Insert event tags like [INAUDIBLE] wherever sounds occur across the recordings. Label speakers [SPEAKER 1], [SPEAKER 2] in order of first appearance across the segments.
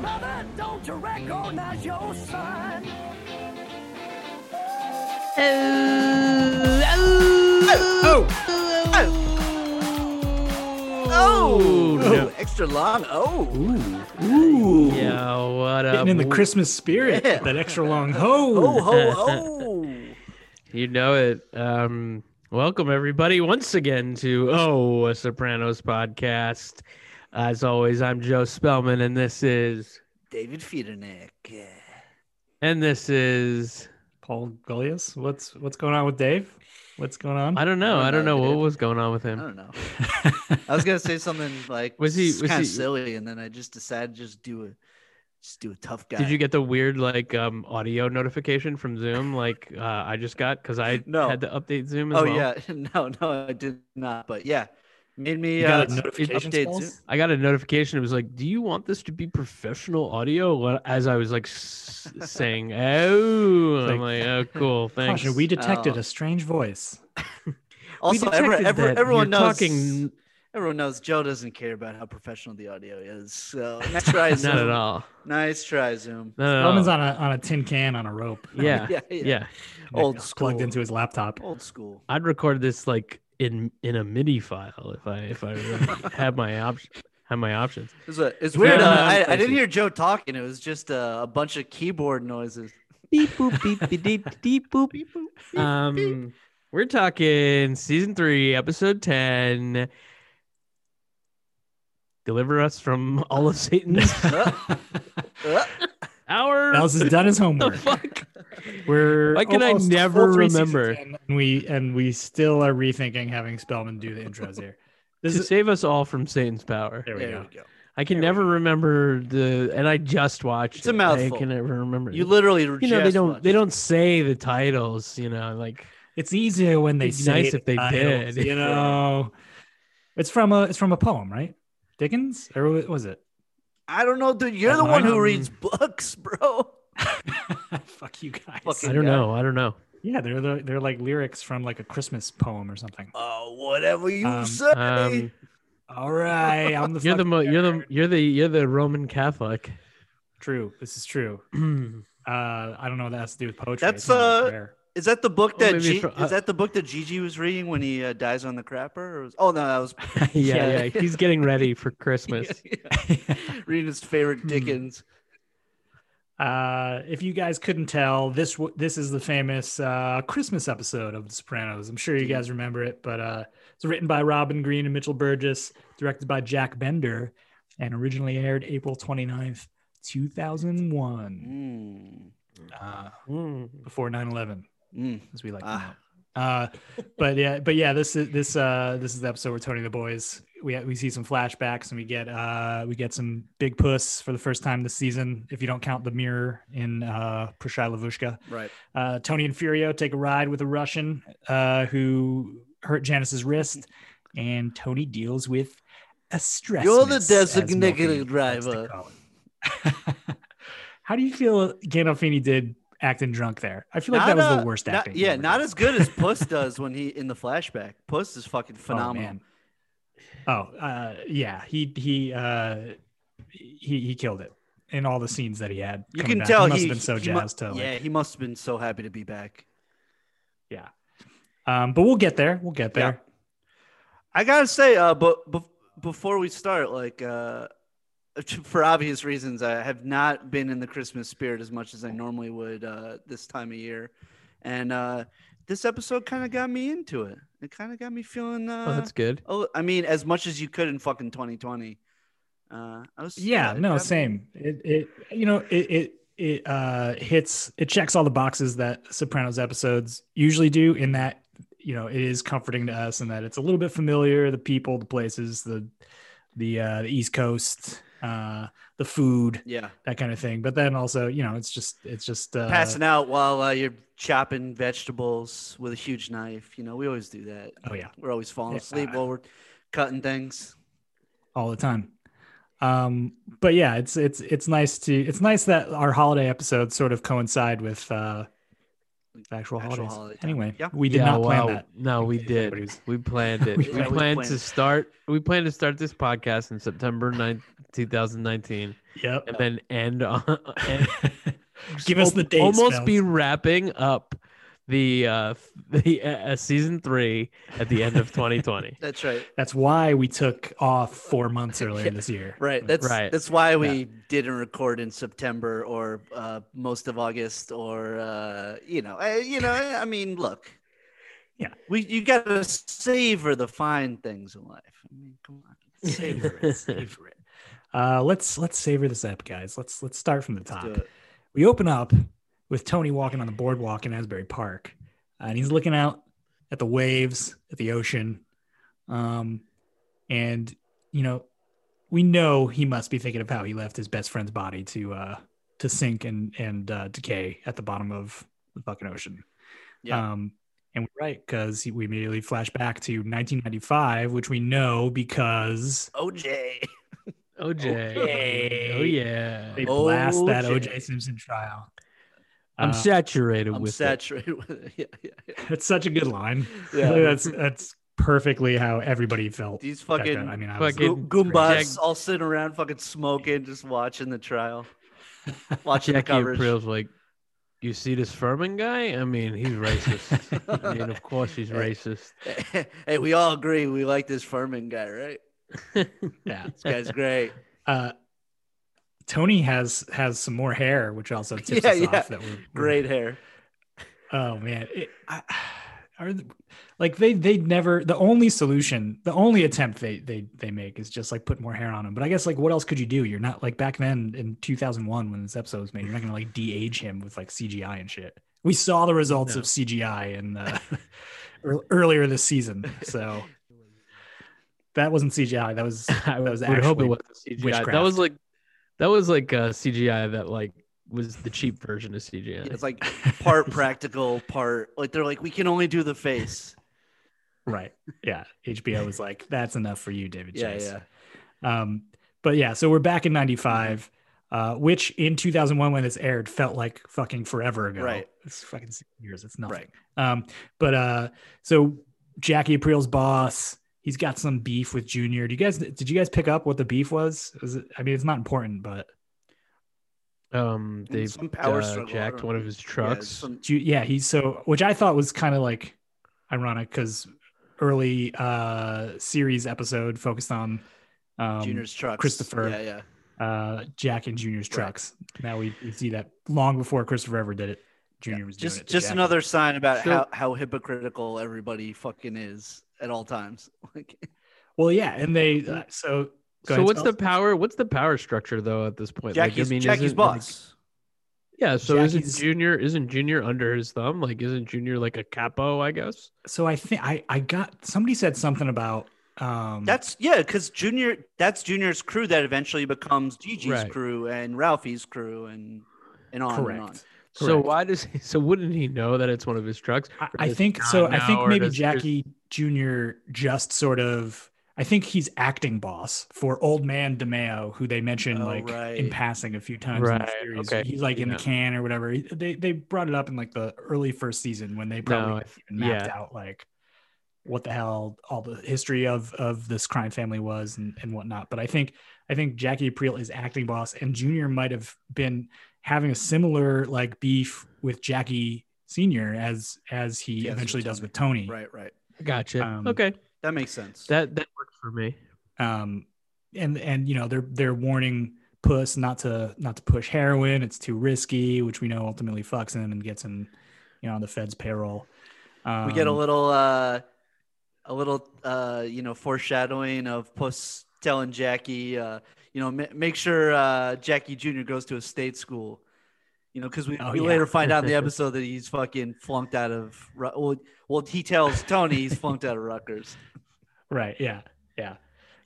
[SPEAKER 1] Mother, don't you recognize your son?
[SPEAKER 2] Oh,
[SPEAKER 1] Oh,
[SPEAKER 2] no.
[SPEAKER 1] extra long. Oh,
[SPEAKER 2] yeah, what up?
[SPEAKER 3] Getting in the Christmas spirit,
[SPEAKER 1] Yeah.
[SPEAKER 3] that extra
[SPEAKER 1] [LAUGHS]
[SPEAKER 3] long ho.
[SPEAKER 1] ho,
[SPEAKER 3] [LAUGHS]
[SPEAKER 1] ho, ho.
[SPEAKER 2] You know it. Um, welcome everybody once again to Oh, a Sopranos podcast. As always, I'm Joe Spellman, and this is
[SPEAKER 1] David Federnick. Yeah.
[SPEAKER 2] and this is
[SPEAKER 3] Paul Gullius, what's what's going on with Dave? What's going on?
[SPEAKER 2] I don't know. I don't know what was going on with
[SPEAKER 1] I
[SPEAKER 2] him. [LAUGHS]
[SPEAKER 1] don't know. I was gonna say something like
[SPEAKER 2] Was he- was
[SPEAKER 1] kind
[SPEAKER 2] he-
[SPEAKER 1] of silly, and then I just decided to just do a just do a tough guy.
[SPEAKER 2] Did you get the weird like um audio notification from Zoom like uh, I just got because I
[SPEAKER 1] No.
[SPEAKER 2] had to update Zoom as
[SPEAKER 1] Oh
[SPEAKER 2] well?
[SPEAKER 1] yeah, [LAUGHS] no, no, I did not. But yeah, made me
[SPEAKER 3] You got
[SPEAKER 1] uh,
[SPEAKER 3] a notification
[SPEAKER 1] update
[SPEAKER 3] calls?
[SPEAKER 1] soon.
[SPEAKER 2] I got a notification. It was like, "Do you want this to be professional audio?" Well, As I was like s- saying,
[SPEAKER 3] [LAUGHS]
[SPEAKER 2] "Oh," I'm like, "Oh, cool, thanks."
[SPEAKER 3] Caution, we detected
[SPEAKER 1] Oh.
[SPEAKER 3] a strange voice.
[SPEAKER 1] Also, every,
[SPEAKER 2] detected
[SPEAKER 1] every,
[SPEAKER 2] that
[SPEAKER 1] everyone
[SPEAKER 2] you're
[SPEAKER 1] knows
[SPEAKER 2] talking-
[SPEAKER 1] everyone knows Joe doesn't care about how professional the audio is. So [LAUGHS] nice try, Zoom.
[SPEAKER 2] [LAUGHS] Not at all.
[SPEAKER 1] Nice try, Zoom.
[SPEAKER 2] Not at
[SPEAKER 3] Roman's
[SPEAKER 2] all.
[SPEAKER 3] on a on a tin can on a rope.
[SPEAKER 2] Oh. Yeah,
[SPEAKER 1] [LAUGHS] Yeah, yeah.
[SPEAKER 2] yeah.
[SPEAKER 1] Old
[SPEAKER 3] It's
[SPEAKER 1] school.
[SPEAKER 3] plugged into
[SPEAKER 2] [LAUGHS]
[SPEAKER 3] his laptop.
[SPEAKER 1] Old school.
[SPEAKER 2] I'd record this like in in a MIDI file if I if I
[SPEAKER 3] [LAUGHS]
[SPEAKER 2] really had my option had my options.
[SPEAKER 1] It's, a, it's
[SPEAKER 2] If
[SPEAKER 1] weird.
[SPEAKER 2] you're
[SPEAKER 1] Uh,
[SPEAKER 2] not
[SPEAKER 1] I, I
[SPEAKER 2] crazy.
[SPEAKER 1] didn't hear Joe talking. It was just uh, a bunch of keyboard noises.
[SPEAKER 2] Beep boop beep beep beep beep boop.
[SPEAKER 1] Beep, boop, beep, beep.
[SPEAKER 2] Um, we're talking season three, episode ten. Deliver us from all of
[SPEAKER 3] [LAUGHS]
[SPEAKER 2] Satan's [LAUGHS]
[SPEAKER 1] Uh, uh,
[SPEAKER 2] hour.
[SPEAKER 3] Niles has done his
[SPEAKER 2] the
[SPEAKER 3] homework.
[SPEAKER 2] fuck?
[SPEAKER 3] We're
[SPEAKER 2] Why can I
[SPEAKER 3] almost full
[SPEAKER 2] never
[SPEAKER 3] three seasons
[SPEAKER 2] remember?
[SPEAKER 3] in, And we and we still are rethinking having Spellman do the intros here. This
[SPEAKER 2] to
[SPEAKER 3] is
[SPEAKER 2] save us all from Satan's power.
[SPEAKER 3] there we
[SPEAKER 1] there
[SPEAKER 3] go.
[SPEAKER 1] we go.
[SPEAKER 2] I can never remember the, and I just watched.
[SPEAKER 1] It's a
[SPEAKER 2] it.
[SPEAKER 1] mouthful.
[SPEAKER 2] I can never remember.
[SPEAKER 1] You
[SPEAKER 2] it.
[SPEAKER 1] literally
[SPEAKER 2] you know they
[SPEAKER 1] just
[SPEAKER 2] don't
[SPEAKER 1] watched
[SPEAKER 2] they
[SPEAKER 1] it.
[SPEAKER 2] don't say the titles. You know, like
[SPEAKER 3] It's easier when they
[SPEAKER 2] It'd be
[SPEAKER 3] say
[SPEAKER 2] nice
[SPEAKER 3] the
[SPEAKER 2] if they [LAUGHS]
[SPEAKER 3] titles,
[SPEAKER 2] did.
[SPEAKER 3] You know, it's from a it's from a poem, right? Dickens, or what was it? [LAUGHS]
[SPEAKER 1] I don't know, dude. You're
[SPEAKER 3] I
[SPEAKER 1] the
[SPEAKER 3] don't
[SPEAKER 1] one who
[SPEAKER 3] know.
[SPEAKER 1] reads books, bro. [LAUGHS]
[SPEAKER 3] Fuck you guys.
[SPEAKER 1] Fucking-
[SPEAKER 2] I don't
[SPEAKER 1] Yeah.
[SPEAKER 2] know. I don't know.
[SPEAKER 3] Yeah, they're the, they're like lyrics from like a Christmas poem or something.
[SPEAKER 1] Oh, whatever you
[SPEAKER 3] Um,
[SPEAKER 1] say.
[SPEAKER 2] Um,
[SPEAKER 3] All right, I'm
[SPEAKER 2] [LAUGHS]
[SPEAKER 3] the.
[SPEAKER 2] you're the
[SPEAKER 3] fucking
[SPEAKER 2] mo- you're the
[SPEAKER 3] nerd.
[SPEAKER 2] you're the you're the Roman Catholic. [CLEARS THROAT]
[SPEAKER 3] True. This is true.
[SPEAKER 2] That's
[SPEAKER 3] Uh, I don't know what that has to do with poetry.
[SPEAKER 1] That's,
[SPEAKER 3] It's not about
[SPEAKER 1] uh,
[SPEAKER 3] prayer.
[SPEAKER 1] Is that the book
[SPEAKER 2] Oh,
[SPEAKER 1] that
[SPEAKER 2] maybe
[SPEAKER 1] G-
[SPEAKER 2] for- uh,
[SPEAKER 1] is that the book that Gigi was reading when he uh, dies on the crapper? Or was- oh no, that
[SPEAKER 3] [LAUGHS]
[SPEAKER 1] was
[SPEAKER 2] yeah,
[SPEAKER 1] Yeah.
[SPEAKER 2] yeah. He's getting ready for Christmas.
[SPEAKER 1] reading his favorite
[SPEAKER 3] Hmm.
[SPEAKER 1] Dickens.
[SPEAKER 3] [LAUGHS] Uh, if you guys couldn't tell, this w- this is the famous uh, Christmas episode of The Sopranos. I'm sure you guys remember it, but uh, it's written by Robin Green and Mitchell Burgess, directed by Jack Bender, and originally aired April 29th,
[SPEAKER 1] Mm.
[SPEAKER 3] 2001, uh,
[SPEAKER 2] Mm.
[SPEAKER 1] Hmm.
[SPEAKER 2] Hmm.
[SPEAKER 3] before 9/11,
[SPEAKER 1] Mm. Hmm.
[SPEAKER 3] as we like. to
[SPEAKER 1] Ah,
[SPEAKER 3] Uh, but yeah, but yeah, this is this uh this is the episode where Tony and the boys we we see some flashbacks and we get uh we get some big puss for the first time this season if you don't count the mirror in uh Prashai Lavushka.
[SPEAKER 1] Right.
[SPEAKER 3] Uh, Tony and Furio take a ride with a Russian uh who hurt Janice's wrist, and Tony deals with a stress.
[SPEAKER 1] You're the
[SPEAKER 3] miss, as
[SPEAKER 1] designated
[SPEAKER 3] Melfi likes to
[SPEAKER 1] driver.
[SPEAKER 3] call [LAUGHS] it. How do you feel Gandolfini did acting drunk there? I feel like that was
[SPEAKER 1] a-
[SPEAKER 3] the worst
[SPEAKER 1] not-
[SPEAKER 3] acting. he
[SPEAKER 1] yeah,
[SPEAKER 3] ever
[SPEAKER 1] not
[SPEAKER 3] did.
[SPEAKER 1] as
[SPEAKER 3] [LAUGHS]
[SPEAKER 1] good as Puss does when he in the flashback. Puss is fucking phenomenal.
[SPEAKER 3] Oh, man. oh uh, yeah, he he uh, he he killed it in all the scenes that he had.
[SPEAKER 1] you
[SPEAKER 3] coming
[SPEAKER 1] can
[SPEAKER 3] back.
[SPEAKER 1] tell
[SPEAKER 3] he must
[SPEAKER 1] he
[SPEAKER 3] have been so
[SPEAKER 1] he mu-
[SPEAKER 3] jazzed to. like-
[SPEAKER 1] yeah, he must have been so happy to be back.
[SPEAKER 3] um, but we'll get there. We'll get
[SPEAKER 1] Yeah.
[SPEAKER 3] there.
[SPEAKER 1] I gotta say, uh, but bef- before we start, like, uh, [LAUGHS] for obvious reasons, I have not been in the Christmas spirit as much as I normally would uh, this time of year, and uh, this episode kind of got me into it. It kind of got me feeling. Uh,
[SPEAKER 2] Oh, that's good.
[SPEAKER 1] oh, I mean, as much as you could in fucking 2020. Uh, I was.
[SPEAKER 3] Yeah,
[SPEAKER 1] it
[SPEAKER 3] no,
[SPEAKER 1] got-
[SPEAKER 3] same. It it you know it it it uh hits it checks all the boxes that Sopranos episodes usually do in that you know it is comforting to us and that it's a little bit familiar the people the places the the uh the east coast uh the food
[SPEAKER 1] Yeah,
[SPEAKER 3] that kind of thing but then also you know it's just it's just uh
[SPEAKER 1] passing out while uh, you're chopping vegetables with a huge knife. You know, we always do that.
[SPEAKER 3] oh yeah
[SPEAKER 1] We're always falling
[SPEAKER 3] Yeah.
[SPEAKER 1] asleep while we're cutting things.
[SPEAKER 3] all the time. Um, but yeah, it's it's it's nice to it's nice that our holiday episodes sort of coincide with uh the actual,
[SPEAKER 1] Actual
[SPEAKER 3] holidays.
[SPEAKER 1] holiday time.
[SPEAKER 3] anyway,
[SPEAKER 1] Yeah.
[SPEAKER 3] we did
[SPEAKER 2] Yeah,
[SPEAKER 3] not plan
[SPEAKER 2] wow.
[SPEAKER 3] that.
[SPEAKER 2] No, we
[SPEAKER 3] Nobody
[SPEAKER 2] did.
[SPEAKER 3] was-
[SPEAKER 2] We planned it.
[SPEAKER 3] We
[SPEAKER 2] we
[SPEAKER 1] planned- we
[SPEAKER 2] planned
[SPEAKER 1] planned
[SPEAKER 2] to
[SPEAKER 1] it.
[SPEAKER 2] start. We planned to start this podcast in September 9th, 2019,
[SPEAKER 3] Yep.
[SPEAKER 2] and then end on. And
[SPEAKER 3] Give us
[SPEAKER 2] al-
[SPEAKER 3] the dates,
[SPEAKER 2] Almost
[SPEAKER 3] Mel.
[SPEAKER 2] be wrapping up the uh [LAUGHS] f- the uh, season three at the end of
[SPEAKER 1] [LAUGHS]
[SPEAKER 2] 2020.
[SPEAKER 1] That's right.
[SPEAKER 3] That's why we took off four months
[SPEAKER 1] [LAUGHS]
[SPEAKER 3] earlier
[SPEAKER 1] Yeah,
[SPEAKER 3] this year.
[SPEAKER 1] Right. That's
[SPEAKER 2] Right.
[SPEAKER 1] That's why we didn't record in September or uh, most of August or uh, you know, I, you know. eh, I I mean, look.
[SPEAKER 3] Yeah.
[SPEAKER 1] We you got to savor the fine things in life. I mean, come on. Savor
[SPEAKER 3] [LAUGHS]
[SPEAKER 1] it.
[SPEAKER 3] Savor it. Uh, let's let's savor this up, guys. Let's let's start from the
[SPEAKER 1] Let's
[SPEAKER 3] top.
[SPEAKER 1] do it.
[SPEAKER 3] we open up with Tony walking on the boardwalk in Asbury Park, uh, and he's looking out at the waves, at the ocean, um, and you know, we know he must be thinking of how he left his best friend's body to uh, to sink and and uh, decay at the bottom of the fucking ocean.
[SPEAKER 1] Yeah.
[SPEAKER 3] Um, and we're right because we immediately flash back to 1995, which we know because
[SPEAKER 1] OJ.
[SPEAKER 2] OJ.
[SPEAKER 3] OJ.
[SPEAKER 2] Oh yeah.
[SPEAKER 3] they blast that
[SPEAKER 1] OJ.
[SPEAKER 3] OJ Simpson trial.
[SPEAKER 2] I'm
[SPEAKER 3] Uh,
[SPEAKER 2] saturated
[SPEAKER 1] I'm
[SPEAKER 2] with it.
[SPEAKER 1] saturated with it. [LAUGHS] Yeah, yeah,
[SPEAKER 2] [LAUGHS]
[SPEAKER 1] yeah.
[SPEAKER 3] That's such a good line.
[SPEAKER 1] Yeah.
[SPEAKER 3] Like, [LAUGHS] that's that's perfectly how everybody felt.
[SPEAKER 1] These
[SPEAKER 3] back
[SPEAKER 1] fucking
[SPEAKER 3] then. I mean, I was,
[SPEAKER 2] fucking-
[SPEAKER 1] goo- goombas
[SPEAKER 2] Jack-
[SPEAKER 1] all sitting around fucking smoking, just watching
[SPEAKER 2] [LAUGHS]
[SPEAKER 1] the trial, watching
[SPEAKER 2] Jackie
[SPEAKER 1] the coverage.
[SPEAKER 2] April's like, you see this Furman guy? I mean, he's
[SPEAKER 3] [LAUGHS]
[SPEAKER 2] racist. I mean, of course he's racist.
[SPEAKER 1] [LAUGHS] hey, we all agree we like this Furman guy, right?
[SPEAKER 3] yeah.
[SPEAKER 1] This
[SPEAKER 2] [LAUGHS]
[SPEAKER 1] guy's great.
[SPEAKER 3] Uh, Tony has has some more hair, which also tips
[SPEAKER 1] [LAUGHS] Yeah,
[SPEAKER 3] us
[SPEAKER 1] yeah.
[SPEAKER 3] off that we're we're-
[SPEAKER 1] Great hair.
[SPEAKER 3] Oh man, It- I, [SIGHS] are th- like they they never the only solution, the only attempt they they they make is just like put more hair on him. But I guess like what else could you do? You're not like back then in 2001 when this episode was made, you're not gonna like de-age him with like CGI and shit. We saw the results
[SPEAKER 2] No.
[SPEAKER 3] of CGI in the [LAUGHS] ear- earlier this season, [LAUGHS] so
[SPEAKER 2] [LAUGHS]
[SPEAKER 3] that wasn't CGI. That was
[SPEAKER 2] I
[SPEAKER 3] that was
[SPEAKER 2] would hope it
[SPEAKER 3] actually
[SPEAKER 2] was CGI. That
[SPEAKER 3] witchcraft.
[SPEAKER 2] was like, that was like uh, CGI that like was the cheap version of CGI.
[SPEAKER 1] It's like [LAUGHS]
[SPEAKER 3] [LAUGHS]
[SPEAKER 1] part practical, part like they're like, we can only do the face.
[SPEAKER 3] right. Yeah, HBO was like, that's enough for you, David.
[SPEAKER 1] Yeah,
[SPEAKER 3] Chase.
[SPEAKER 1] yeah.
[SPEAKER 3] Um, but yeah, so we're back in '95, uh, which in 2001 when this aired felt like fucking forever ago.
[SPEAKER 1] Right.
[SPEAKER 3] It's fucking six years. It's nothing. Um, but uh, so Jackie April's boss, he's got some beef with Junior. Do you guys did you guys pick up what the beef was? Was it, I mean, it's not important, but
[SPEAKER 2] um, they
[SPEAKER 1] some power
[SPEAKER 2] uh,
[SPEAKER 1] struggle, I
[SPEAKER 2] jacked
[SPEAKER 1] don't
[SPEAKER 2] one of
[SPEAKER 1] know.
[SPEAKER 2] his
[SPEAKER 1] Yeah,
[SPEAKER 2] trucks.
[SPEAKER 1] some-
[SPEAKER 3] Ju- yeah, he's so which I thought was kind of like ironic because early uh series episode focused on um,
[SPEAKER 1] Junior's trucks.
[SPEAKER 3] Christopher.
[SPEAKER 1] Yeah, yeah.
[SPEAKER 3] uh, Jack and Junior's
[SPEAKER 1] Right.
[SPEAKER 3] trucks. Now we, we see that long before Christopher ever did it. Junior was doing
[SPEAKER 1] Just
[SPEAKER 3] it to
[SPEAKER 1] just
[SPEAKER 3] Jack.
[SPEAKER 1] another sign about
[SPEAKER 2] So-
[SPEAKER 1] how, how hypocritical everybody fucking is at all times. [LAUGHS] Like
[SPEAKER 3] Well, yeah, and they uh, so.
[SPEAKER 2] so
[SPEAKER 3] go ahead,
[SPEAKER 2] what's the
[SPEAKER 3] Smalls.
[SPEAKER 2] power? What's the power structure though at this point? Like, I
[SPEAKER 1] Jackie's
[SPEAKER 2] mean,
[SPEAKER 1] Jackie's
[SPEAKER 2] isn't, like-
[SPEAKER 1] boss.
[SPEAKER 2] Yeah, so isn't
[SPEAKER 3] Jackie's-
[SPEAKER 2] Junior isn't Junior under his thumb? Like isn't Junior like a capo, I guess?
[SPEAKER 3] So I think I I got somebody said something about um
[SPEAKER 1] That's yeah, because Junior, that's Junior's crew that eventually becomes Gigi's
[SPEAKER 2] Right.
[SPEAKER 1] crew and Ralphie's crew and and on and on.
[SPEAKER 3] correct.
[SPEAKER 2] So
[SPEAKER 3] Correct.
[SPEAKER 2] why does he [LAUGHS] so wouldn't he know that it's one of his trucks?
[SPEAKER 3] I,
[SPEAKER 2] Or
[SPEAKER 3] I
[SPEAKER 2] does
[SPEAKER 3] think
[SPEAKER 2] John
[SPEAKER 3] so. I
[SPEAKER 2] know,
[SPEAKER 3] think
[SPEAKER 2] or
[SPEAKER 3] maybe
[SPEAKER 2] does-
[SPEAKER 3] Jackie Jr. just sort of. I think he's acting boss for Old Man DeMeo, who they mention
[SPEAKER 1] Oh,
[SPEAKER 3] like in
[SPEAKER 1] right.
[SPEAKER 3] passing a few times in the
[SPEAKER 2] Right,
[SPEAKER 3] series.
[SPEAKER 2] okay,
[SPEAKER 3] He's like in
[SPEAKER 2] yeah.
[SPEAKER 3] the can or whatever. He- They they brought it up in like the early first season when they probably
[SPEAKER 2] I
[SPEAKER 3] hadn't
[SPEAKER 2] th-
[SPEAKER 3] even mapped out like what the hell all the history of of this crime family was and, and whatnot. But I think I think Jackie Aprile is acting boss, and Junior might have been having a similar like beef with Jackie Senior as as he
[SPEAKER 1] Yes, with
[SPEAKER 3] eventually does
[SPEAKER 1] Tony.
[SPEAKER 3] with Tony.
[SPEAKER 1] Right, right.
[SPEAKER 2] Gotcha.
[SPEAKER 3] Um,
[SPEAKER 2] okay.
[SPEAKER 1] That makes sense.
[SPEAKER 2] That that worked for me.
[SPEAKER 3] Um, and and you know they're they're warning Puss not to not to push heroin; it's too risky, which we know ultimately fucks him and gets him, you know, on the Fed's payroll. Um,
[SPEAKER 1] we get a little uh a little uh you know foreshadowing of puss telling jackie uh you know ma- make sure uh jackie jr goes to a state school you know because we,
[SPEAKER 3] Oh,
[SPEAKER 1] we
[SPEAKER 3] yeah.
[SPEAKER 1] later find out
[SPEAKER 3] [LAUGHS]
[SPEAKER 1] in the episode that he's fucking flunked out of Ru- well, well he tells tony he's flunked out of Rutgers.
[SPEAKER 3] Right. Yeah. Yeah.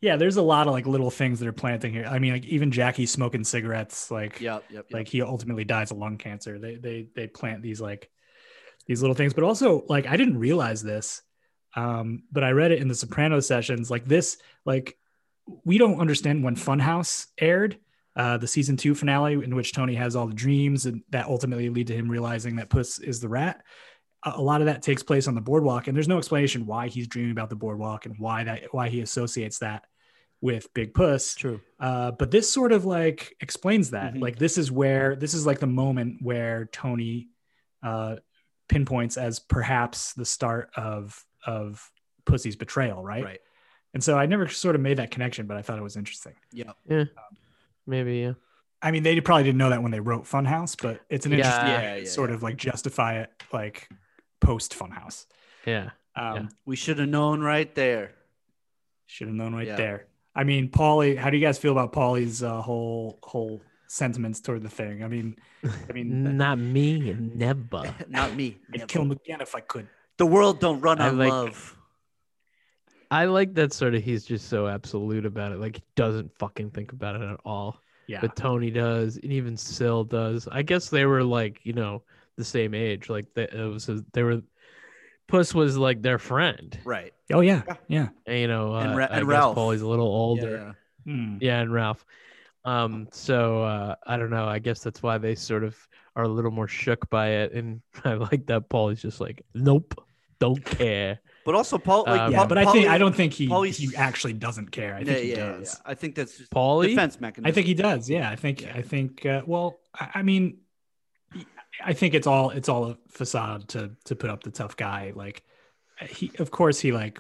[SPEAKER 3] Yeah. There's a lot of like little things that are planting here. I mean, like even Jackie smoking cigarettes, like
[SPEAKER 1] yep yep, yep.
[SPEAKER 3] like he ultimately dies of lung cancer. They they they plant these like these little things, but also like I didn't realize this, um, but I read it in the Soprano sessions. Like this, like we don't understand when Funhouse aired. Uh, the season two finale, in which Tony has all the dreams, and that ultimately lead to him realizing that Puss is the rat. A a lot of that takes place on the boardwalk, and there's no explanation why he's dreaming about the boardwalk and why that why he associates that with Big Puss.
[SPEAKER 1] true
[SPEAKER 3] Uh, but this sort of like explains that.
[SPEAKER 1] Mhm.
[SPEAKER 3] Like this is where this is like the moment where Tony uh, pinpoints as perhaps the start of of Pussy's betrayal, right?
[SPEAKER 1] Right.
[SPEAKER 3] And so I never sort of made that connection, but I thought it was interesting.
[SPEAKER 1] yep
[SPEAKER 2] Maybe yeah.
[SPEAKER 3] I mean, they probably didn't know that when they wrote Funhouse, but it's an
[SPEAKER 2] Yeah,
[SPEAKER 3] interesting way
[SPEAKER 1] [LAUGHS] yeah,
[SPEAKER 3] to
[SPEAKER 1] yeah,
[SPEAKER 3] sort of like justify it like post Funhouse.
[SPEAKER 2] Yeah.
[SPEAKER 3] Um,
[SPEAKER 2] Yeah.
[SPEAKER 1] we should have known right there
[SPEAKER 3] Should have known right
[SPEAKER 1] Yeah.
[SPEAKER 3] there. I mean, Paulie, how do you guys feel about Paulie's uh, whole whole sentiments toward the thing? I [LAUGHS] mean, I mean,
[SPEAKER 2] Not me,
[SPEAKER 3] Uh,
[SPEAKER 2] never.
[SPEAKER 1] [LAUGHS] not me
[SPEAKER 3] [LAUGHS] I'd kill him again if I could.
[SPEAKER 1] the world don't run
[SPEAKER 2] I
[SPEAKER 1] on
[SPEAKER 2] like-
[SPEAKER 1] love
[SPEAKER 2] [LAUGHS] I like that sort of he's just so absolute about it. Like he doesn't fucking think about it at all.
[SPEAKER 3] Yeah.
[SPEAKER 2] But Tony does, and even Syl does. I guess they were like, you know, the same age. Like they, it was, they were. Puss was like their friend,
[SPEAKER 1] right
[SPEAKER 3] oh yeah. Yeah.
[SPEAKER 2] and, you know. Uh,
[SPEAKER 1] And Ra-
[SPEAKER 2] I
[SPEAKER 1] and
[SPEAKER 2] guess
[SPEAKER 1] Ralph.
[SPEAKER 2] Paulie's a little
[SPEAKER 1] Yeah,
[SPEAKER 2] older.
[SPEAKER 1] yeah.
[SPEAKER 3] Hmm.
[SPEAKER 2] Yeah, and Ralph. Um, so uh, I don't know. I guess that's why they sort of are a little more shook by it, and [LAUGHS] I like that Paul is just like, nope, don't care.
[SPEAKER 1] but also paul like
[SPEAKER 2] Um,
[SPEAKER 3] Yeah,
[SPEAKER 1] Paul-
[SPEAKER 3] but I think I
[SPEAKER 1] Paulie-
[SPEAKER 3] don't think he
[SPEAKER 1] Paulie's-
[SPEAKER 3] he actually doesn't care. I
[SPEAKER 1] yeah,
[SPEAKER 3] think he
[SPEAKER 1] yeah, yeah.
[SPEAKER 3] does.
[SPEAKER 1] i think that's just
[SPEAKER 2] Paulie,
[SPEAKER 1] defense mechanism
[SPEAKER 3] I think he does. Yeah, I think I think. Uh, well, I, I mean, I think it's all it's all a facade to to put up the tough guy. Like he, of course, he like.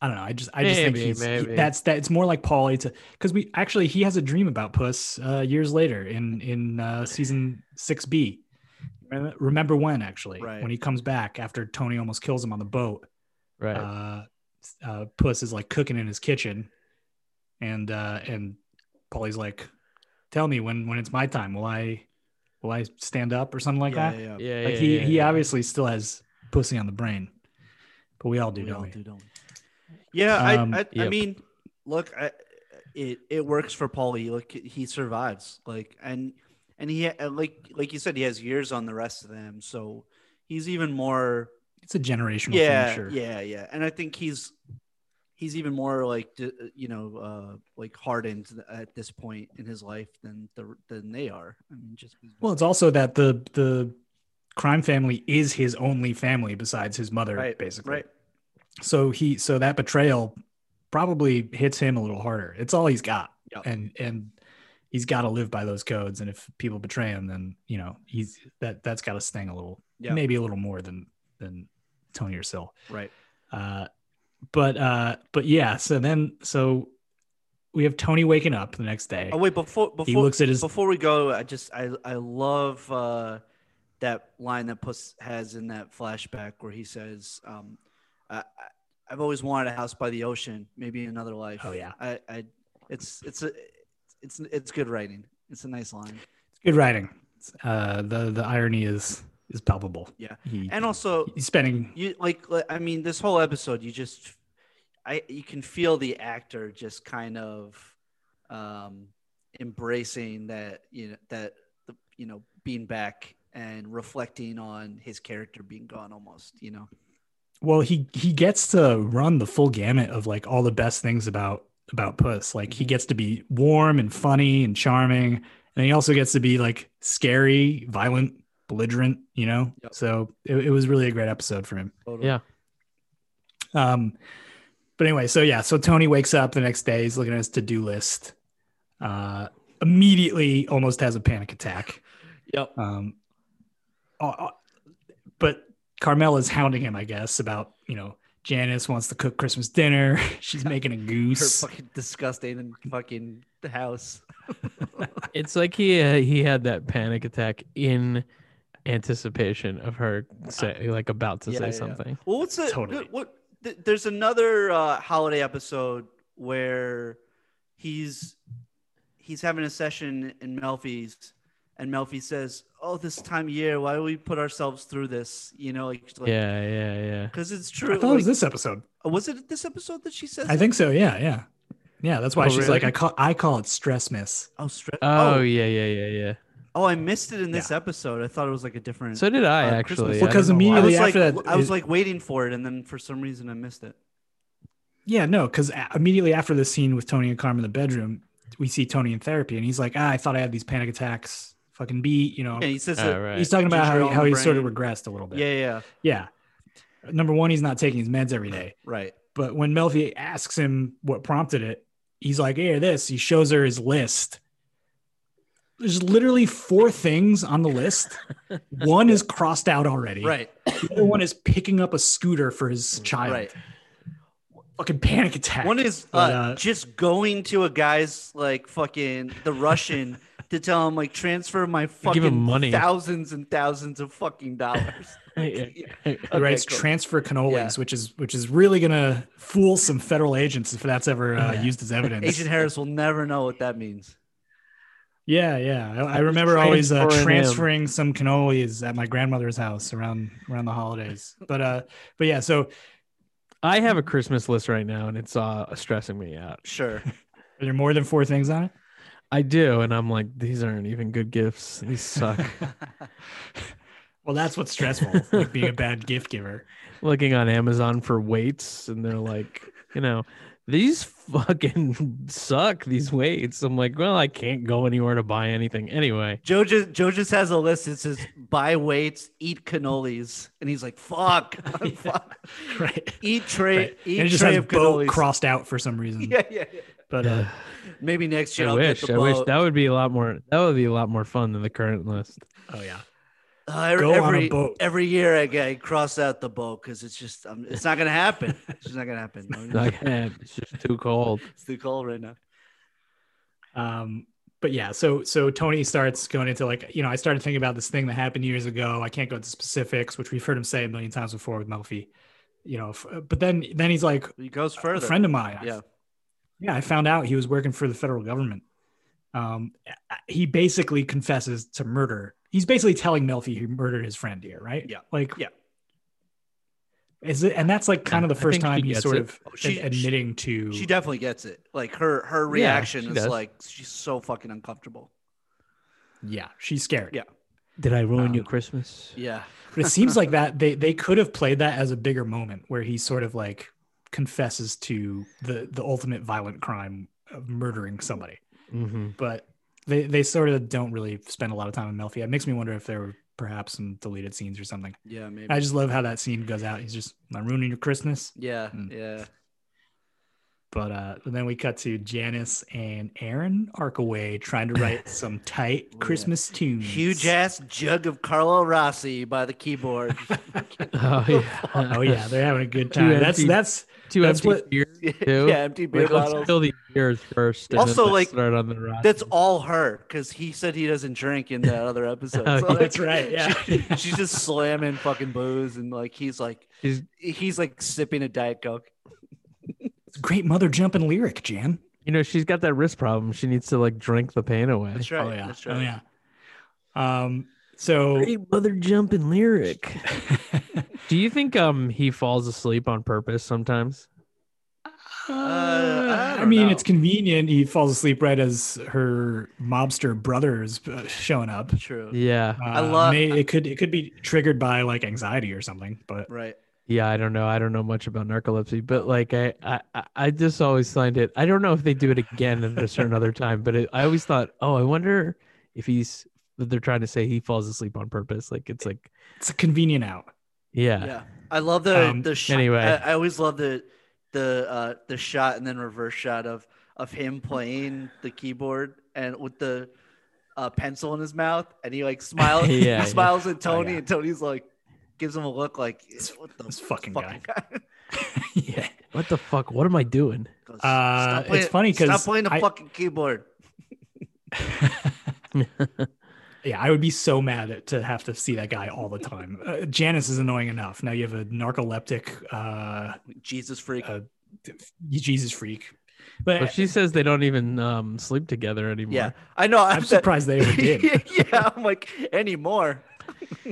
[SPEAKER 3] I don't know. I just I just
[SPEAKER 2] Maybe,
[SPEAKER 3] think he's, he-
[SPEAKER 2] maybe.
[SPEAKER 3] that's that. It's more like Paulie to because we actually he has a dream about Puss uh, years later in in uh, season six B. Remember when actually
[SPEAKER 1] Right.
[SPEAKER 3] when he comes back after Tony almost kills him on the boat.
[SPEAKER 2] right?
[SPEAKER 3] Uh, uh, Puss is like cooking in his kitchen, and uh, and Polly's like, "Tell me when when it's my time. Will I will I stand up or something like
[SPEAKER 1] yeah,
[SPEAKER 3] that?"
[SPEAKER 1] yeah, yeah.
[SPEAKER 2] yeah,
[SPEAKER 3] Like
[SPEAKER 2] yeah,
[SPEAKER 3] he
[SPEAKER 2] yeah,
[SPEAKER 3] he
[SPEAKER 2] yeah.
[SPEAKER 3] obviously still has pussy on the brain, but we all do, don't we?
[SPEAKER 1] Yeah,
[SPEAKER 3] Um,
[SPEAKER 1] I, I, I
[SPEAKER 2] Yep.
[SPEAKER 1] mean, look, I, it it works for Paulie. Look, he survives. Like, and and he and like like you said, he has years on the rest of them, so he's even more.
[SPEAKER 3] It's a generational
[SPEAKER 1] Yeah,
[SPEAKER 3] thing, sure.
[SPEAKER 1] yeah, yeah. And I think he's he's even more like d- you know uh like hardened at this point in his life than the than they are. I mean, just
[SPEAKER 3] Well, it's also that the the crime family is his only family besides his mother,
[SPEAKER 1] right,
[SPEAKER 3] basically.
[SPEAKER 1] right.
[SPEAKER 3] so he so that betrayal probably hits him a little harder it's all he's got
[SPEAKER 1] Yep.
[SPEAKER 3] and and he's got to live by those codes and if people betray him then you know he's that that's got to sting a little
[SPEAKER 1] Yeah,
[SPEAKER 3] maybe a little more than than tony or sil
[SPEAKER 1] right.
[SPEAKER 3] uh but uh but yeah so then so we have tony waking up the next day
[SPEAKER 1] Oh wait, before before
[SPEAKER 3] he looks at his
[SPEAKER 1] before we go i just i i love uh that line that puss has in that flashback where he says um I, I i've always wanted a house by the ocean maybe in another life
[SPEAKER 3] Oh, yeah.
[SPEAKER 1] i i it's it's a it's it's good writing it's a nice line
[SPEAKER 3] good writing uh, the the irony is is palpable.
[SPEAKER 1] Yeah.
[SPEAKER 3] [LAUGHS] he,
[SPEAKER 1] And also,
[SPEAKER 3] he's spending.
[SPEAKER 1] you like li- i mean this whole episode you just i you can feel the actor just kind of um embracing that you know that the, you know being back and reflecting on his character being gone almost you know
[SPEAKER 3] Well, he he gets to run the full gamut of like all the best things about about Puss. Like he gets to be warm and funny and charming, and he also gets to be like scary, violent, belligerent. You know,
[SPEAKER 1] Yep.
[SPEAKER 3] so it, it was really a great episode for him.
[SPEAKER 1] Totally.
[SPEAKER 2] Yeah.
[SPEAKER 3] Um, but anyway, so yeah, so Tony wakes up the next day. He's looking at his to do list. Uh, immediately, almost has a panic attack.
[SPEAKER 2] Yep.
[SPEAKER 3] Um, uh, uh, but Carmel is hounding him, I guess, about you know Janice wants to cook Christmas dinner. [LAUGHS] She's making a
[SPEAKER 1] her
[SPEAKER 3] goose.
[SPEAKER 1] fucking disgusting and fucking house
[SPEAKER 2] It's like he uh, he had that panic attack in anticipation of her say, like about to
[SPEAKER 1] Uh, Yeah,
[SPEAKER 2] say
[SPEAKER 1] yeah, yeah.
[SPEAKER 2] something.
[SPEAKER 1] Well, what's the
[SPEAKER 3] Totally.
[SPEAKER 1] what? th- There's another uh, holiday episode where he's he's having a session in Melfi's, and Melfi says, "Oh, this time of year, why do we put ourselves through this?" You know, like, like
[SPEAKER 2] Yeah, yeah, yeah.
[SPEAKER 1] because it's
[SPEAKER 3] I
[SPEAKER 1] true.
[SPEAKER 3] thought it was
[SPEAKER 1] like- uh,
[SPEAKER 3] this episode.
[SPEAKER 1] was it this episode that she says?
[SPEAKER 3] I think so. Yeah, yeah, yeah. That's why
[SPEAKER 2] Oh,
[SPEAKER 3] she's
[SPEAKER 2] really?
[SPEAKER 3] like I call I call it stress miss.
[SPEAKER 1] Oh, stre-
[SPEAKER 2] Oh,
[SPEAKER 1] oh,
[SPEAKER 2] yeah, yeah, yeah, yeah.
[SPEAKER 1] oh, I missed it in this episode. I thought it was like a different.
[SPEAKER 2] So did I
[SPEAKER 1] uh,
[SPEAKER 2] actually.
[SPEAKER 1] Christmas-
[SPEAKER 2] I
[SPEAKER 3] Well, 'cause
[SPEAKER 2] don't know why.
[SPEAKER 1] I
[SPEAKER 3] immediately
[SPEAKER 1] was like,
[SPEAKER 3] after that,
[SPEAKER 1] I was
[SPEAKER 3] it-
[SPEAKER 1] like waiting for it, and then for some reason I missed it.
[SPEAKER 3] Yeah, no, because immediately after the scene with Tony and Carm in the bedroom, we see Tony in therapy, and he's like, ah, I thought I had these panic attacks. Fucking beat, you know.
[SPEAKER 1] Yeah, he says
[SPEAKER 2] Oh,
[SPEAKER 1] that.
[SPEAKER 2] right.
[SPEAKER 3] He's talking about
[SPEAKER 1] Ginger
[SPEAKER 3] how,
[SPEAKER 1] on
[SPEAKER 3] how
[SPEAKER 1] the
[SPEAKER 3] he sort of
[SPEAKER 1] brain.
[SPEAKER 3] regressed a little bit.
[SPEAKER 1] Yeah, yeah, yeah,
[SPEAKER 3] Yeah. Number one, he's not taking his meds every day.
[SPEAKER 1] right.
[SPEAKER 3] But when Melfi asks him what prompted it, he's like, Here, this. He shows her his list. There's literally four things on
[SPEAKER 1] [LAUGHS]
[SPEAKER 3] the list. one is crossed out already.
[SPEAKER 1] Right,
[SPEAKER 3] The other one is picking up a scooter for his child.
[SPEAKER 1] right.
[SPEAKER 3] Fucking panic attack.
[SPEAKER 1] One is uh,
[SPEAKER 3] But, uh,
[SPEAKER 1] just going to a guy's like fucking the Russian to tell him like
[SPEAKER 2] [LAUGHS]
[SPEAKER 1] transfer my fucking
[SPEAKER 2] him money.
[SPEAKER 1] thousands and thousands of fucking dollars.
[SPEAKER 2] [LAUGHS] Yeah.
[SPEAKER 3] He
[SPEAKER 1] Okay,
[SPEAKER 3] writes
[SPEAKER 1] cool.
[SPEAKER 3] transfer cannolis, which is which is really gonna fool some federal agents if that's ever
[SPEAKER 1] [LAUGHS]
[SPEAKER 3] uh, used as evidence.
[SPEAKER 1] Agent Harris will never know what that means.
[SPEAKER 3] Yeah, yeah. I, I remember always uh,
[SPEAKER 2] transferring him.
[SPEAKER 3] transferring some cannolis at my grandmother's house around around the holidays. But uh, but yeah. So
[SPEAKER 2] I have a Christmas list right now, and it's uh, stressing me out.
[SPEAKER 3] [LAUGHS]
[SPEAKER 1] Sure. [LAUGHS]
[SPEAKER 3] are there more than four things on it?
[SPEAKER 2] I do, and I'm like, these aren't even good gifts.
[SPEAKER 1] [LAUGHS]
[SPEAKER 2] These suck.
[SPEAKER 3] Well, that's what's stressful, like
[SPEAKER 1] [LAUGHS]
[SPEAKER 3] being a bad gift giver. [LAUGHS]
[SPEAKER 2] Looking on Amazon for weights, and they're like, you know, these fucking [LAUGHS] suck. These weights. I'm like, well, I can't go anywhere to buy anything anyway.
[SPEAKER 1] Joe just Joe just has a list that says buy weights, eat cannolis, and he's
[SPEAKER 2] [LAUGHS]
[SPEAKER 1] like, fuck, [LAUGHS] fuck.
[SPEAKER 3] Right.
[SPEAKER 1] eat tray,
[SPEAKER 3] Right.
[SPEAKER 1] eat
[SPEAKER 3] and it just
[SPEAKER 1] tray
[SPEAKER 3] has
[SPEAKER 1] of
[SPEAKER 3] boat
[SPEAKER 1] cannolis.
[SPEAKER 3] crossed out for some reason.
[SPEAKER 1] [LAUGHS] yeah, yeah, yeah.
[SPEAKER 3] But uh,
[SPEAKER 1] Maybe next year
[SPEAKER 2] I
[SPEAKER 1] I'll
[SPEAKER 2] wish.
[SPEAKER 1] get the
[SPEAKER 2] I wish
[SPEAKER 1] boat.
[SPEAKER 2] that would be a lot more. That would be a lot more fun than the current list. [LAUGHS]
[SPEAKER 3] oh yeah.
[SPEAKER 1] Uh, every,
[SPEAKER 3] Go on a
[SPEAKER 1] every,
[SPEAKER 3] boat.
[SPEAKER 1] every year I, get- I cross out the boat because it's just um, it's not gonna happen. It's just not gonna happen.
[SPEAKER 2] Like, [LAUGHS] it's just too cold.
[SPEAKER 1] It's too cold right now.
[SPEAKER 3] Um, but yeah, so so Tony starts going into like, you know, I started thinking about this thing that happened years ago. I can't go into specifics, which we've heard him say a million times before with Melfi. You know, f- but then then he's like,
[SPEAKER 1] He goes
[SPEAKER 3] a
[SPEAKER 1] further.
[SPEAKER 3] friend of mine. I-
[SPEAKER 1] yeah.
[SPEAKER 3] yeah, I found out he was working for the federal government. Um, he basically confesses to murder. He's basically telling Melfi he murdered his friend here, right?
[SPEAKER 1] Yeah.
[SPEAKER 3] Like,
[SPEAKER 1] Yeah.
[SPEAKER 3] Is it, and that's like kind of the
[SPEAKER 2] I
[SPEAKER 3] first
[SPEAKER 2] think she
[SPEAKER 3] time he's
[SPEAKER 2] gets
[SPEAKER 3] sort
[SPEAKER 2] it.
[SPEAKER 3] of
[SPEAKER 1] Oh, she-
[SPEAKER 3] ad- admitting to.
[SPEAKER 1] She definitely gets it. Like her her
[SPEAKER 2] Yeah,
[SPEAKER 1] reaction
[SPEAKER 2] she
[SPEAKER 1] is
[SPEAKER 2] does.
[SPEAKER 1] like she's so fucking uncomfortable.
[SPEAKER 3] yeah, she's scared.
[SPEAKER 1] Yeah.
[SPEAKER 2] Did I ruin
[SPEAKER 3] Um,
[SPEAKER 2] your Christmas?
[SPEAKER 1] Yeah.
[SPEAKER 3] But it seems like that they they could have played that as a bigger moment where he sort of like confesses to the the ultimate violent crime of murdering somebody.
[SPEAKER 2] Mm-hmm.
[SPEAKER 3] but they they sort of don't really spend a lot of time on Melfi. It makes me wonder if there were perhaps some deleted scenes or something.
[SPEAKER 1] Yeah, maybe.
[SPEAKER 3] I just love how that scene goes out. He's just "Am I ruining your Christmas.
[SPEAKER 1] yeah,
[SPEAKER 3] Mm.
[SPEAKER 1] yeah.
[SPEAKER 3] But uh, and then we cut to Janice and Aaron Arkaway trying to
[SPEAKER 1] [LAUGHS]
[SPEAKER 3] write some tight
[SPEAKER 1] Oh, yeah.
[SPEAKER 3] Christmas tunes.
[SPEAKER 1] Huge ass jug of Carlo Rossi by the keyboard.
[SPEAKER 2] [LAUGHS] [LAUGHS] Oh yeah.
[SPEAKER 1] [LAUGHS]
[SPEAKER 3] Oh yeah, they're having a good
[SPEAKER 2] Two
[SPEAKER 3] time. That's
[SPEAKER 2] empty-
[SPEAKER 3] that's
[SPEAKER 2] two
[SPEAKER 3] that's
[SPEAKER 2] empty
[SPEAKER 3] what-
[SPEAKER 2] beers too.
[SPEAKER 1] yeah, empty beer
[SPEAKER 2] Like, let's
[SPEAKER 1] bottles.
[SPEAKER 2] fill the beers first. and
[SPEAKER 1] Also,
[SPEAKER 2] then
[SPEAKER 1] like,
[SPEAKER 2] let's start on the rock.
[SPEAKER 1] That's all her because he said he doesn't drink in that other episode.
[SPEAKER 2] Oh, yeah.
[SPEAKER 3] That's right,
[SPEAKER 1] [LAUGHS]
[SPEAKER 3] yeah.
[SPEAKER 1] she- she's just slamming fucking booze and like he's like
[SPEAKER 2] She's-
[SPEAKER 1] he's like sipping a diet coke.
[SPEAKER 3] it's a great mother jumping lyric, Jan.
[SPEAKER 2] you know she's got that wrist problem. She needs to like drink the pain away.
[SPEAKER 1] That's right.
[SPEAKER 3] oh yeah,
[SPEAKER 1] That's right.
[SPEAKER 3] oh yeah. Um, so
[SPEAKER 2] Great mother jumping [LAUGHS] lyric. Do you think um he falls asleep on purpose sometimes?
[SPEAKER 3] Uh,
[SPEAKER 1] I
[SPEAKER 3] I,
[SPEAKER 1] don't
[SPEAKER 3] mean,
[SPEAKER 1] know.
[SPEAKER 3] it's convenient. He falls asleep right as her mobster brother is uh, showing up.
[SPEAKER 1] True.
[SPEAKER 2] Yeah.
[SPEAKER 3] Uh,
[SPEAKER 1] I love-
[SPEAKER 3] may- it. Could it could be triggered by like anxiety or something? But
[SPEAKER 1] Right.
[SPEAKER 2] Yeah, I don't know. I don't know much about narcolepsy, but like I, I, I- I just always find it. I don't know if they do it again at a certain other time, but it, I always thought, oh, I wonder if he's. That they're trying to say he falls asleep on purpose. Like it's like,
[SPEAKER 3] it's a convenient out. [LAUGHS]
[SPEAKER 2] yeah,
[SPEAKER 1] Yeah. I love the
[SPEAKER 3] Um,
[SPEAKER 1] the sh-
[SPEAKER 2] anyway.
[SPEAKER 1] I, I always love the the uh the shot and then reverse shot of of him playing the keyboard and with the uh, pencil in his mouth and he
[SPEAKER 3] [LAUGHS]
[SPEAKER 1] like smiles
[SPEAKER 2] Yeah,
[SPEAKER 1] he smiles at
[SPEAKER 3] Oh,
[SPEAKER 1] Tony
[SPEAKER 3] yeah.
[SPEAKER 1] and Tony's like gives him a look like "Eh, what the
[SPEAKER 3] this fucking
[SPEAKER 1] [LAUGHS] guy.
[SPEAKER 3] yeah.
[SPEAKER 2] what the fuck? What am I doing?
[SPEAKER 1] Goes,
[SPEAKER 3] Uh,
[SPEAKER 1] "Stop
[SPEAKER 3] it's
[SPEAKER 1] playing-
[SPEAKER 3] funny 'cause
[SPEAKER 1] stop playing the
[SPEAKER 3] I-
[SPEAKER 1] fucking keyboard.
[SPEAKER 3] Yeah, I would be so mad at, to have to see that guy all the time. Uh, Janice is annoying enough. Now you have a narcoleptic, uh,
[SPEAKER 1] Jesus freak.
[SPEAKER 3] Uh, Jesus freak. But,
[SPEAKER 2] But she says they don't even um, sleep together anymore.
[SPEAKER 1] yeah. I know [LAUGHS]
[SPEAKER 3] I'm surprised they ever did.
[SPEAKER 1] yeah, I'm like
[SPEAKER 2] [LAUGHS]
[SPEAKER 1] anymore.
[SPEAKER 3] [LAUGHS]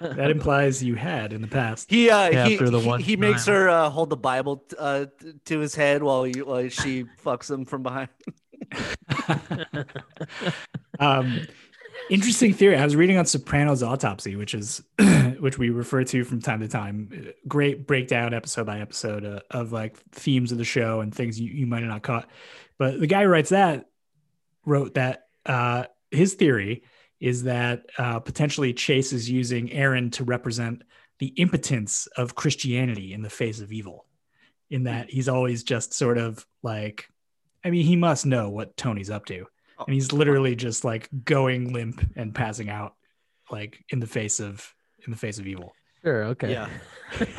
[SPEAKER 3] that implies you had in the past.
[SPEAKER 1] He uh,
[SPEAKER 2] Yeah,
[SPEAKER 1] he,
[SPEAKER 2] after the
[SPEAKER 1] he-
[SPEAKER 2] one
[SPEAKER 1] he makes
[SPEAKER 2] time.
[SPEAKER 1] her uh, hold the Bible t- uh, t- to his head while, he, while she fucks him from behind.
[SPEAKER 3] Um, interesting theory. I was reading on Sopranos autopsy, which is [CLEARS THROAT] which we refer to from time to time. Great breakdown, episode by episode, uh, of like themes of the show and things you, you might have not caught. But the guy who writes that wrote that uh, his theory is that uh, potentially Chase is using Aaron to represent the impotence of Christianity in the face of evil, in that he's always just sort of like, I mean, he must know what Tony's up to. And he's literally just like going limp and passing out, like in the face of in the face of evil.
[SPEAKER 2] Sure. Okay.
[SPEAKER 3] [LAUGHS]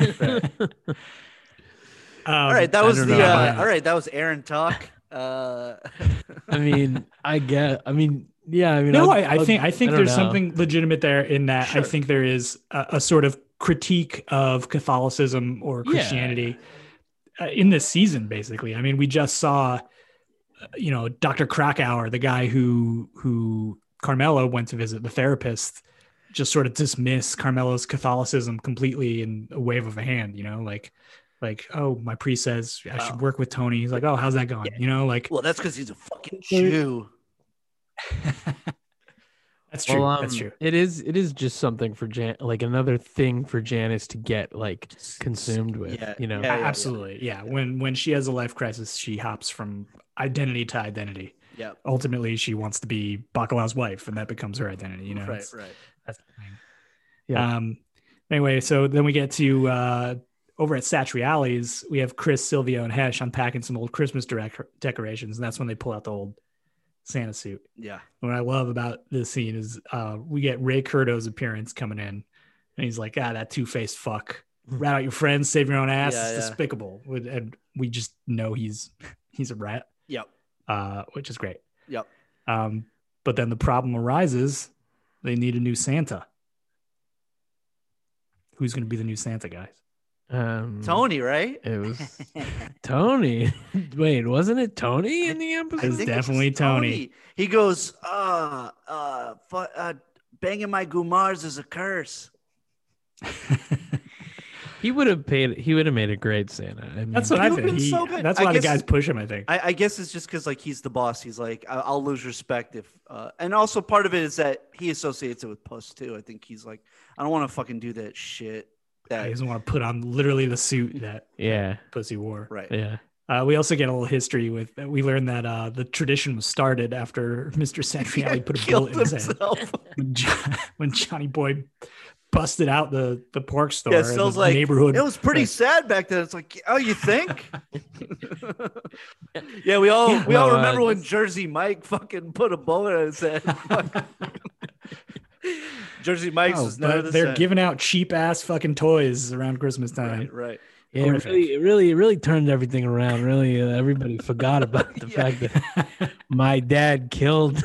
[SPEAKER 1] Yeah.
[SPEAKER 3] Um,
[SPEAKER 1] all right, that
[SPEAKER 2] I
[SPEAKER 1] was
[SPEAKER 2] don't
[SPEAKER 1] the
[SPEAKER 2] know.
[SPEAKER 1] uh, all right. That was Aaron talk. Uh,
[SPEAKER 2] [LAUGHS]
[SPEAKER 1] [LAUGHS]
[SPEAKER 2] I mean, I get. I mean, yeah. I mean,
[SPEAKER 3] no,
[SPEAKER 2] I'll-
[SPEAKER 3] I, I
[SPEAKER 2] I'll-
[SPEAKER 3] think I
[SPEAKER 2] I
[SPEAKER 3] think
[SPEAKER 2] don't
[SPEAKER 3] there's
[SPEAKER 2] know.
[SPEAKER 3] something legitimate there in that
[SPEAKER 1] Sure.
[SPEAKER 3] I think there is a, a sort of critique of Catholicism or
[SPEAKER 2] Yeah.
[SPEAKER 3] Christianity uh, in this season. Basically, I mean, we just saw, uh, you know, Doctor Krakauer, the guy who who Carmela went to visit, the therapist, just sort of dismiss Carmela's Catholicism completely in a wave of a hand. You know, like like oh, my priest says I
[SPEAKER 1] Wow.
[SPEAKER 3] should work with Tony. He's like, oh, how's that going? You know, like
[SPEAKER 1] well, that's because he's a fucking
[SPEAKER 3] There-
[SPEAKER 1] Jew.
[SPEAKER 3] that's true.
[SPEAKER 2] Well,
[SPEAKER 3] that's
[SPEAKER 2] um,
[SPEAKER 3] true.
[SPEAKER 2] It is. It is just something for Jan, like another thing for Janice to get like consumed with.
[SPEAKER 1] yeah,
[SPEAKER 2] you know.
[SPEAKER 1] yeah.
[SPEAKER 3] A- absolutely yeah. when when she has a life crisis she hops from identity to identity
[SPEAKER 1] Yeah,
[SPEAKER 3] ultimately she wants to be bacalao's wife and that becomes her identity you know
[SPEAKER 1] right,
[SPEAKER 3] It's-
[SPEAKER 1] right.
[SPEAKER 3] that's the thing.
[SPEAKER 2] Yeah.
[SPEAKER 3] um anyway so then we get to uh over at Satriali's, we have Chris, Silvio, and Hesh unpacking some old Christmas direct- decorations, and that's when they pull out the old Santa suit
[SPEAKER 1] Yeah,
[SPEAKER 3] what I love about this scene is uh, we get Ray Curto's appearance coming in, and he's like, "Ah, that two-faced fuck, rat out your friends, save your own ass.
[SPEAKER 1] Hmm. Yeah,
[SPEAKER 3] it's
[SPEAKER 1] yeah.
[SPEAKER 3] despicable." Would- And we just know he's [LAUGHS] he's a rat,
[SPEAKER 1] yep,
[SPEAKER 3] uh, which is great.
[SPEAKER 1] yep.
[SPEAKER 3] Um, but then the problem arises: they need a new Santa. Who's going to be the new Santa, guys? [LAUGHS]
[SPEAKER 2] Um,
[SPEAKER 1] Tony, right?
[SPEAKER 2] It
[SPEAKER 1] [LAUGHS]
[SPEAKER 2] was Tony. [LAUGHS] Wait, wasn't it Tony in the
[SPEAKER 1] I
[SPEAKER 2] episode?
[SPEAKER 3] It's
[SPEAKER 1] think
[SPEAKER 3] definitely Tony.
[SPEAKER 1] He goes, uh, uh, fu- uh, banging my gumars is a curse.
[SPEAKER 2] He would have paid. He would have made a great Santa. I mean,
[SPEAKER 3] That's what
[SPEAKER 1] He
[SPEAKER 3] I
[SPEAKER 1] would've Mm-hmm.
[SPEAKER 3] think.
[SPEAKER 1] been
[SPEAKER 3] He-
[SPEAKER 1] so good.
[SPEAKER 3] that's
[SPEAKER 1] I
[SPEAKER 3] why the
[SPEAKER 1] guess-
[SPEAKER 3] guys push him. I think.
[SPEAKER 1] I, I guess it's just because like he's the boss. He's like, I- I'll lose respect if, uh, and also part of it is that he associates it with Puss too. I think he's like, I don't want to fucking do that shit.
[SPEAKER 3] he
[SPEAKER 1] That
[SPEAKER 3] doesn't want to put on literally the suit that
[SPEAKER 2] yeah,
[SPEAKER 3] pussy wore.
[SPEAKER 1] right. [LAUGHS]
[SPEAKER 2] yeah.
[SPEAKER 3] Uh, we also get a little history with we learn that uh, the tradition was started after [LAUGHS] Mr. Santriani put
[SPEAKER 1] [LAUGHS]
[SPEAKER 3] a
[SPEAKER 1] Killed
[SPEAKER 3] bullet in his head [LAUGHS]
[SPEAKER 1] himself.
[SPEAKER 3] when, Jo- [LAUGHS] when Johnny Boy busted out the the pork store.
[SPEAKER 1] yeah,
[SPEAKER 3] in
[SPEAKER 1] Phil's
[SPEAKER 3] the
[SPEAKER 1] like,
[SPEAKER 3] neighborhood.
[SPEAKER 1] it was pretty
[SPEAKER 3] like-
[SPEAKER 1] sad back then. It's like, oh, you think?
[SPEAKER 3] [LAUGHS]
[SPEAKER 1] yeah, we all we all
[SPEAKER 2] No, uh,
[SPEAKER 1] remember when
[SPEAKER 2] this-
[SPEAKER 1] Jersey Mike fucking put a bullet in his head.
[SPEAKER 3] [LAUGHS]
[SPEAKER 1] Jersey Mike's
[SPEAKER 3] Oh,
[SPEAKER 1] was
[SPEAKER 3] but
[SPEAKER 1] none of this.
[SPEAKER 3] they're giving out cheap ass fucking toys around Christmas time.
[SPEAKER 1] right, right.
[SPEAKER 2] Yeah, it
[SPEAKER 3] Perfect.
[SPEAKER 2] really, it really, it really turned everything around. Really, uh, everybody forgot about the
[SPEAKER 1] [LAUGHS] Yeah.
[SPEAKER 2] fact that my dad
[SPEAKER 1] [LAUGHS]
[SPEAKER 2] killed,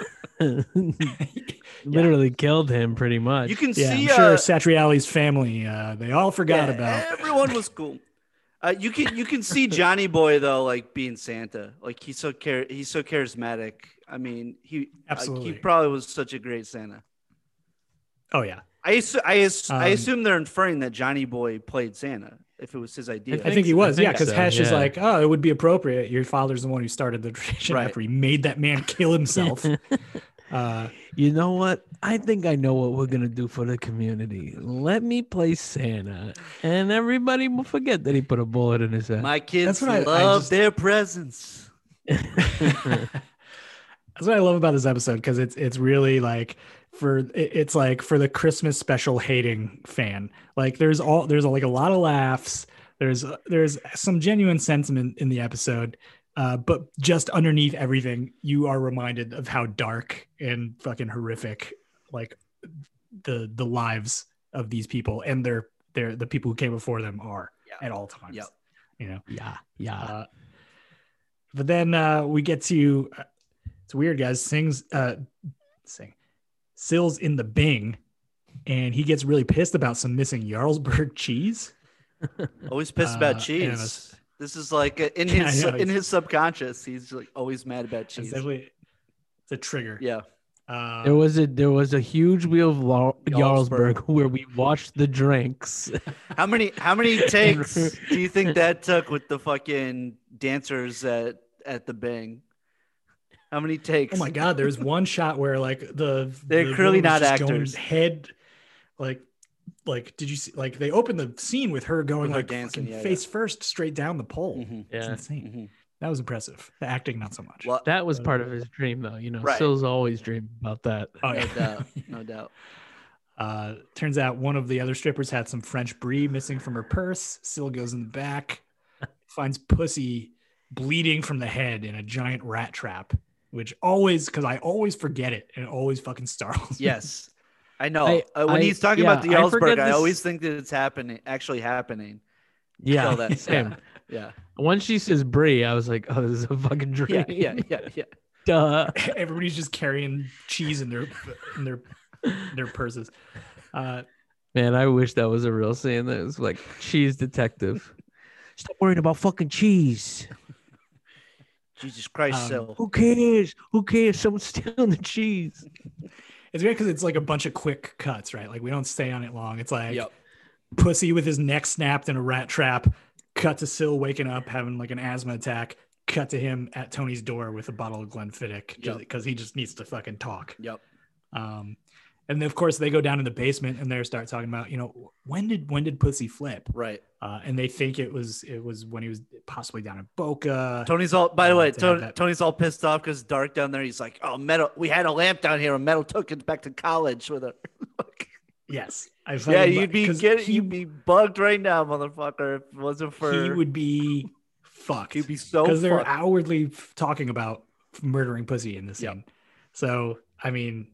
[SPEAKER 2] literally killed him, pretty much.
[SPEAKER 1] You can
[SPEAKER 3] Yeah,
[SPEAKER 1] see
[SPEAKER 3] I'm sure
[SPEAKER 1] uh,
[SPEAKER 3] Satriali's family uh, they all forgot
[SPEAKER 1] Yeah,
[SPEAKER 3] about.
[SPEAKER 1] Everyone was cool. Uh, you can you can see Johnny Boy though, like being Santa. Like he's so char- he's so charismatic. I mean, he
[SPEAKER 3] Absolutely.
[SPEAKER 1] like, he probably was such a great Santa.
[SPEAKER 3] oh yeah.
[SPEAKER 1] I assu- I, ass- I
[SPEAKER 3] Um,
[SPEAKER 1] assume they're inferring that Johnny Boy played Santa if it was his idea.
[SPEAKER 3] I think he was, yeah,
[SPEAKER 2] think
[SPEAKER 3] because
[SPEAKER 2] so,
[SPEAKER 3] Hesh is
[SPEAKER 2] yeah.
[SPEAKER 3] like, oh, it would be appropriate. Your father's the one who started the tradition
[SPEAKER 1] Right.
[SPEAKER 3] after he made that man kill himself. uh,
[SPEAKER 2] You know what? I think I know what we're gonna do for the community. Let me play Santa, and everybody will forget that he put a bullet in his head.
[SPEAKER 1] My kids
[SPEAKER 3] That's what I- I
[SPEAKER 1] love
[SPEAKER 3] just-
[SPEAKER 1] their presents.
[SPEAKER 3] That's what I love about this episode because it's it's really like for it- it's like for the Christmas special hating fan. Like there's all there's like a lot of laughs. There's uh, there's some genuine sentiment in the episode, uh, but just underneath everything, you are reminded of how dark and fucking horrific like the the lives of these people and their their the people who came before them are
[SPEAKER 1] Yeah.
[SPEAKER 3] at all times.
[SPEAKER 1] Yeah.
[SPEAKER 3] You know.
[SPEAKER 2] yeah, yeah.
[SPEAKER 3] Uh, but then uh, we get to uh, it's weird, guys. Sings uh, sing Sills in the Bing, and he gets really pissed about some missing Jarlsberg [LAUGHS] cheese.
[SPEAKER 1] Always pissed about
[SPEAKER 3] Uh, and
[SPEAKER 1] cheese.
[SPEAKER 3] it's-
[SPEAKER 1] This is like uh, in
[SPEAKER 3] [LAUGHS] Yeah, I
[SPEAKER 1] his
[SPEAKER 3] know,
[SPEAKER 1] in
[SPEAKER 3] he's-
[SPEAKER 1] his subconscious, he's like always mad about
[SPEAKER 3] It's
[SPEAKER 1] cheese.
[SPEAKER 3] definitely it's a trigger.
[SPEAKER 1] Yeah,
[SPEAKER 3] Uh,
[SPEAKER 2] There was a there was a huge wheel of Lar-
[SPEAKER 1] Jarlsberg.
[SPEAKER 2] Jarlsberg where we watched the drinks.
[SPEAKER 1] how many how many
[SPEAKER 2] [LAUGHS]
[SPEAKER 1] takes do you think that took with the fucking dancers at at the Bing? How many takes?
[SPEAKER 3] oh my god, there's one shot where like the
[SPEAKER 1] They're
[SPEAKER 3] the
[SPEAKER 1] clearly
[SPEAKER 3] woman was
[SPEAKER 1] not
[SPEAKER 3] just going
[SPEAKER 1] actors.
[SPEAKER 3] Head like. Like, did you see? Like, they opened the scene with her going
[SPEAKER 1] With her
[SPEAKER 3] like
[SPEAKER 1] dancing,
[SPEAKER 3] fucking
[SPEAKER 1] yeah,
[SPEAKER 3] face first straight down the pole.
[SPEAKER 1] Mhm,
[SPEAKER 3] It's insane.
[SPEAKER 1] mhm.
[SPEAKER 3] That was impressive. The acting, not so much.
[SPEAKER 1] Lo-
[SPEAKER 2] [LAUGHS] That was part of his dream, though. You know,
[SPEAKER 1] Right.
[SPEAKER 2] Sills always dreamed about that.
[SPEAKER 3] Oh,
[SPEAKER 1] no
[SPEAKER 3] yeah. [LAUGHS]
[SPEAKER 1] doubt,
[SPEAKER 2] [LAUGHS]
[SPEAKER 1] no doubt.
[SPEAKER 3] Uh, turns out one of the other strippers had some French brie missing from her purse. Syl goes in the back, finds pussy bleeding from the head in a giant rat trap, which always, because I always forget it and it always fucking startles. me.
[SPEAKER 1] Yes, I know.
[SPEAKER 2] I-
[SPEAKER 1] uh, when
[SPEAKER 2] I-
[SPEAKER 1] he's talking about the
[SPEAKER 2] yeah, I
[SPEAKER 1] Jarlsberg,
[SPEAKER 2] forget
[SPEAKER 1] I,
[SPEAKER 2] this-
[SPEAKER 1] always think that it's happening, actually happening.
[SPEAKER 2] Yeah,
[SPEAKER 1] Tell
[SPEAKER 2] [LAUGHS]
[SPEAKER 1] that-
[SPEAKER 2] same.
[SPEAKER 1] [LAUGHS] Yeah,
[SPEAKER 2] Once she says Brie, I was like, "Oh, this is a fucking dream."
[SPEAKER 1] yeah, yeah, yeah, yeah.
[SPEAKER 2] [LAUGHS] Duh.
[SPEAKER 3] [LAUGHS] Everybody's just carrying cheese in their in their in their purses. Uh,
[SPEAKER 2] Man, I wish that was a real scene. That was like cheese detective. [LAUGHS] Stop worrying about fucking cheese.
[SPEAKER 1] Jesus Christ,
[SPEAKER 3] Um,
[SPEAKER 1] so
[SPEAKER 2] Who cares? Who cares? Someone's [LAUGHS] stealing the cheese.
[SPEAKER 3] it's weird because it's like a bunch of quick cuts, right? Like we don't stay on it long. It's like
[SPEAKER 1] Yep.
[SPEAKER 3] pussy with his neck snapped in a rat trap. Cut to Syl waking up, having like an asthma attack. Cut to him at Tony's door with a bottle of Glenfiddich
[SPEAKER 1] Yep.
[SPEAKER 3] because he just needs to fucking talk.
[SPEAKER 1] Yep.
[SPEAKER 3] Um, and then of course they go down in the basement and they start talking about you know when did when did pussy flip?
[SPEAKER 1] Right.
[SPEAKER 3] Uh, and they think it was it was when he was possibly down in Boca.
[SPEAKER 1] Tony's all. By the
[SPEAKER 3] Uh,
[SPEAKER 1] way,
[SPEAKER 3] to have
[SPEAKER 1] Tony,
[SPEAKER 3] that-
[SPEAKER 1] Tony's all pissed off because dark down there. He's like, "Oh, metal. We had a lamp down here, and metal took it back to college with [LAUGHS] her."
[SPEAKER 3] Yes, I
[SPEAKER 1] yeah,
[SPEAKER 3] fucking-
[SPEAKER 1] you'd be
[SPEAKER 3] 'cause
[SPEAKER 1] getting,
[SPEAKER 3] he-
[SPEAKER 1] you'd be bugged right now, motherfucker. If it wasn't for
[SPEAKER 3] he would be fucked.
[SPEAKER 1] you'd be so
[SPEAKER 3] because they're
[SPEAKER 1] fucked.
[SPEAKER 3] outwardly f- talking about f- murdering pussy in this
[SPEAKER 1] Yep.
[SPEAKER 3] scene. So I mean,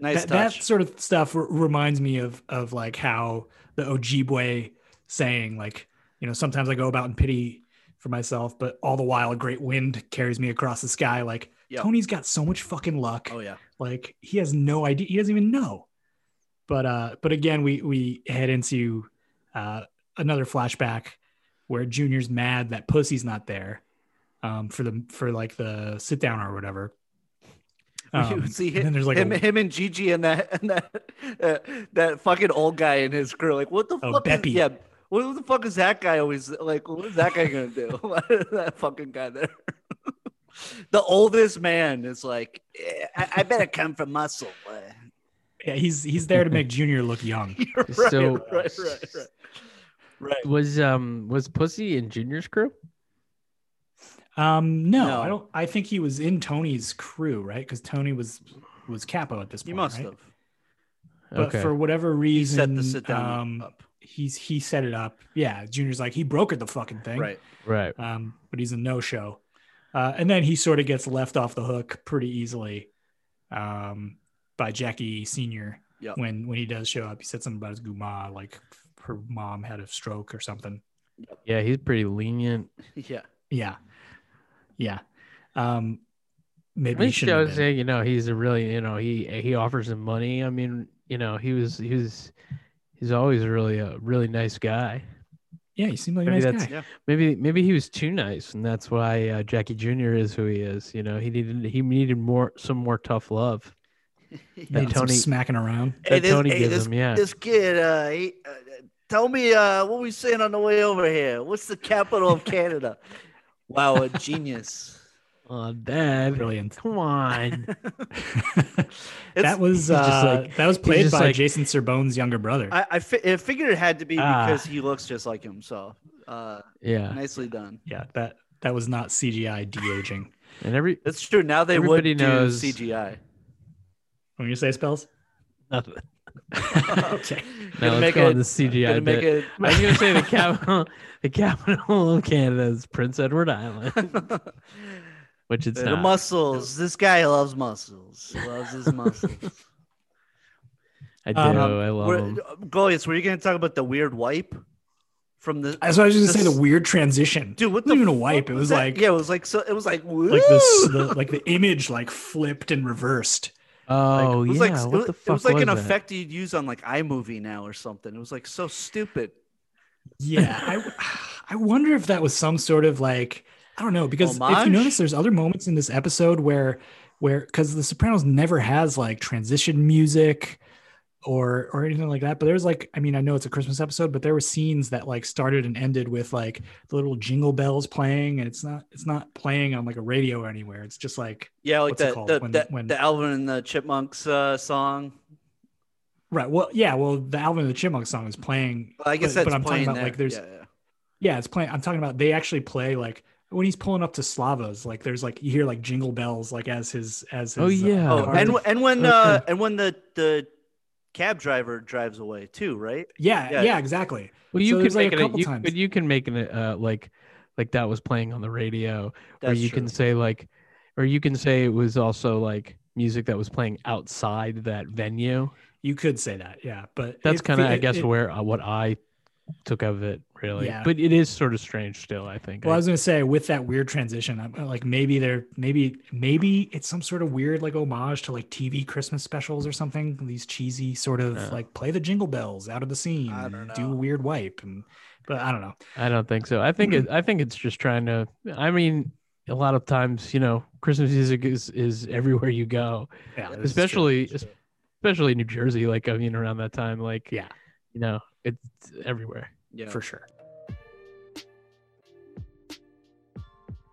[SPEAKER 1] nice
[SPEAKER 3] that, that
[SPEAKER 1] touch.
[SPEAKER 3] sort of stuff r- reminds me of of like how the Ojibwe saying, like you know, sometimes I go about in pity for myself, but all the while a great wind carries me across the sky. Like
[SPEAKER 1] Yep.
[SPEAKER 3] Tony's got so much fucking luck.
[SPEAKER 1] oh yeah,
[SPEAKER 3] Like he has no idea. He doesn't even know. But uh, but again, we we head into uh, another flashback where Junior's mad that Pussy's not there um, for the for like the sit down or whatever.
[SPEAKER 1] [LAUGHS] you
[SPEAKER 3] Um,
[SPEAKER 1] would see
[SPEAKER 3] and then
[SPEAKER 1] him,
[SPEAKER 3] there's like
[SPEAKER 1] him,
[SPEAKER 3] a,
[SPEAKER 1] him and Gigi and that and that [LAUGHS] uh, that fucking old guy and his crew. Like, what the
[SPEAKER 3] Oh,
[SPEAKER 1] fuck?
[SPEAKER 3] Beppe.
[SPEAKER 1] Is, yeah, what, what the fuck is that guy always like? What is that guy gonna do? [LAUGHS] that fucking guy there. [LAUGHS] the oldest man is like, "Eh, I, I better come from muscle. [LAUGHS] uh."
[SPEAKER 3] yeah, he's he's there
[SPEAKER 1] [LAUGHS]
[SPEAKER 3] to make Junior look young.
[SPEAKER 1] You're right,
[SPEAKER 2] So-
[SPEAKER 1] right, right, right, right.
[SPEAKER 2] Was um was Pussy in Junior's crew?
[SPEAKER 3] Um, no,
[SPEAKER 1] No.
[SPEAKER 3] I don't. I think he was in Tony's crew, right? Because Tony was was capo at this
[SPEAKER 1] You
[SPEAKER 3] point.
[SPEAKER 1] must
[SPEAKER 3] right?
[SPEAKER 1] have.
[SPEAKER 3] But
[SPEAKER 2] Okay.
[SPEAKER 3] for whatever
[SPEAKER 1] He
[SPEAKER 3] reason,
[SPEAKER 1] set the sit down
[SPEAKER 3] um,
[SPEAKER 1] up.
[SPEAKER 3] he's he set it up. Yeah, Junior's like he brokered the fucking thing.
[SPEAKER 1] Right.
[SPEAKER 2] right.
[SPEAKER 3] um, but he's a no show. Uh, and then he sort of gets left off the hook pretty easily um, by Jackie Senior.
[SPEAKER 1] Yep.
[SPEAKER 3] When when he does show up, he said something about his guma, like her mom had a stroke or something.
[SPEAKER 2] Yeah, he's pretty lenient.
[SPEAKER 1] Yeah.
[SPEAKER 3] Yeah, yeah. Um, maybe he
[SPEAKER 2] It
[SPEAKER 3] shouldn't.
[SPEAKER 2] shows
[SPEAKER 3] have
[SPEAKER 2] that,
[SPEAKER 3] been.
[SPEAKER 2] you know he's a really you know he he offers him money. I mean you know he was he was he's always really a really nice guy.
[SPEAKER 3] Yeah, you seem like a
[SPEAKER 2] Maybe
[SPEAKER 3] nice
[SPEAKER 2] that's-
[SPEAKER 3] guy.
[SPEAKER 1] Yeah.
[SPEAKER 2] Maybe maybe he was too nice, and that's why uh, Jackie Jr. is who he is. You know, he needed he needed more some more tough love.
[SPEAKER 3] You
[SPEAKER 2] That
[SPEAKER 3] need some
[SPEAKER 2] Tony- [LAUGHS]
[SPEAKER 3] smacking around.
[SPEAKER 2] That
[SPEAKER 1] this-
[SPEAKER 2] Tony
[SPEAKER 1] hey,
[SPEAKER 2] gives
[SPEAKER 1] this-
[SPEAKER 2] him, yeah.
[SPEAKER 1] This kid, uh, he, uh, tell me uh, what we saying on the way over here. What's the
[SPEAKER 2] [LAUGHS]
[SPEAKER 1] capital of Canada? Wow, a genius.
[SPEAKER 2] Oh, Dad,
[SPEAKER 3] Brilliant.
[SPEAKER 2] come
[SPEAKER 3] [LAUGHS]
[SPEAKER 2] on.
[SPEAKER 1] It's-
[SPEAKER 3] that was
[SPEAKER 2] he's just
[SPEAKER 3] uh,
[SPEAKER 2] like-
[SPEAKER 3] that was
[SPEAKER 2] he's
[SPEAKER 3] played
[SPEAKER 2] just
[SPEAKER 3] by
[SPEAKER 2] like-
[SPEAKER 3] Jason Serbone's younger brother.
[SPEAKER 1] I, I, fi- I figured it had to be
[SPEAKER 3] Ah.
[SPEAKER 1] because he looks just like him. So uh,
[SPEAKER 2] yeah,
[SPEAKER 1] nicely done.
[SPEAKER 3] yeah, that that was not CGI de aging.
[SPEAKER 2] and every
[SPEAKER 1] That's true. Now they
[SPEAKER 2] Everybody
[SPEAKER 1] would
[SPEAKER 2] knows-
[SPEAKER 1] do CGI.
[SPEAKER 3] When you say spells,
[SPEAKER 2] nothing.
[SPEAKER 3] [LAUGHS]
[SPEAKER 1] [LAUGHS]
[SPEAKER 3] okay.
[SPEAKER 2] [LAUGHS] No,
[SPEAKER 1] Gonna
[SPEAKER 2] let's
[SPEAKER 1] make
[SPEAKER 2] go on
[SPEAKER 1] it-
[SPEAKER 2] the CGI
[SPEAKER 1] Gonna
[SPEAKER 2] bit.
[SPEAKER 1] make it.
[SPEAKER 2] I was gonna say the capital, [LAUGHS] the capital of Canada is Prince Edward Island,
[SPEAKER 1] [LAUGHS]
[SPEAKER 2] which it's
[SPEAKER 1] the
[SPEAKER 2] not.
[SPEAKER 1] muscles. This guy loves muscles. He loves
[SPEAKER 2] [LAUGHS]
[SPEAKER 1] his muscles.
[SPEAKER 2] I do.
[SPEAKER 3] Um,
[SPEAKER 2] I love
[SPEAKER 1] Were-
[SPEAKER 2] him.
[SPEAKER 1] Goliath, were you going to talk about the weird wipe from the
[SPEAKER 3] That's what I was just gonna say.
[SPEAKER 1] This-
[SPEAKER 3] The weird transition,
[SPEAKER 1] dude? What
[SPEAKER 3] It wasn't
[SPEAKER 1] the
[SPEAKER 3] even a
[SPEAKER 1] fuck
[SPEAKER 3] wipe. It was
[SPEAKER 1] that?
[SPEAKER 3] like
[SPEAKER 1] yeah, it was like so. It was like
[SPEAKER 3] like this,
[SPEAKER 1] woo!
[SPEAKER 3] the, like the image like flipped and reversed.
[SPEAKER 1] Like,
[SPEAKER 2] Oh
[SPEAKER 1] it was
[SPEAKER 2] yeah,
[SPEAKER 1] like,
[SPEAKER 2] what
[SPEAKER 1] it was,
[SPEAKER 2] the
[SPEAKER 1] it
[SPEAKER 2] fuck
[SPEAKER 1] was like an
[SPEAKER 2] that?
[SPEAKER 1] effect you'd use on like iMovie now or something. It was like so stupid.
[SPEAKER 3] Yeah, [SIGHS] I I wonder if that was some sort of like I don't know because if
[SPEAKER 1] Homage?
[SPEAKER 3] you notice, there's other moments in this episode where where because The Sopranos never has like transition music or or anything like that. But there's like I mean I know it's a Christmas episode, but there were scenes that like started and ended with like the little jingle bells playing, and it's not it's not playing on like a radio or anywhere. It's just like
[SPEAKER 1] Yeah, like
[SPEAKER 3] What's it
[SPEAKER 1] that
[SPEAKER 3] called
[SPEAKER 1] the,
[SPEAKER 3] when-
[SPEAKER 1] that-
[SPEAKER 3] when-
[SPEAKER 1] the Alvin and the Chipmunks uh, song.
[SPEAKER 3] right. Well, yeah. Well, the Alvin and the Chipmunk song is playing.
[SPEAKER 1] Well, I guess
[SPEAKER 3] but,
[SPEAKER 1] that's
[SPEAKER 3] but I'm
[SPEAKER 1] playing
[SPEAKER 3] talking about
[SPEAKER 1] there.
[SPEAKER 3] like there's
[SPEAKER 1] Yeah, yeah.
[SPEAKER 3] Yeah, it's playing. I'm talking about they actually play like when he's pulling up to Slava's. Like there's like you hear like jingle bells like as his as his. uh,
[SPEAKER 2] Oh, yeah.
[SPEAKER 1] Oh,
[SPEAKER 3] car-
[SPEAKER 1] and w- and when
[SPEAKER 2] Uh,
[SPEAKER 1] uh, and when the the cab driver drives away too, right?
[SPEAKER 3] yeah,
[SPEAKER 1] yeah.
[SPEAKER 3] yeah, exactly.
[SPEAKER 2] Well,
[SPEAKER 3] So
[SPEAKER 2] you
[SPEAKER 3] there's,
[SPEAKER 2] can
[SPEAKER 3] like, a
[SPEAKER 2] make it.
[SPEAKER 3] couple
[SPEAKER 2] You,
[SPEAKER 3] times.
[SPEAKER 2] but you can make it uh, like like that was playing on the radio, or
[SPEAKER 1] That's
[SPEAKER 2] you
[SPEAKER 1] true.
[SPEAKER 2] can say like, or you can say it was also like music that was playing outside that venue.
[SPEAKER 3] You could say that, yeah. But
[SPEAKER 2] That's
[SPEAKER 3] it-
[SPEAKER 2] kind of I
[SPEAKER 3] it-
[SPEAKER 2] guess
[SPEAKER 3] it-
[SPEAKER 2] where uh, what I took of it really,
[SPEAKER 3] Yeah.
[SPEAKER 2] but it is sort of strange still. I think.
[SPEAKER 3] Well, I
[SPEAKER 2] I-
[SPEAKER 3] was gonna say with that weird transition, I'm uh, like maybe they're maybe maybe it's some sort of weird like homage to like TV Christmas specials or something. These cheesy sort of
[SPEAKER 2] Yeah.
[SPEAKER 3] like play the jingle bells out of the scene,
[SPEAKER 1] I
[SPEAKER 3] and
[SPEAKER 1] don't
[SPEAKER 3] do a
[SPEAKER 1] know.
[SPEAKER 3] weird wipe, and but I don't know.
[SPEAKER 2] I don't think so. I
[SPEAKER 1] [CLEARS THROAT]
[SPEAKER 2] think it, I think it's just trying to. I mean, a lot of times, you know, Christmas music is is everywhere you go,
[SPEAKER 3] Yeah, this is true.
[SPEAKER 2] especially especially New Jersey. Like I mean, around that time, like
[SPEAKER 3] Yeah.
[SPEAKER 2] you know, it's [LAUGHS] everywhere.
[SPEAKER 1] Yeah.
[SPEAKER 3] for sure.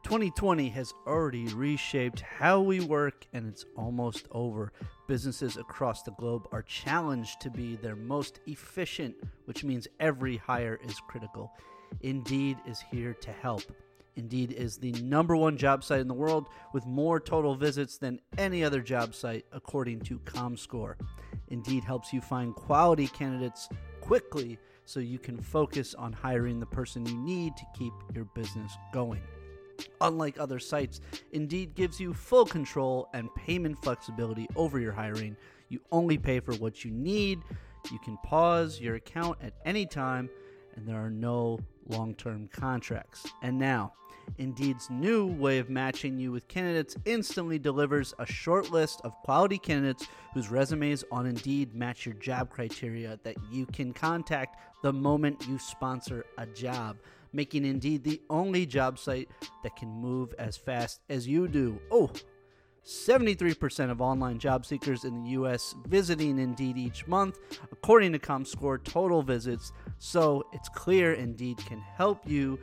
[SPEAKER 1] 2020 has already reshaped how we work and it's almost over. Businesses across the globe are challenged to be their most efficient, which means every hire is critical. Indeed is here to help. Indeed is the number one job site in the world with more total visits than any other job site, according to ComScore. Indeed helps you find quality candidates quickly so you can focus on hiring the person you need to keep your business going. Unlike other sites, Indeed gives you full control and payment flexibility over your hiring. You only pay for what you need. You can pause your account at any time, and there are no long term contracts. And now, Indeed's new way of matching you with candidates instantly delivers a short list of quality candidates whose resumes on Indeed match your job criteria that you can contact the moment you sponsor a job, making Indeed the only job site that can move as fast as you do. Oh, 73% of online job seekers in the US visiting Indeed each month, according to ComScore total visits. So it's clear Indeed can help you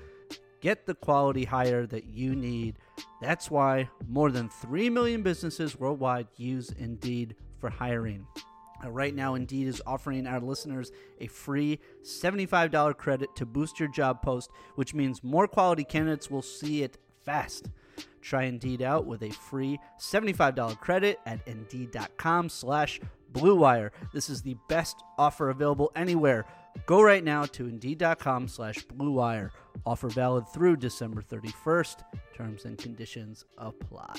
[SPEAKER 1] get the quality hire that you need. That's why more than 3 million businesses worldwide use Indeed for hiring. Uh, right now, Indeed is offering our listeners a free $75 credit to boost your job post, which means more quality candidates will see it fast. Try Indeed out with a free $75 credit at Indeed.com slash BlueWire. This is the best offer available anywhere. Go right now to Indeed.com slash BlueWire. Offer valid through December 31st. Terms and conditions apply.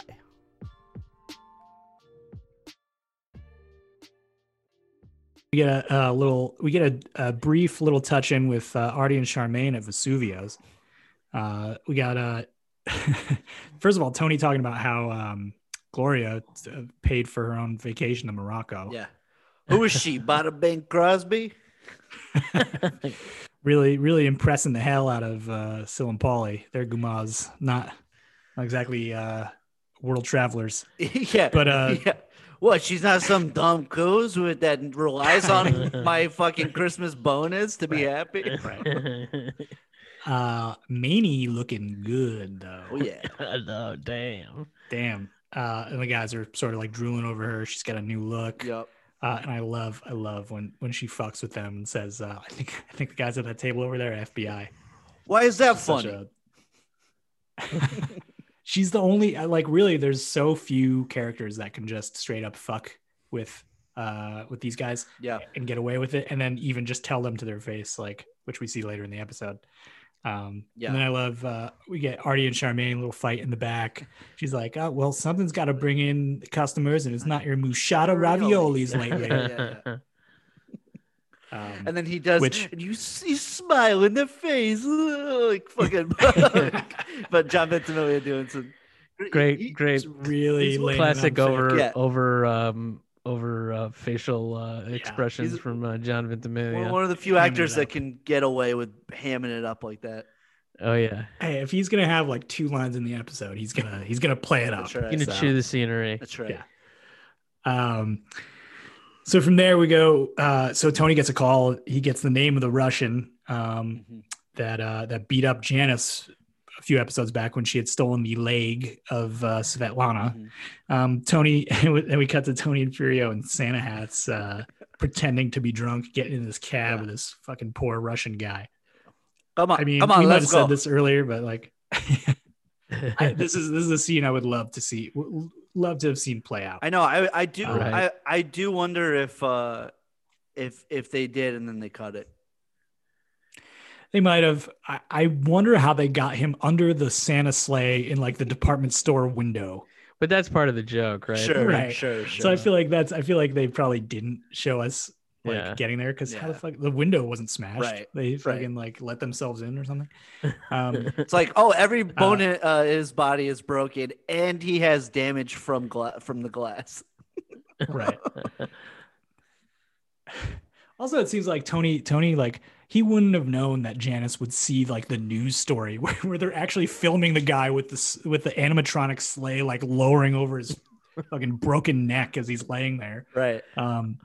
[SPEAKER 3] we get a, a little we get a, a brief little touch in with uh, artie and charmaine at vesuvio's uh, we got uh, [LAUGHS] first of all tony talking about how um, gloria uh, paid for her own vacation to morocco
[SPEAKER 1] [LAUGHS] Yeah. Who is she? Bada Bing Crosby?
[SPEAKER 3] really, really impressing the hell out of uh, Sil and Pauli. They're Gumas, not, not exactly uh, world travelers.
[SPEAKER 1] [LAUGHS] yeah.
[SPEAKER 3] But, uh,
[SPEAKER 1] yeah. What? She's not some dumb coos with that relies
[SPEAKER 3] [LAUGHS]
[SPEAKER 1] on my fucking Christmas bonus to be happy.
[SPEAKER 3] Uh, Manny looking good though.
[SPEAKER 1] Oh yeah.
[SPEAKER 2] oh damn.
[SPEAKER 3] Damn. Uh, and the guys are sort of like drooling over her. She's got a new look.
[SPEAKER 1] Yep.
[SPEAKER 3] Uh, and I love, I love when when she fucks with them and says, uh, "I think, I think the guys at that table over there are FBI."
[SPEAKER 1] Why is that
[SPEAKER 3] Such
[SPEAKER 1] funny?
[SPEAKER 3] a- [LAUGHS] She's the only I- like really. There's so few characters that can just straight up fuck with uh with these guys
[SPEAKER 1] Yeah.
[SPEAKER 3] and get away with it, and then even just tell them to their face, like which we see later in the episode. Um,
[SPEAKER 1] Yeah.
[SPEAKER 3] And then I love uh, we get Artie and Charmaine a little fight in the back. She's like, "Oh well, something's got to bring in customers, and it's not your mushata
[SPEAKER 1] [LAUGHS]
[SPEAKER 3] raviolis lately."
[SPEAKER 1] Yeah, yeah,
[SPEAKER 2] [LAUGHS]
[SPEAKER 1] yeah.
[SPEAKER 3] Um,
[SPEAKER 1] And then he does,
[SPEAKER 3] Which-
[SPEAKER 1] and you, s- you smile in the face, like
[SPEAKER 3] [LAUGHS]
[SPEAKER 1] fucking. [LAUGHS] but John Ventimiglia doing some
[SPEAKER 2] Great,
[SPEAKER 1] he-
[SPEAKER 2] great.
[SPEAKER 3] it's really
[SPEAKER 2] He's
[SPEAKER 3] laying it on
[SPEAKER 2] classic
[SPEAKER 3] thick.
[SPEAKER 2] over
[SPEAKER 1] Yeah.
[SPEAKER 2] over um over uh, facial uh, expressions
[SPEAKER 1] He's-
[SPEAKER 2] from uh, John
[SPEAKER 1] One,
[SPEAKER 2] Ventimiglia.
[SPEAKER 1] one of the few
[SPEAKER 3] Hamming
[SPEAKER 1] actors
[SPEAKER 3] it
[SPEAKER 1] that
[SPEAKER 3] up.
[SPEAKER 1] can get away with hamming it up like that.
[SPEAKER 2] Oh yeah,
[SPEAKER 3] Hey, if he's gonna have like two lines in the episode, he's gonna he's gonna play it up.
[SPEAKER 1] That's right.
[SPEAKER 2] gonna
[SPEAKER 3] So-
[SPEAKER 2] chew the scenery.
[SPEAKER 1] That's right.
[SPEAKER 3] Yeah. Um, so from there we go. Uh, so Tony gets a call. He gets the name of the Russian um,
[SPEAKER 1] Mhm.
[SPEAKER 3] that uh, that beat up Janice a few episodes back when she had stolen the leg of uh, Svetlana.
[SPEAKER 1] Mhm.
[SPEAKER 3] Um, Tony, [LAUGHS] and we- and we cut to Tony and Furio in Santa hats, uh, pretending to be drunk, getting in this cab with this fucking poor Russian guy.
[SPEAKER 1] Come on,
[SPEAKER 3] I mean,
[SPEAKER 1] come on,
[SPEAKER 3] we might have
[SPEAKER 1] let's go.
[SPEAKER 3] said this earlier,
[SPEAKER 1] [LAUGHS]
[SPEAKER 3] but like, I, this is this is a scene I would love to see, w- love to have seen play out.
[SPEAKER 1] I know. I I do.
[SPEAKER 2] Right.
[SPEAKER 1] I I do wonder if uh if if they did and then they cut it.
[SPEAKER 3] They might have. I, I wonder how they got him under the Santa sleigh in like the department store window.
[SPEAKER 2] But that's part of the joke, right?
[SPEAKER 1] Sure,
[SPEAKER 3] Right.
[SPEAKER 1] sure, sure.
[SPEAKER 3] So I feel like that's. I feel like they probably didn't show us like
[SPEAKER 2] Yeah.
[SPEAKER 3] getting there because how the
[SPEAKER 1] Yeah.
[SPEAKER 3] fuck the window wasn't smashed.
[SPEAKER 1] Right,
[SPEAKER 3] They fucking like let themselves in
[SPEAKER 1] [LAUGHS]
[SPEAKER 3] or something. Um,
[SPEAKER 1] it's like oh, every bone in uh, his body is broken, and he has damage from gla- from the glass.
[SPEAKER 3] right. [LAUGHS] Also, it seems like Tony. Tony like. He wouldn't have known that Janice would see like the news story [LAUGHS] where, where they're actually filming the guy with the s- with the animatronic sleigh like lowering over his fucking broken neck as he's laying there.
[SPEAKER 1] Right.
[SPEAKER 3] Um,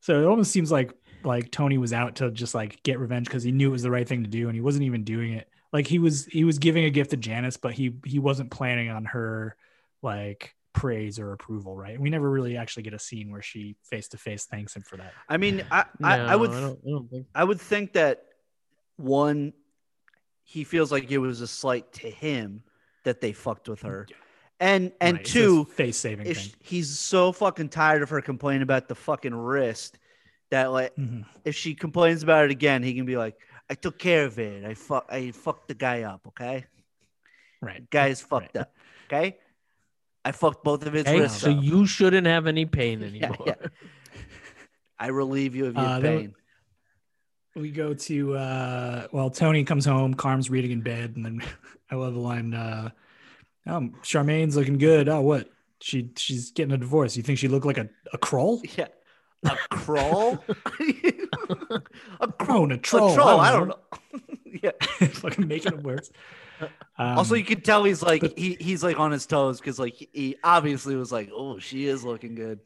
[SPEAKER 3] so it almost seems like like Tony was out to just like get revenge because he knew it was the right thing to do, and he wasn't even doing it. Like he was he was giving a gift to Janice, but he he wasn't planning on her like praise or approval, right? We never really actually get a scene where she face to face thanks him for that.
[SPEAKER 1] I mean, I I, I
[SPEAKER 2] No,
[SPEAKER 1] would
[SPEAKER 2] I don't, I don't think.
[SPEAKER 1] I would think that one, he feels like it was a slight to him that they fucked with her, and and two,
[SPEAKER 3] face saving
[SPEAKER 1] if
[SPEAKER 3] thing.
[SPEAKER 1] sh- he's so fucking tired of her complaining about the fucking wrist that like
[SPEAKER 3] Mhm.
[SPEAKER 1] if she complains about it again, he can be like, "I took care of it. I fuck, I fucked the guy up. Okay,
[SPEAKER 3] Right.
[SPEAKER 1] guy's fucked
[SPEAKER 3] Right.
[SPEAKER 1] up. Okay, I fucked both of his
[SPEAKER 2] Hey,
[SPEAKER 1] wrists.
[SPEAKER 2] so
[SPEAKER 1] up.
[SPEAKER 2] you shouldn't have any [LAUGHS] pain
[SPEAKER 1] Yeah,
[SPEAKER 2] anymore.
[SPEAKER 1] yeah. I relieve you of your
[SPEAKER 3] Uh, that
[SPEAKER 1] pain.
[SPEAKER 3] We go to uh well Tony comes home, Carm's reading in bed, and then [LAUGHS] I love the line uh um Charmaine's looking good. Oh what? She she's getting a divorce. You think she looked like a, a crawl?
[SPEAKER 1] yeah, a
[SPEAKER 3] [LAUGHS]
[SPEAKER 1] crawl, a crawl,
[SPEAKER 3] Crone, a
[SPEAKER 1] a
[SPEAKER 3] troll.
[SPEAKER 1] troll, I don't know. [LAUGHS] yeah.
[SPEAKER 3] know. [LAUGHS] Fucking making up words. Um,
[SPEAKER 1] [LAUGHS] also, you can tell he's like
[SPEAKER 3] but-
[SPEAKER 1] he, he's like on his toes because like he obviously was like, "Oh, she is looking good."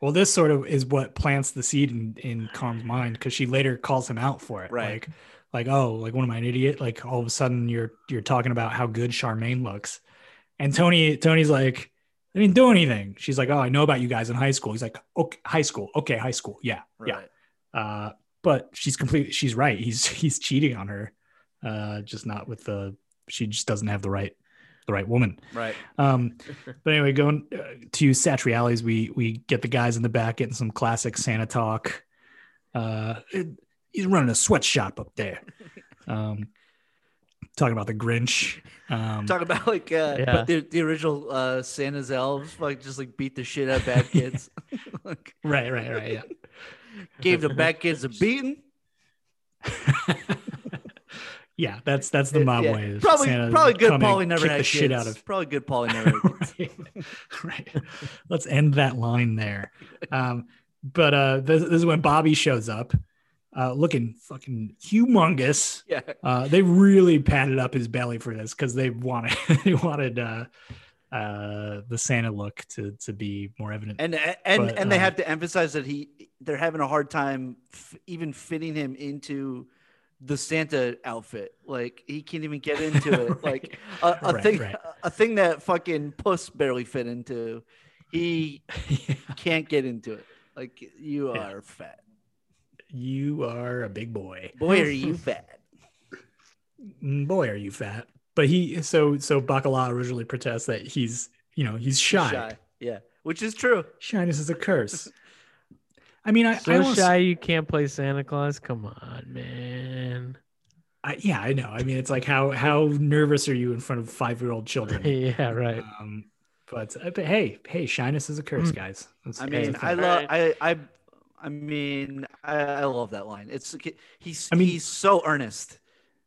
[SPEAKER 3] well, this sort of is what plants the seed in in Carm's mind because she later calls him out for it.
[SPEAKER 1] Right.
[SPEAKER 3] Like, like oh, like what am I an idiot? Like all of a sudden you're you're talking about how good Charmaine looks, and Tony Tony's like, I didn't do anything. She's like, oh, I know about you guys in high school. He's like, okay, high school, okay, high school, yeah, yeah.
[SPEAKER 1] Right.
[SPEAKER 3] Uh, but she's completely she's right. He's [LAUGHS] he's cheating on her, uh, just not with the she just doesn't have the right the right woman.
[SPEAKER 1] Right. [LAUGHS]
[SPEAKER 3] Um, but anyway, going uh, to Satriales, we we get the guys in the back getting some classic Santa talk. Uh, it- he's running a sweatshop
[SPEAKER 1] [LAUGHS]
[SPEAKER 3] up there. Um, talking about the Grinch. Um,
[SPEAKER 1] Talk about like uh,
[SPEAKER 2] Yeah.
[SPEAKER 1] the, the original uh, Santa's elves, like just like beat the shit out of
[SPEAKER 3] [LAUGHS]
[SPEAKER 1] bad kids. [LAUGHS] like,
[SPEAKER 3] right, right, right. Yeah.
[SPEAKER 1] gave the bad kids a beating.
[SPEAKER 3] [LAUGHS] yeah, that's that's the mob
[SPEAKER 1] Yeah.
[SPEAKER 3] way. is
[SPEAKER 1] Probably,
[SPEAKER 3] Santa
[SPEAKER 1] probably good.
[SPEAKER 3] come and
[SPEAKER 1] Polly never
[SPEAKER 3] kick
[SPEAKER 1] had
[SPEAKER 3] the shit
[SPEAKER 1] kids.
[SPEAKER 3] out of.
[SPEAKER 1] Probably good. Polly never. Had kids.
[SPEAKER 3] [LAUGHS] right. right. Let's end that line there. Um, but uh, this, this is when Bobby shows up. uh, looking fucking humongous.
[SPEAKER 1] Yeah.
[SPEAKER 3] Uh, they really padded up his belly for this because they wanted [LAUGHS] they wanted uh, uh, the Santa look to to be more evident.
[SPEAKER 1] And and
[SPEAKER 3] But,
[SPEAKER 1] and they
[SPEAKER 3] uh,
[SPEAKER 1] have to emphasize that he they're having a hard time f- even fitting him into the Santa outfit. Like he can't even get into
[SPEAKER 3] [LAUGHS]
[SPEAKER 1] it. Like a, a
[SPEAKER 3] Right,
[SPEAKER 1] thing
[SPEAKER 3] right.
[SPEAKER 1] a thing that fucking puss barely fit into. He
[SPEAKER 3] [LAUGHS] Yeah.
[SPEAKER 1] can't get into it. Like you
[SPEAKER 3] Yeah.
[SPEAKER 1] are fat.
[SPEAKER 3] you are a big boy.
[SPEAKER 1] Boy, are
[SPEAKER 3] [LAUGHS]
[SPEAKER 1] you fat.
[SPEAKER 3] Mm, boy are you fat but he so so bacala originally protests that he's you know he's shy,
[SPEAKER 1] Yeah. Which is true.
[SPEAKER 3] shyness is a curse i mean i, I
[SPEAKER 2] So
[SPEAKER 3] almost-
[SPEAKER 2] [LAUGHS] shy you can't play Santa Claus? Come on, man.
[SPEAKER 3] I- yeah i know i mean it's like how how nervous are you in front of five year old
[SPEAKER 2] [LAUGHS]
[SPEAKER 3] children
[SPEAKER 2] yeah, right.
[SPEAKER 3] um but, uh, but hey hey shyness is a curse
[SPEAKER 2] Mm.
[SPEAKER 3] guys That's-
[SPEAKER 1] I
[SPEAKER 3] that's a
[SPEAKER 1] mean, I
[SPEAKER 3] fact.
[SPEAKER 1] love I I I mean, I, I love that line. It's he's
[SPEAKER 3] I mean- Oh,
[SPEAKER 1] he's so earnest.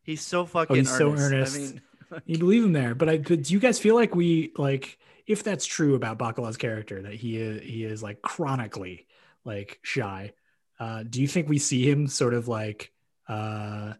[SPEAKER 1] He's so fucking
[SPEAKER 3] he's so earnest.
[SPEAKER 1] I mean,
[SPEAKER 3] you believe him there but i but do you guys feel like we like if that's true about bacala's character that he is he is like chronically like shy uh do you think we see him sort of like uh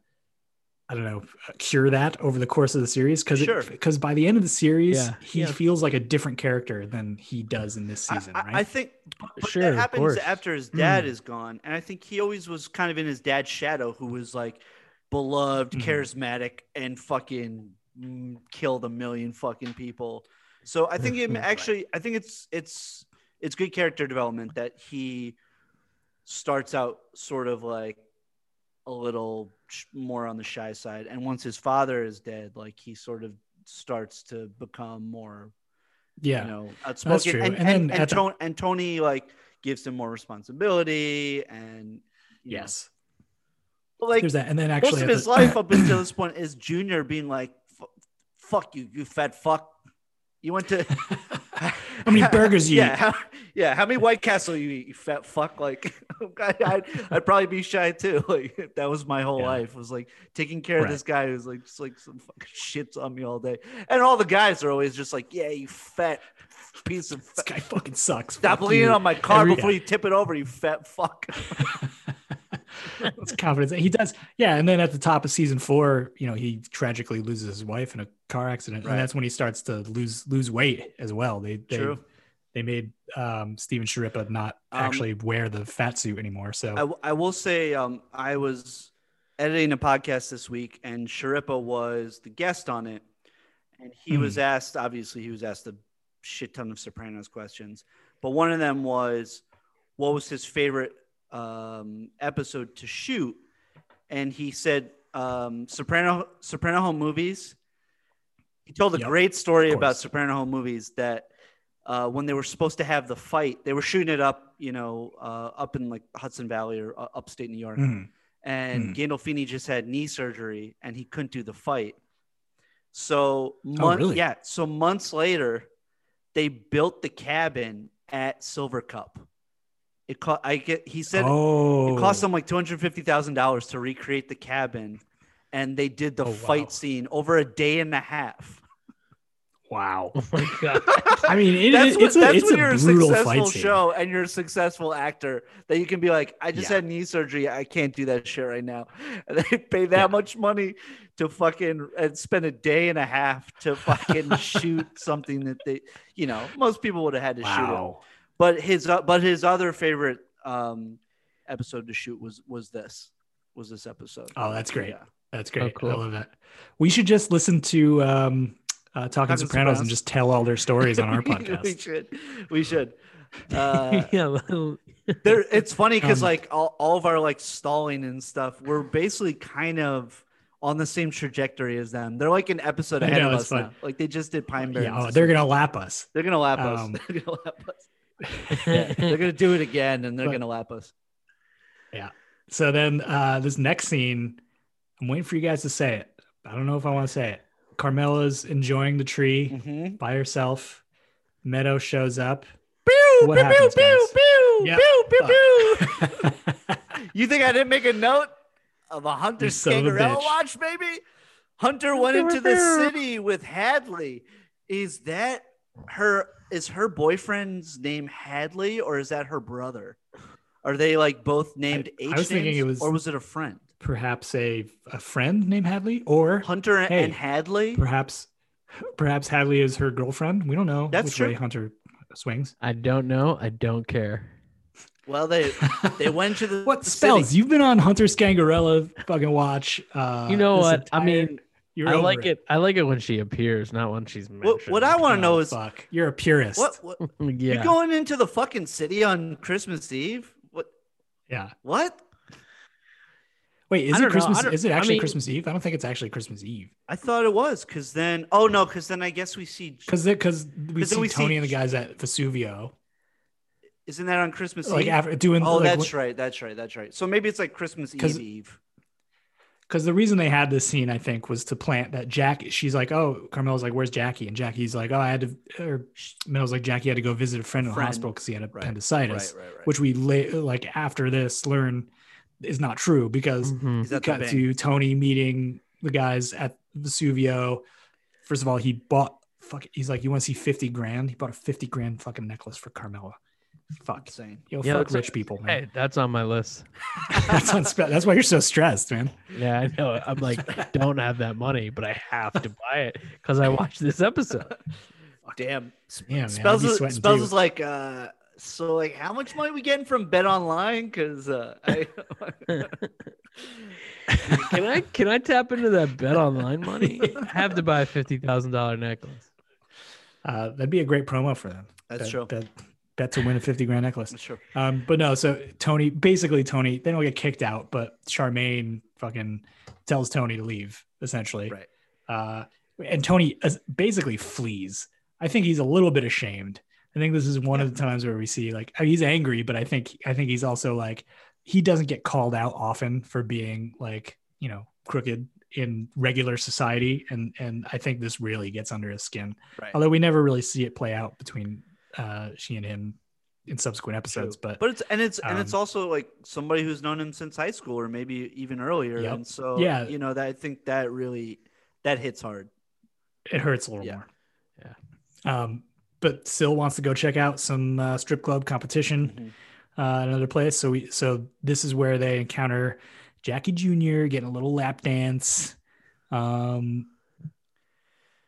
[SPEAKER 3] i don't know uh, cure that over the course of the series because
[SPEAKER 1] Sure.
[SPEAKER 3] because by the end of the series
[SPEAKER 2] Yeah.
[SPEAKER 3] he
[SPEAKER 2] Yeah.
[SPEAKER 3] feels like a different character than he does in this
[SPEAKER 1] I-
[SPEAKER 3] season
[SPEAKER 1] I,
[SPEAKER 3] right
[SPEAKER 1] I think but, but
[SPEAKER 2] Sure,
[SPEAKER 1] that
[SPEAKER 2] of
[SPEAKER 1] happens
[SPEAKER 2] course.
[SPEAKER 1] after his dad is gone, and I think he always was kind of in his dad's shadow, who was like beloved,
[SPEAKER 3] Mhm.
[SPEAKER 1] charismatic, and fucking mm, killed a million fucking people. So I think it
[SPEAKER 3] Right.
[SPEAKER 1] actually, I think it's it's it's good character development that he starts out sort of like a little sh- more on the shy side, and once his father is dead, like he sort of starts to become more
[SPEAKER 3] yeah
[SPEAKER 1] you know, outspoken.
[SPEAKER 3] true.
[SPEAKER 1] And,
[SPEAKER 3] And
[SPEAKER 1] and,
[SPEAKER 3] then
[SPEAKER 1] and,
[SPEAKER 3] at the-
[SPEAKER 1] Tony, and Tony like gives him more responsibility and you know.
[SPEAKER 3] yes
[SPEAKER 1] But, like
[SPEAKER 3] there's that and then actually
[SPEAKER 1] most of
[SPEAKER 3] at
[SPEAKER 1] his
[SPEAKER 3] the-
[SPEAKER 1] life
[SPEAKER 3] [LAUGHS]
[SPEAKER 1] up
[SPEAKER 3] [COUGHS]
[SPEAKER 1] until this point is Junior being like, "F- "Fuck you, you fat fuck." You went to
[SPEAKER 3] [LAUGHS]
[SPEAKER 1] how
[SPEAKER 3] many burgers you
[SPEAKER 1] yeah, How, yeah, how many White Castle you eat, you fat fuck? Like, [LAUGHS] I, I'd, I'd probably be shy too. [LAUGHS] Like, that was my whole
[SPEAKER 3] Yeah.
[SPEAKER 1] life was like taking care
[SPEAKER 3] Right.
[SPEAKER 1] of this guy who's like just like some fucking shits on me all day, and all the guys are always just like, "Yeah, you fat piece of."
[SPEAKER 3] this
[SPEAKER 1] Fat.
[SPEAKER 3] guy fucking sucks
[SPEAKER 1] Stop
[SPEAKER 3] Fuck
[SPEAKER 1] leaning
[SPEAKER 3] you.
[SPEAKER 1] on my car
[SPEAKER 3] Every-
[SPEAKER 1] before you tip it over, you fat fuck.
[SPEAKER 3] it's confidence. He does, yeah. And then at the top of season four, you know, he tragically loses his wife in a car accident,
[SPEAKER 1] Right.
[SPEAKER 3] and that's when he starts to lose lose weight as well. They they
[SPEAKER 1] True.
[SPEAKER 3] they made um, Steven Sharippa not
[SPEAKER 1] Um,
[SPEAKER 3] actually wear the fat suit anymore. So
[SPEAKER 1] I, w- I will say um, I was editing a podcast this week and Sharippa was the guest on it. And he
[SPEAKER 3] Hmm.
[SPEAKER 1] was asked, obviously, he was asked a shit ton of Sopranos questions. But one of them was, what was his favorite um, episode to shoot? And he said, um, Soprano, Soprano Home Movies. He told a
[SPEAKER 3] Yep,
[SPEAKER 1] great story
[SPEAKER 3] of
[SPEAKER 1] about
[SPEAKER 3] course.
[SPEAKER 1] Soprano Home Movies that uh, when they were supposed to have the fight, they were shooting it up, you know, uh, up in like Hudson Valley or uh, upstate New York.
[SPEAKER 3] Mhm.
[SPEAKER 1] And Gandolfini just had knee surgery and he couldn't do the fight. So, month,
[SPEAKER 3] Oh, really?
[SPEAKER 1] yeah. So months later, they built the cabin at Silver Cup. It cost. I get. He said
[SPEAKER 3] oh,
[SPEAKER 1] it cost them like two hundred fifty thousand dollars to recreate the cabin, and they did the
[SPEAKER 3] Oh,
[SPEAKER 1] fight
[SPEAKER 3] wow.
[SPEAKER 1] scene over a day and a
[SPEAKER 3] [LAUGHS]
[SPEAKER 1] half. [LAUGHS]
[SPEAKER 3] wow.
[SPEAKER 2] [LAUGHS] Oh my [LAUGHS] god.
[SPEAKER 3] I mean, it,
[SPEAKER 1] that's
[SPEAKER 3] it-
[SPEAKER 1] what,
[SPEAKER 3] it's a,
[SPEAKER 1] that's
[SPEAKER 3] it's
[SPEAKER 1] when you're
[SPEAKER 3] a
[SPEAKER 1] a
[SPEAKER 3] brutal fight
[SPEAKER 1] successful
[SPEAKER 3] scene.
[SPEAKER 1] show and you're a successful actor that you can be like, I just
[SPEAKER 3] Yeah.
[SPEAKER 1] had knee surgery, I can't do that shit right now. [LAUGHS] And they pay that
[SPEAKER 3] Yeah.
[SPEAKER 1] much money to fucking and spend a day and a half
[SPEAKER 3] [LAUGHS]
[SPEAKER 1] to fucking shoot something that they, you know, most people would have had to shoot. It.
[SPEAKER 3] Wow.
[SPEAKER 1] But his uh, but his other favorite um episode to shoot was was this was this episode.
[SPEAKER 3] Oh, that's great.
[SPEAKER 1] Yeah.
[SPEAKER 3] That's great.
[SPEAKER 2] cool.
[SPEAKER 3] I love that. We should just listen to um, uh, Talking
[SPEAKER 1] Talking
[SPEAKER 3] Sopranos,
[SPEAKER 1] Sopranos.
[SPEAKER 3] and just tell all their
[SPEAKER 1] [LAUGHS]
[SPEAKER 3] stories on our
[SPEAKER 1] We- we
[SPEAKER 3] podcast.
[SPEAKER 1] should. We should. Uh,
[SPEAKER 2] [LAUGHS] yeah, little-
[SPEAKER 1] there it's funny because
[SPEAKER 3] Um,
[SPEAKER 1] like all, all of our like stalling and stuff we're basically kind of on the same trajectory as them they're like an episode
[SPEAKER 3] I
[SPEAKER 1] ahead
[SPEAKER 3] know,
[SPEAKER 1] of
[SPEAKER 3] that's
[SPEAKER 1] us
[SPEAKER 3] fun.
[SPEAKER 1] now. like they just did pine
[SPEAKER 3] Yeah, oh,
[SPEAKER 1] Barrens.
[SPEAKER 3] they're gonna lap us.
[SPEAKER 1] they're gonna lap
[SPEAKER 3] um,
[SPEAKER 1] us [LAUGHS] they're gonna lap us
[SPEAKER 3] [LAUGHS]
[SPEAKER 1] Yeah, they're gonna do it again and they're
[SPEAKER 3] But-
[SPEAKER 1] gonna lap us
[SPEAKER 3] So then uh, this next scene, I'm waiting for you guys to say it. I don't know if I want to say it. Carmela's enjoying the tree
[SPEAKER 1] Mhm.
[SPEAKER 3] by herself. Meadow shows up.
[SPEAKER 1] Pew,
[SPEAKER 3] What
[SPEAKER 1] pew,
[SPEAKER 3] happens,
[SPEAKER 1] pew,
[SPEAKER 3] guys?
[SPEAKER 1] pew,
[SPEAKER 3] Yeah.
[SPEAKER 1] pew, pew,
[SPEAKER 3] Fuck.
[SPEAKER 1] pew. you think i didn't make a note of a hunter
[SPEAKER 3] You son of a
[SPEAKER 1] skangarella
[SPEAKER 3] bitch.
[SPEAKER 1] watch baby hunter went into the city with hadley is that her is her boyfriend's name hadley or is that her brother Are they like both named
[SPEAKER 3] I
[SPEAKER 1] H
[SPEAKER 3] was thinking
[SPEAKER 1] names,
[SPEAKER 3] it was-
[SPEAKER 1] or was it a friend?
[SPEAKER 3] Perhaps a a friend named Hadley, or
[SPEAKER 1] Hunter and-
[SPEAKER 3] Hey.
[SPEAKER 1] and Hadley.
[SPEAKER 3] perhaps perhaps Hadley is her girlfriend. We don't know
[SPEAKER 1] That's
[SPEAKER 3] which
[SPEAKER 1] true.
[SPEAKER 3] way Hunter swings.
[SPEAKER 2] I don't know. I don't care.
[SPEAKER 1] Well,
[SPEAKER 3] [LAUGHS]
[SPEAKER 1] they they went to the
[SPEAKER 3] what
[SPEAKER 1] the
[SPEAKER 3] spells?
[SPEAKER 1] city.
[SPEAKER 3] You've been on Hunter Scangarella fucking watch. Uh,
[SPEAKER 2] You know
[SPEAKER 3] this
[SPEAKER 2] what? I
[SPEAKER 3] entire-
[SPEAKER 2] mean,
[SPEAKER 3] you're
[SPEAKER 2] I
[SPEAKER 3] over
[SPEAKER 2] like it. I like it when she appears, not when she's mentioned.
[SPEAKER 1] What,
[SPEAKER 2] [LAUGHS]
[SPEAKER 1] what I want to know
[SPEAKER 3] Oh,
[SPEAKER 1] is
[SPEAKER 3] fuck. You're a purist.
[SPEAKER 1] what, what
[SPEAKER 2] yeah.
[SPEAKER 1] you're going into the fucking city on Christmas Eve. What
[SPEAKER 3] Yeah.
[SPEAKER 1] what?
[SPEAKER 3] Wait,
[SPEAKER 2] I
[SPEAKER 3] is
[SPEAKER 2] don't
[SPEAKER 3] it
[SPEAKER 2] know. I
[SPEAKER 3] Christmas?
[SPEAKER 2] don't-
[SPEAKER 3] Is it
[SPEAKER 2] I
[SPEAKER 3] actually
[SPEAKER 2] mean-
[SPEAKER 3] Christmas Eve? I don't think it's actually Christmas Eve
[SPEAKER 1] I thought it was because then oh no because then I guess we see
[SPEAKER 3] because because we
[SPEAKER 1] 'Cause then
[SPEAKER 3] see
[SPEAKER 1] we see-
[SPEAKER 3] Tony and the guys at Vesuvio
[SPEAKER 1] isn't that on Christmas
[SPEAKER 3] like
[SPEAKER 1] Eve?
[SPEAKER 3] after doing.
[SPEAKER 1] oh, that's right, that's right, that's right. So maybe it's like Christmas
[SPEAKER 3] 'Cause-
[SPEAKER 1] Eve Eve.
[SPEAKER 3] Because the reason they had this scene, I think, was to plant that Jack. She's like, "Oh, Carmel's like, where's Jackie?" And Jackie's like, "Oh, I had to." Or Mel's like, "Jackie had to go visit a friend in the
[SPEAKER 1] Friend.
[SPEAKER 3] hospital because he had
[SPEAKER 1] Right,
[SPEAKER 3] appendicitis,"
[SPEAKER 1] right, right, right.
[SPEAKER 3] which we la- like after this learn is not true because
[SPEAKER 2] Mhm.
[SPEAKER 1] He's at the
[SPEAKER 3] cut
[SPEAKER 1] bank.
[SPEAKER 3] to Tony meeting the guys at Vesuvio. First of all, he bought fuck. He's like, "You want to see fifty grand?" He bought a fifty grand fucking necklace for Carmela. Fuck,
[SPEAKER 1] Insane.
[SPEAKER 3] yo,
[SPEAKER 2] Yeah,
[SPEAKER 3] fuck
[SPEAKER 2] that's-
[SPEAKER 3] rich people, man.
[SPEAKER 2] Hey, that's on my list.
[SPEAKER 3] [LAUGHS] that's unspe- That's why you're so stressed, man.
[SPEAKER 2] Yeah, I know. [LAUGHS] I'm like, I don't have that money, but I have to buy it because I watched this episode.
[SPEAKER 1] Damn. S-
[SPEAKER 3] Yeah, man,
[SPEAKER 1] spells
[SPEAKER 3] I'd be
[SPEAKER 1] is,
[SPEAKER 3] sweating
[SPEAKER 1] spells
[SPEAKER 3] too.
[SPEAKER 1] is like uh so like how much money we getting from bet online because uh [LAUGHS] I,
[SPEAKER 2] Can I can I tap into that bet online money? [LAUGHS] I have to buy a fifty thousand dollar necklace.
[SPEAKER 3] Uh, that'd be a great promo for them.
[SPEAKER 1] That's
[SPEAKER 3] bet,
[SPEAKER 1] true.
[SPEAKER 3] Bet, bet to win a 50 grand necklace.
[SPEAKER 1] I'm sure
[SPEAKER 3] Um, but no, so Tony, basically Tony, they don't get kicked out, but Charmaine fucking tells Tony to leave essentially.
[SPEAKER 1] right
[SPEAKER 3] Uh, and Tony uh, basically flees. I think he's a little bit ashamed. I think this is one of the times where we see like, he's angry, but I think, I think he's also like, he doesn't get called out often for being like, you know, crooked in regular society. And, and I think this really gets under his skin
[SPEAKER 1] right.
[SPEAKER 3] although we never really see it play out between uh she and him in subsequent episodes but,
[SPEAKER 1] but it's and it's and it's
[SPEAKER 3] um,
[SPEAKER 1] also like somebody who's known him since high school or maybe even earlier
[SPEAKER 3] Yep.
[SPEAKER 1] and so
[SPEAKER 3] Yeah.
[SPEAKER 1] you know that I think that really that hits hard
[SPEAKER 3] it hurts a little
[SPEAKER 1] Yeah.
[SPEAKER 3] more yeah um but still wants to go check out some uh, strip club competition
[SPEAKER 1] Mm-hmm.
[SPEAKER 3] uh, another place so we so this is where they encounter jackie jr getting a little lap dance um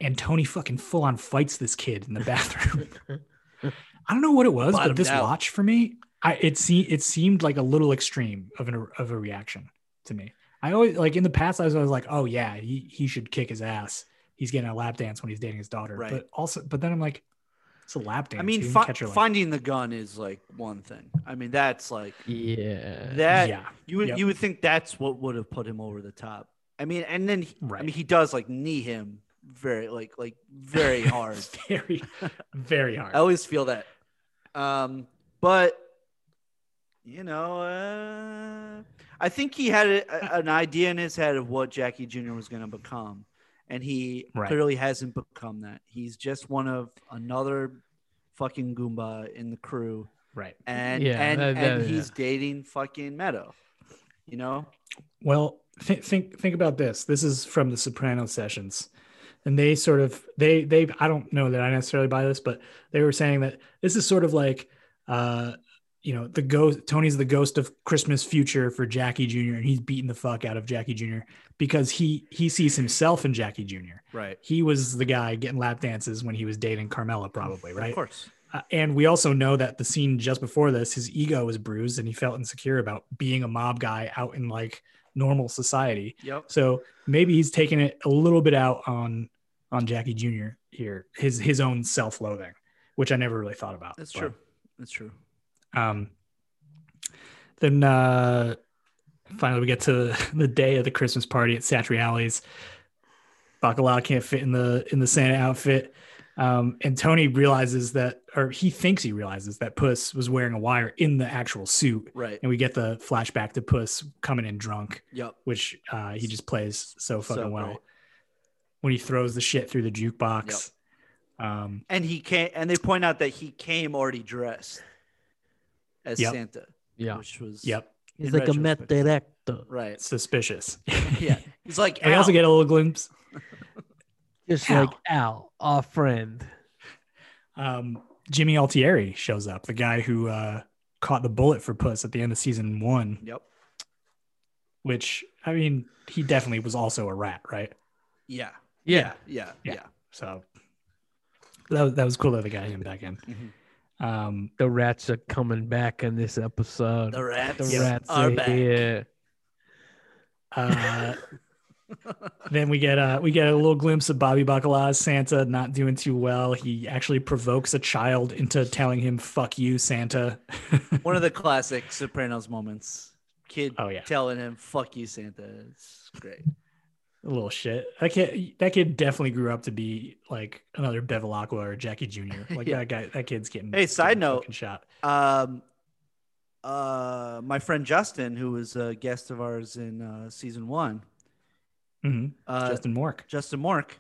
[SPEAKER 3] and tony fucking full on fights this kid in the bathroom
[SPEAKER 1] [LAUGHS]
[SPEAKER 3] i don't know what it was but
[SPEAKER 1] Bottomed
[SPEAKER 3] this
[SPEAKER 1] out.
[SPEAKER 3] watch for me i it se- it seemed like a little extreme of an of a reaction to me I always like in the past I was always like, oh yeah, he he should kick his ass. He's getting a lap dance when he's dating his daughter.
[SPEAKER 1] Right.
[SPEAKER 3] But also, but then I'm like, it's a lap dance.
[SPEAKER 1] I mean
[SPEAKER 3] You didn't
[SPEAKER 1] fi-
[SPEAKER 3] catch her, like-
[SPEAKER 1] finding the gun is like one thing I mean that's like
[SPEAKER 2] Yeah.
[SPEAKER 1] that
[SPEAKER 3] yeah,
[SPEAKER 1] you would
[SPEAKER 3] Yep.
[SPEAKER 1] you would think that's what would have put him over the top I mean and then he- I
[SPEAKER 3] Right.
[SPEAKER 1] mean he does like knee him very like like very hard
[SPEAKER 3] [LAUGHS] very, very hard.
[SPEAKER 1] I always feel that. Um, but you know, uh, I think he had a, a- an idea in his head of what Jackie Jr. was going to become, and he
[SPEAKER 3] Right.
[SPEAKER 1] clearly hasn't become that. He's just one of another fucking goomba in the crew,
[SPEAKER 3] Right.
[SPEAKER 1] and
[SPEAKER 2] Yeah,
[SPEAKER 1] and
[SPEAKER 2] that-
[SPEAKER 1] and
[SPEAKER 2] that-
[SPEAKER 1] he's dating fucking Meadow. You know,
[SPEAKER 3] Well, th- think think about this. This is from the Soprano sessions, and they sort of they they I don't know that I necessarily buy this, but they were saying that this is sort of like, uh, you know, the ghost Tony's the ghost of Christmas future for Jackie Jr. and he's beating the fuck out of Jackie Jr. because he he sees himself in Jackie Jr.
[SPEAKER 1] right?
[SPEAKER 3] He was the guy getting lap dances when he was dating Carmela, probably right.
[SPEAKER 1] Of course,
[SPEAKER 3] Uh, and we also know that the scene just before this, his ego was bruised and he felt insecure about being a mob guy out in like normal society.
[SPEAKER 1] yep.
[SPEAKER 3] So maybe he's taking it a little bit out on on Jackie Jr. here, his his own self loathing, which I never really thought about.
[SPEAKER 1] That's
[SPEAKER 3] But,
[SPEAKER 1] true. That's true.
[SPEAKER 3] Um, then uh, finally we get to [LAUGHS] the day of the Christmas party at Satriali's. Bacalao can't fit in the in the Santa outfit. Um, and Tony realizes that, or he thinks he realizes that Puss was wearing a wire in the actual suit.
[SPEAKER 1] Right.
[SPEAKER 3] And we get the flashback to Puss coming in drunk
[SPEAKER 1] Yep.
[SPEAKER 3] which uh, he just plays so
[SPEAKER 1] So
[SPEAKER 3] fucking well.
[SPEAKER 1] great.
[SPEAKER 3] When he throws the shit through the jukebox, um,
[SPEAKER 1] And he came, and they point out that he came already dressed as
[SPEAKER 3] Yep.
[SPEAKER 1] Santa,
[SPEAKER 2] Yeah.
[SPEAKER 1] which was
[SPEAKER 3] yep,
[SPEAKER 1] He's like a met
[SPEAKER 2] director.
[SPEAKER 3] [LAUGHS]
[SPEAKER 1] Right.
[SPEAKER 3] suspicious.
[SPEAKER 1] Yeah. He's like,
[SPEAKER 3] we also
[SPEAKER 1] "Ow."
[SPEAKER 3] get a little glimpse.
[SPEAKER 2] Just
[SPEAKER 3] Al.
[SPEAKER 2] like Al, our friend.
[SPEAKER 3] Um, Jimmy Altieri shows up, the guy who uh, caught the bullet for Puss at the end of season one,
[SPEAKER 1] Yep.
[SPEAKER 3] which I mean, he definitely was also a rat, right?
[SPEAKER 1] Yeah.
[SPEAKER 3] Yeah.
[SPEAKER 1] Yeah.
[SPEAKER 3] Yeah.
[SPEAKER 1] Yeah.
[SPEAKER 3] So that was, that was cool that they got him back in.
[SPEAKER 1] Mhm.
[SPEAKER 3] Um,
[SPEAKER 2] The rats are coming back in this episode.
[SPEAKER 1] The rats,
[SPEAKER 2] The
[SPEAKER 3] Yes.
[SPEAKER 2] rats
[SPEAKER 1] are
[SPEAKER 2] are
[SPEAKER 1] back.
[SPEAKER 3] [LAUGHS]
[SPEAKER 2] here. [LAUGHS]
[SPEAKER 3] uh, [LAUGHS] then we get uh, we get a little glimpse of Bobby Bacala's Santa not doing too well. He actually provokes a child into telling him "fuck you, Santa." [LAUGHS]
[SPEAKER 1] One of the classic Sopranos moments. Kid
[SPEAKER 3] Oh, yeah.
[SPEAKER 1] telling him, fuck you, Santa. It's great.
[SPEAKER 3] A little shit. That kid, that kid definitely grew up to be like another Bevilacqua or Jackie
[SPEAKER 1] [LAUGHS]
[SPEAKER 3] Jr. Like
[SPEAKER 1] Yeah.
[SPEAKER 3] that guy, that kid's getting.
[SPEAKER 1] Hey, side
[SPEAKER 3] getting
[SPEAKER 1] note.
[SPEAKER 3] fucking shot.
[SPEAKER 1] Um, uh, my friend Justin, who was a guest of ours in uh, season one,
[SPEAKER 3] hmm
[SPEAKER 1] uh,
[SPEAKER 3] Justin Mork.
[SPEAKER 1] Justin Mork,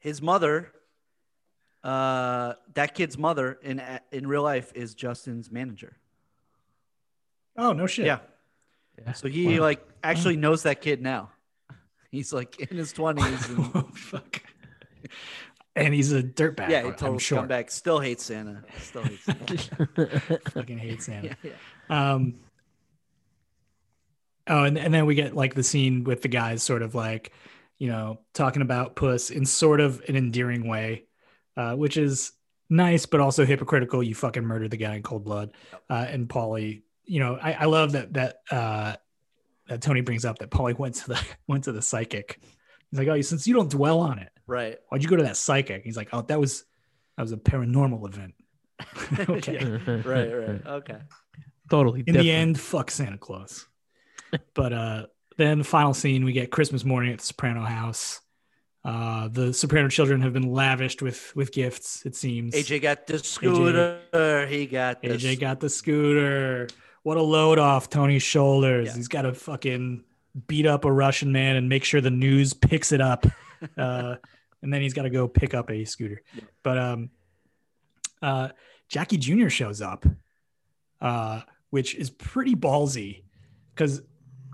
[SPEAKER 1] his mother, uh, that kid's mother in in real life is Justin's manager.
[SPEAKER 3] Oh no shit.
[SPEAKER 2] Yeah.
[SPEAKER 1] So he
[SPEAKER 2] Wow.
[SPEAKER 3] [LAUGHS]
[SPEAKER 1] like actually knows that kid now. [LAUGHS] He's like in his twenties.
[SPEAKER 3] [LAUGHS]
[SPEAKER 1] and
[SPEAKER 3] oh fuck. And he's a dirtbag.
[SPEAKER 1] yeah, he
[SPEAKER 3] I'm
[SPEAKER 1] total
[SPEAKER 3] sure.
[SPEAKER 1] scumbag. Still hates Santa. Still hates. Santa.
[SPEAKER 3] [LAUGHS] Fucking hate Santa.
[SPEAKER 1] [LAUGHS] yeah, yeah.
[SPEAKER 3] Um, oh, and, and then we get like the scene with the guys sort of like, you know, talking about puss in sort of an endearing way, uh, which is nice, but also hypocritical. You fucking murdered the guy in cold blood. Uh, and Polly, you know, I, I love that, that, uh, that Tony brings up that Polly went to the, [LAUGHS] went to the psychic. He's like, oh, since you don't dwell on it,
[SPEAKER 1] Right.
[SPEAKER 3] why'd you go to that psychic? He's like, oh, that was, that was a paranormal event. [LAUGHS] okay.
[SPEAKER 1] Right. Right. Okay.
[SPEAKER 2] Totally
[SPEAKER 3] in
[SPEAKER 2] different.
[SPEAKER 3] the end, fuck Santa Claus. but uh, then the final scene, we get Christmas morning at the Soprano house. Uh, the Soprano children have been lavished with with gifts. It seems
[SPEAKER 1] AJ got the scooter. He got the
[SPEAKER 3] AJ got the scooter. What a load off Tony's shoulders.
[SPEAKER 1] Yeah.
[SPEAKER 3] He's got to fucking beat up a Russian man and make sure the news picks
[SPEAKER 1] [LAUGHS]
[SPEAKER 3] it up. Uh, and then he's got to go pick up a scooter. But um, uh, Jackie Jr. shows up, uh, which is pretty ballsy because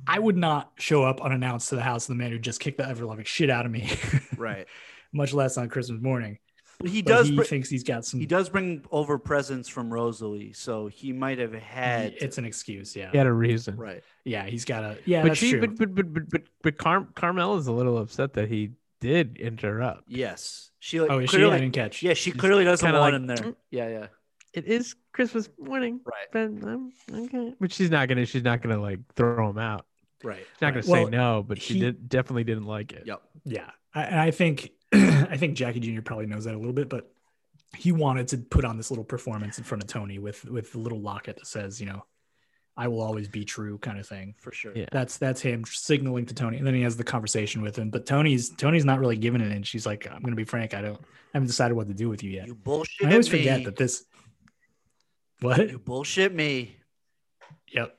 [SPEAKER 3] I would not show up unannounced to the house of the man who just kicked the ever loving shit out of me, [LAUGHS]
[SPEAKER 1] right.
[SPEAKER 3] much less on Christmas morning.
[SPEAKER 1] But he
[SPEAKER 3] But
[SPEAKER 1] does.
[SPEAKER 3] he
[SPEAKER 1] br-
[SPEAKER 3] thinks he's got some.
[SPEAKER 1] He does bring over presents from Rosalie, so he might have had
[SPEAKER 3] it's an excuse, yeah.
[SPEAKER 2] He had a reason.
[SPEAKER 1] right.
[SPEAKER 3] Yeah, he's got a. Yeah,
[SPEAKER 2] but
[SPEAKER 3] that's
[SPEAKER 2] she
[SPEAKER 3] true.
[SPEAKER 2] but but but but but, but Car- Carmel is a little upset that he did interrupt.
[SPEAKER 1] Yes, she like
[SPEAKER 3] Oh, is she? I
[SPEAKER 1] clearly.
[SPEAKER 3] didn't catch.
[SPEAKER 1] yeah, she clearly doesn't
[SPEAKER 2] kinda
[SPEAKER 1] want
[SPEAKER 2] like,
[SPEAKER 1] him there.
[SPEAKER 2] "Mm."
[SPEAKER 1] Yeah, yeah,
[SPEAKER 2] It is Christmas morning,
[SPEAKER 1] Right.
[SPEAKER 2] but I'm okay. But she's not gonna she's not gonna like throw him out.
[SPEAKER 1] right.
[SPEAKER 2] She's not
[SPEAKER 1] right.
[SPEAKER 2] gonna
[SPEAKER 3] Well,
[SPEAKER 2] say no, but she
[SPEAKER 3] he-
[SPEAKER 2] did definitely didn't like it.
[SPEAKER 1] Yep.
[SPEAKER 3] yeah. I, and I think [CLEARS THROAT] I think Jackie Jr. probably knows that a little bit, but he wanted to put on this little performance in front of Tony with with the little locket that says, you know, "I will always be true" kind of thing.
[SPEAKER 1] for sure.
[SPEAKER 2] Yeah.
[SPEAKER 3] That's that's him signaling to Tony, and then he has the conversation with him. But Tony's Tony's not really giving it, and she's like, "I'm going to be frank. I don't. I haven't decided what to do with you yet."
[SPEAKER 1] You bullshit.
[SPEAKER 3] I always
[SPEAKER 1] me.
[SPEAKER 3] forget that Mm, this. What?
[SPEAKER 1] you bullshit me.
[SPEAKER 3] Yep.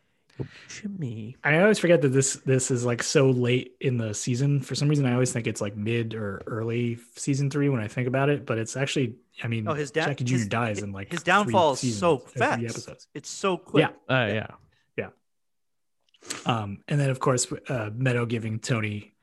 [SPEAKER 2] Jimmy.
[SPEAKER 3] I always forget that this this is like so late in the season. For some reason, I always think it's like mid or early season three when I think about it. But it's actually, I mean,
[SPEAKER 1] Oh, his down-
[SPEAKER 3] Jackie Jr.
[SPEAKER 1] his-
[SPEAKER 3] dies in like
[SPEAKER 1] his
[SPEAKER 3] three
[SPEAKER 1] downfall is
[SPEAKER 3] seasons,
[SPEAKER 1] so
[SPEAKER 3] or
[SPEAKER 1] fast.
[SPEAKER 3] Three episodes.
[SPEAKER 1] It's so quick.
[SPEAKER 3] Yeah.
[SPEAKER 2] Uh, yeah.
[SPEAKER 3] Um, and then of course, uh, Meadow giving Tony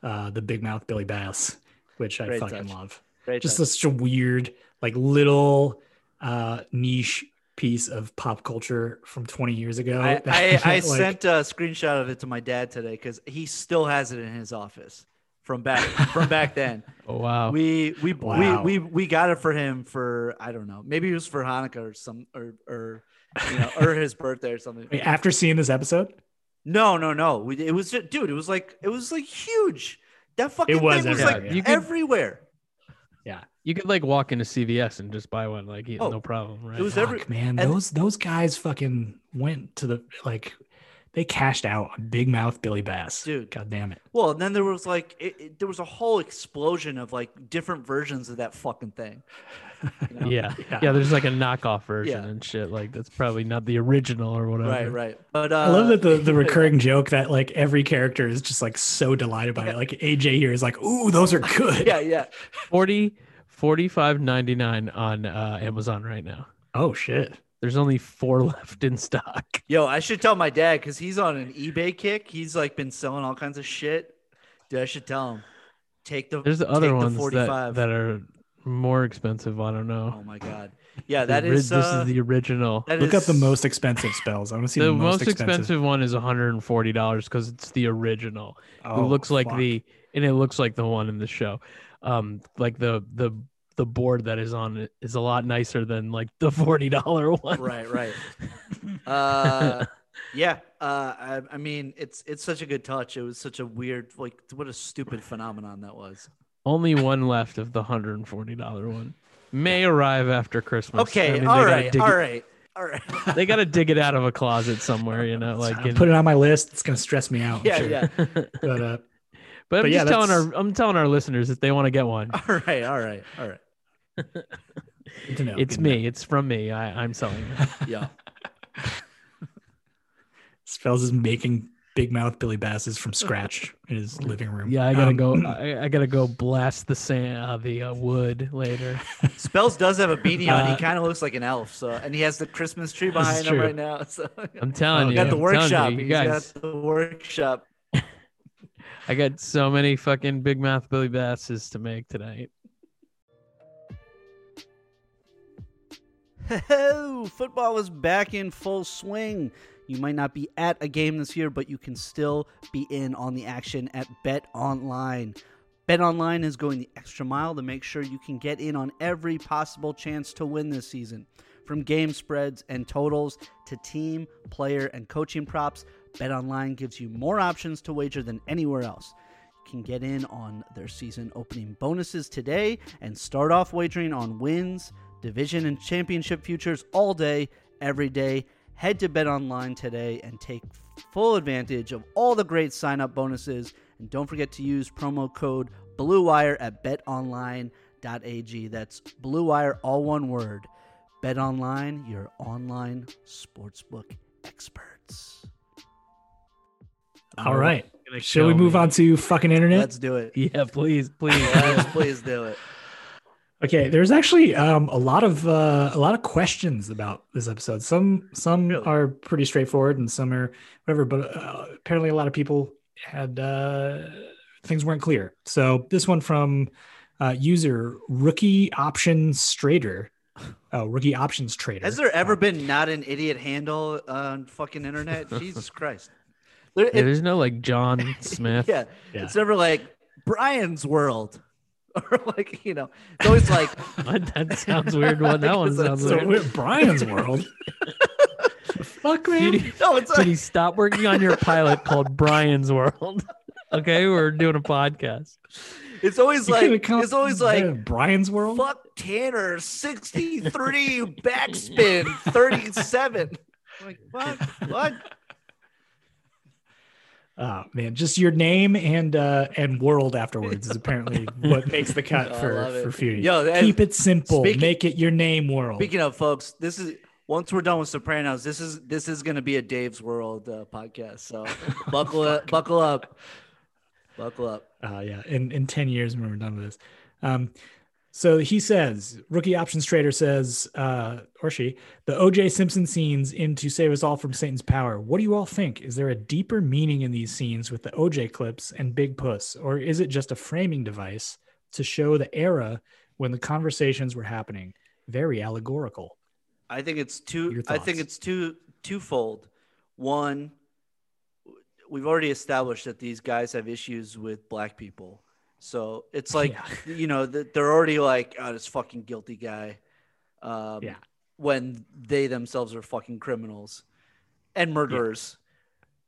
[SPEAKER 3] uh, the big mouth Billy Bass, which I
[SPEAKER 1] Great
[SPEAKER 3] fucking
[SPEAKER 1] touch.
[SPEAKER 3] love.
[SPEAKER 1] Great
[SPEAKER 3] Just
[SPEAKER 1] time.
[SPEAKER 3] such a weird, like little uh, niche piece of pop culture from 20 years ago.
[SPEAKER 1] I,
[SPEAKER 3] [LAUGHS] that-
[SPEAKER 1] I, I
[SPEAKER 3] like-
[SPEAKER 1] sent a screenshot of it to my dad today because he still has it in his office from back from
[SPEAKER 3] [LAUGHS]
[SPEAKER 1] back then.
[SPEAKER 2] Oh wow.
[SPEAKER 1] We we,
[SPEAKER 3] Wow.
[SPEAKER 1] we we we got it for him for I don't know maybe it was for Hanukkah or some or or you know or his birthday or something.
[SPEAKER 3] Wait, after seeing this episode.
[SPEAKER 1] No, no, no. We, it was just, dude. It was like it was like huge. That fucking
[SPEAKER 3] was
[SPEAKER 1] thing was
[SPEAKER 3] everywhere,
[SPEAKER 1] like
[SPEAKER 3] yeah.
[SPEAKER 2] You could-
[SPEAKER 1] everywhere.
[SPEAKER 2] you could like walk into CVS and just buy one, like yeah,
[SPEAKER 1] Oh,
[SPEAKER 2] no problem, right?
[SPEAKER 1] it was
[SPEAKER 3] Fuck,
[SPEAKER 1] every-
[SPEAKER 3] man,
[SPEAKER 1] and-
[SPEAKER 3] those those guys fucking went to the like they cashed out on Big Mouth Billy Bass.
[SPEAKER 1] Dude.
[SPEAKER 3] God damn it.
[SPEAKER 1] Well, and then there was like it, it- there was a whole explosion of like different versions of that fucking thing. you know?
[SPEAKER 2] yeah. Yeah, there's like a knockoff version
[SPEAKER 1] Yeah.
[SPEAKER 2] and shit. Like that's probably not the original or whatever.
[SPEAKER 1] Right, right. But uh,
[SPEAKER 3] I love that the, the recurring joke that like every character is just like so delighted by it. Like AJ here is like, ooh, those are
[SPEAKER 1] [LAUGHS]
[SPEAKER 3] good.
[SPEAKER 1] Yeah, yeah.
[SPEAKER 2] 40 45.99 on uh, Amazon right now.
[SPEAKER 3] Oh shit.
[SPEAKER 2] There's only four [LAUGHS] left in stock.
[SPEAKER 1] Yo, I should tell my dad because he's on an eBay kick. He's like been selling all kinds of shit. Dude, I should tell him. Take the
[SPEAKER 2] There's the other
[SPEAKER 1] take
[SPEAKER 2] ones
[SPEAKER 1] the
[SPEAKER 2] that,
[SPEAKER 1] 45.
[SPEAKER 2] that are more expensive. I don't know.
[SPEAKER 1] Oh my god. Yeah,
[SPEAKER 2] The
[SPEAKER 1] that
[SPEAKER 2] ori-
[SPEAKER 1] is.
[SPEAKER 2] this
[SPEAKER 1] uh,
[SPEAKER 2] is the original.
[SPEAKER 1] that
[SPEAKER 3] Look up
[SPEAKER 1] is-
[SPEAKER 3] the most expensive spells. I want to see
[SPEAKER 2] the most expensive. one is $140 because it's the original.
[SPEAKER 3] Oh,
[SPEAKER 2] it looks like
[SPEAKER 3] fuck.
[SPEAKER 2] the and it looks like the one in the show. Um like the the the board that is on it is a lot nicer than like the $40 [LAUGHS] one.
[SPEAKER 1] Right, right. Uh, yeah. Uh, I, I mean, it's it's such a good touch. It was such a weird, like, what a stupid phenomenon that was.
[SPEAKER 2] Only one left of the $140 one. May arrive after Christmas. I
[SPEAKER 1] Okay.
[SPEAKER 2] mean,
[SPEAKER 1] all
[SPEAKER 2] they gotta
[SPEAKER 1] right.
[SPEAKER 2] dig
[SPEAKER 1] All
[SPEAKER 2] it-
[SPEAKER 1] right. All
[SPEAKER 2] [LAUGHS]
[SPEAKER 1] right.
[SPEAKER 2] They got to dig it out of a closet somewhere, you know,
[SPEAKER 3] [LAUGHS]
[SPEAKER 2] like
[SPEAKER 3] I'll
[SPEAKER 2] in,
[SPEAKER 3] put it on my list. It's gonna stress me out.
[SPEAKER 1] [LAUGHS]
[SPEAKER 3] I'm
[SPEAKER 1] Yeah,
[SPEAKER 3] sure.
[SPEAKER 1] yeah.
[SPEAKER 3] But uh,
[SPEAKER 2] But I'm
[SPEAKER 3] But yeah,
[SPEAKER 2] just telling
[SPEAKER 3] that's-
[SPEAKER 2] our I'm telling our listeners if they want to get one,
[SPEAKER 1] All right. All right. All right.
[SPEAKER 3] good to know,
[SPEAKER 2] it's
[SPEAKER 3] good to know.
[SPEAKER 2] me. It's from me. I, I'm selling. it.
[SPEAKER 1] Yeah.
[SPEAKER 3] Spells is making Big Mouth Billy Basses from scratch in his living room.
[SPEAKER 2] Yeah, I gotta
[SPEAKER 3] Um,
[SPEAKER 2] go. I, I gotta go blast the sand, uh, the uh, wood later.
[SPEAKER 1] Spells does have a beanie on.
[SPEAKER 2] Uh,
[SPEAKER 1] He kind of looks like an elf. So, and he has the Christmas tree behind him
[SPEAKER 2] true.
[SPEAKER 1] right now. So,
[SPEAKER 2] I'm telling
[SPEAKER 3] Oh,
[SPEAKER 2] you,
[SPEAKER 1] got the
[SPEAKER 2] I'm telling
[SPEAKER 1] workshop.
[SPEAKER 2] You, you
[SPEAKER 1] He's
[SPEAKER 2] guys,
[SPEAKER 1] got the workshop.
[SPEAKER 2] I got so many fucking big mouth Billy Basses to make tonight. [LAUGHS]
[SPEAKER 1] Ho-ho! Football is back in full swing. You might not be at a game this year, but you can still be in on the action at Bet Online. Bet Online is going the extra mile to make sure you can get in on every possible chance to win this season. From game spreads and totals to team, player, and coaching props, Bet Online gives you more options to wager than anywhere else can get in on their season opening bonuses today and start off wagering on wins, division, and championship futures all day, every day. Head to BetOnline today and take full advantage of all the great sign up bonuses. And don't forget to use promo code BLUEWIRE at betonline.ag. That's BLUEWIRE, all one word. BetOnline, your online sportsbook experts.
[SPEAKER 3] All right.
[SPEAKER 2] You're gonna
[SPEAKER 3] Shall we
[SPEAKER 2] kill
[SPEAKER 3] move
[SPEAKER 2] me.
[SPEAKER 3] on to fucking internet?
[SPEAKER 1] Let's do it.
[SPEAKER 2] Yeah, please,
[SPEAKER 1] [LAUGHS]
[SPEAKER 2] please.
[SPEAKER 1] Let's please do it.
[SPEAKER 3] Okay, there's actually um, a lot of uh, a lot of questions about this episode. Some some are pretty straightforward, and some are whatever. But uh, apparently, a lot of people had uh, things weren't clear. So this one from uh, user rookie options trader, oh rookie options trader. Uh,
[SPEAKER 1] Has there ever been not an idiot handle on
[SPEAKER 2] [LAUGHS]
[SPEAKER 1] fucking internet? Jesus Christ. There-
[SPEAKER 2] yeah,
[SPEAKER 1] it-
[SPEAKER 2] there's no like John
[SPEAKER 1] [LAUGHS]
[SPEAKER 2] Smith.
[SPEAKER 1] yeah,
[SPEAKER 3] Yeah.
[SPEAKER 1] It's never like Brian's world. [LAUGHS] Or like, you know, it's always like
[SPEAKER 2] What? that sounds weird. One that one sounds
[SPEAKER 3] So
[SPEAKER 2] weird.
[SPEAKER 3] we're Brian's world. The Fuck
[SPEAKER 2] [LAUGHS]
[SPEAKER 3] man.
[SPEAKER 2] Did he,
[SPEAKER 1] no, it's
[SPEAKER 2] did
[SPEAKER 1] like
[SPEAKER 2] he stop working on your pilot called Brian's World? [LAUGHS] Okay, we're doing a podcast.
[SPEAKER 1] [LAUGHS] it's always
[SPEAKER 3] You [LAUGHS] could've
[SPEAKER 1] like
[SPEAKER 3] come
[SPEAKER 1] it's always
[SPEAKER 3] up with
[SPEAKER 1] like
[SPEAKER 3] Brian's world.
[SPEAKER 1] fuck Tanner 63 backspin 37. [LAUGHS] Like what? What?
[SPEAKER 3] Oh man, just your name and uh and world afterwards
[SPEAKER 1] [LAUGHS]
[SPEAKER 3] is apparently what makes the cut
[SPEAKER 1] Oh, I
[SPEAKER 3] for
[SPEAKER 1] love it.
[SPEAKER 3] for Fury.
[SPEAKER 1] Yo, that-
[SPEAKER 3] keep it simple.
[SPEAKER 1] speaking-
[SPEAKER 3] Make it your name world.
[SPEAKER 1] Speaking of folks, this is once we're done with Sopranos, this is this is going to be a Dave's World uh, podcast.
[SPEAKER 2] [LAUGHS]
[SPEAKER 1] So buckle up, buckle up, buckle up.
[SPEAKER 3] uh, yeah, in in ten years when we're done with this. Um, so he says, rookie options trader says, uh, or she, the OJ Simpson scenes in To Save Us All from Satan's Power. What do you all think? Is there a deeper meaning in these scenes with the OJ clips and Big Puss, or is it just a framing device to show the era when the conversations were happening? Very allegorical.
[SPEAKER 1] I think it's two.
[SPEAKER 3] Your
[SPEAKER 1] I think
[SPEAKER 3] thoughts.
[SPEAKER 1] it's two twofold. One, we've already established that these guys have issues with black people, so it's like
[SPEAKER 3] [LAUGHS] Yeah.
[SPEAKER 1] you know that they're already like, oh, this fucking guilty guy. Um,
[SPEAKER 3] Yeah.
[SPEAKER 1] When they themselves are fucking criminals and murderers,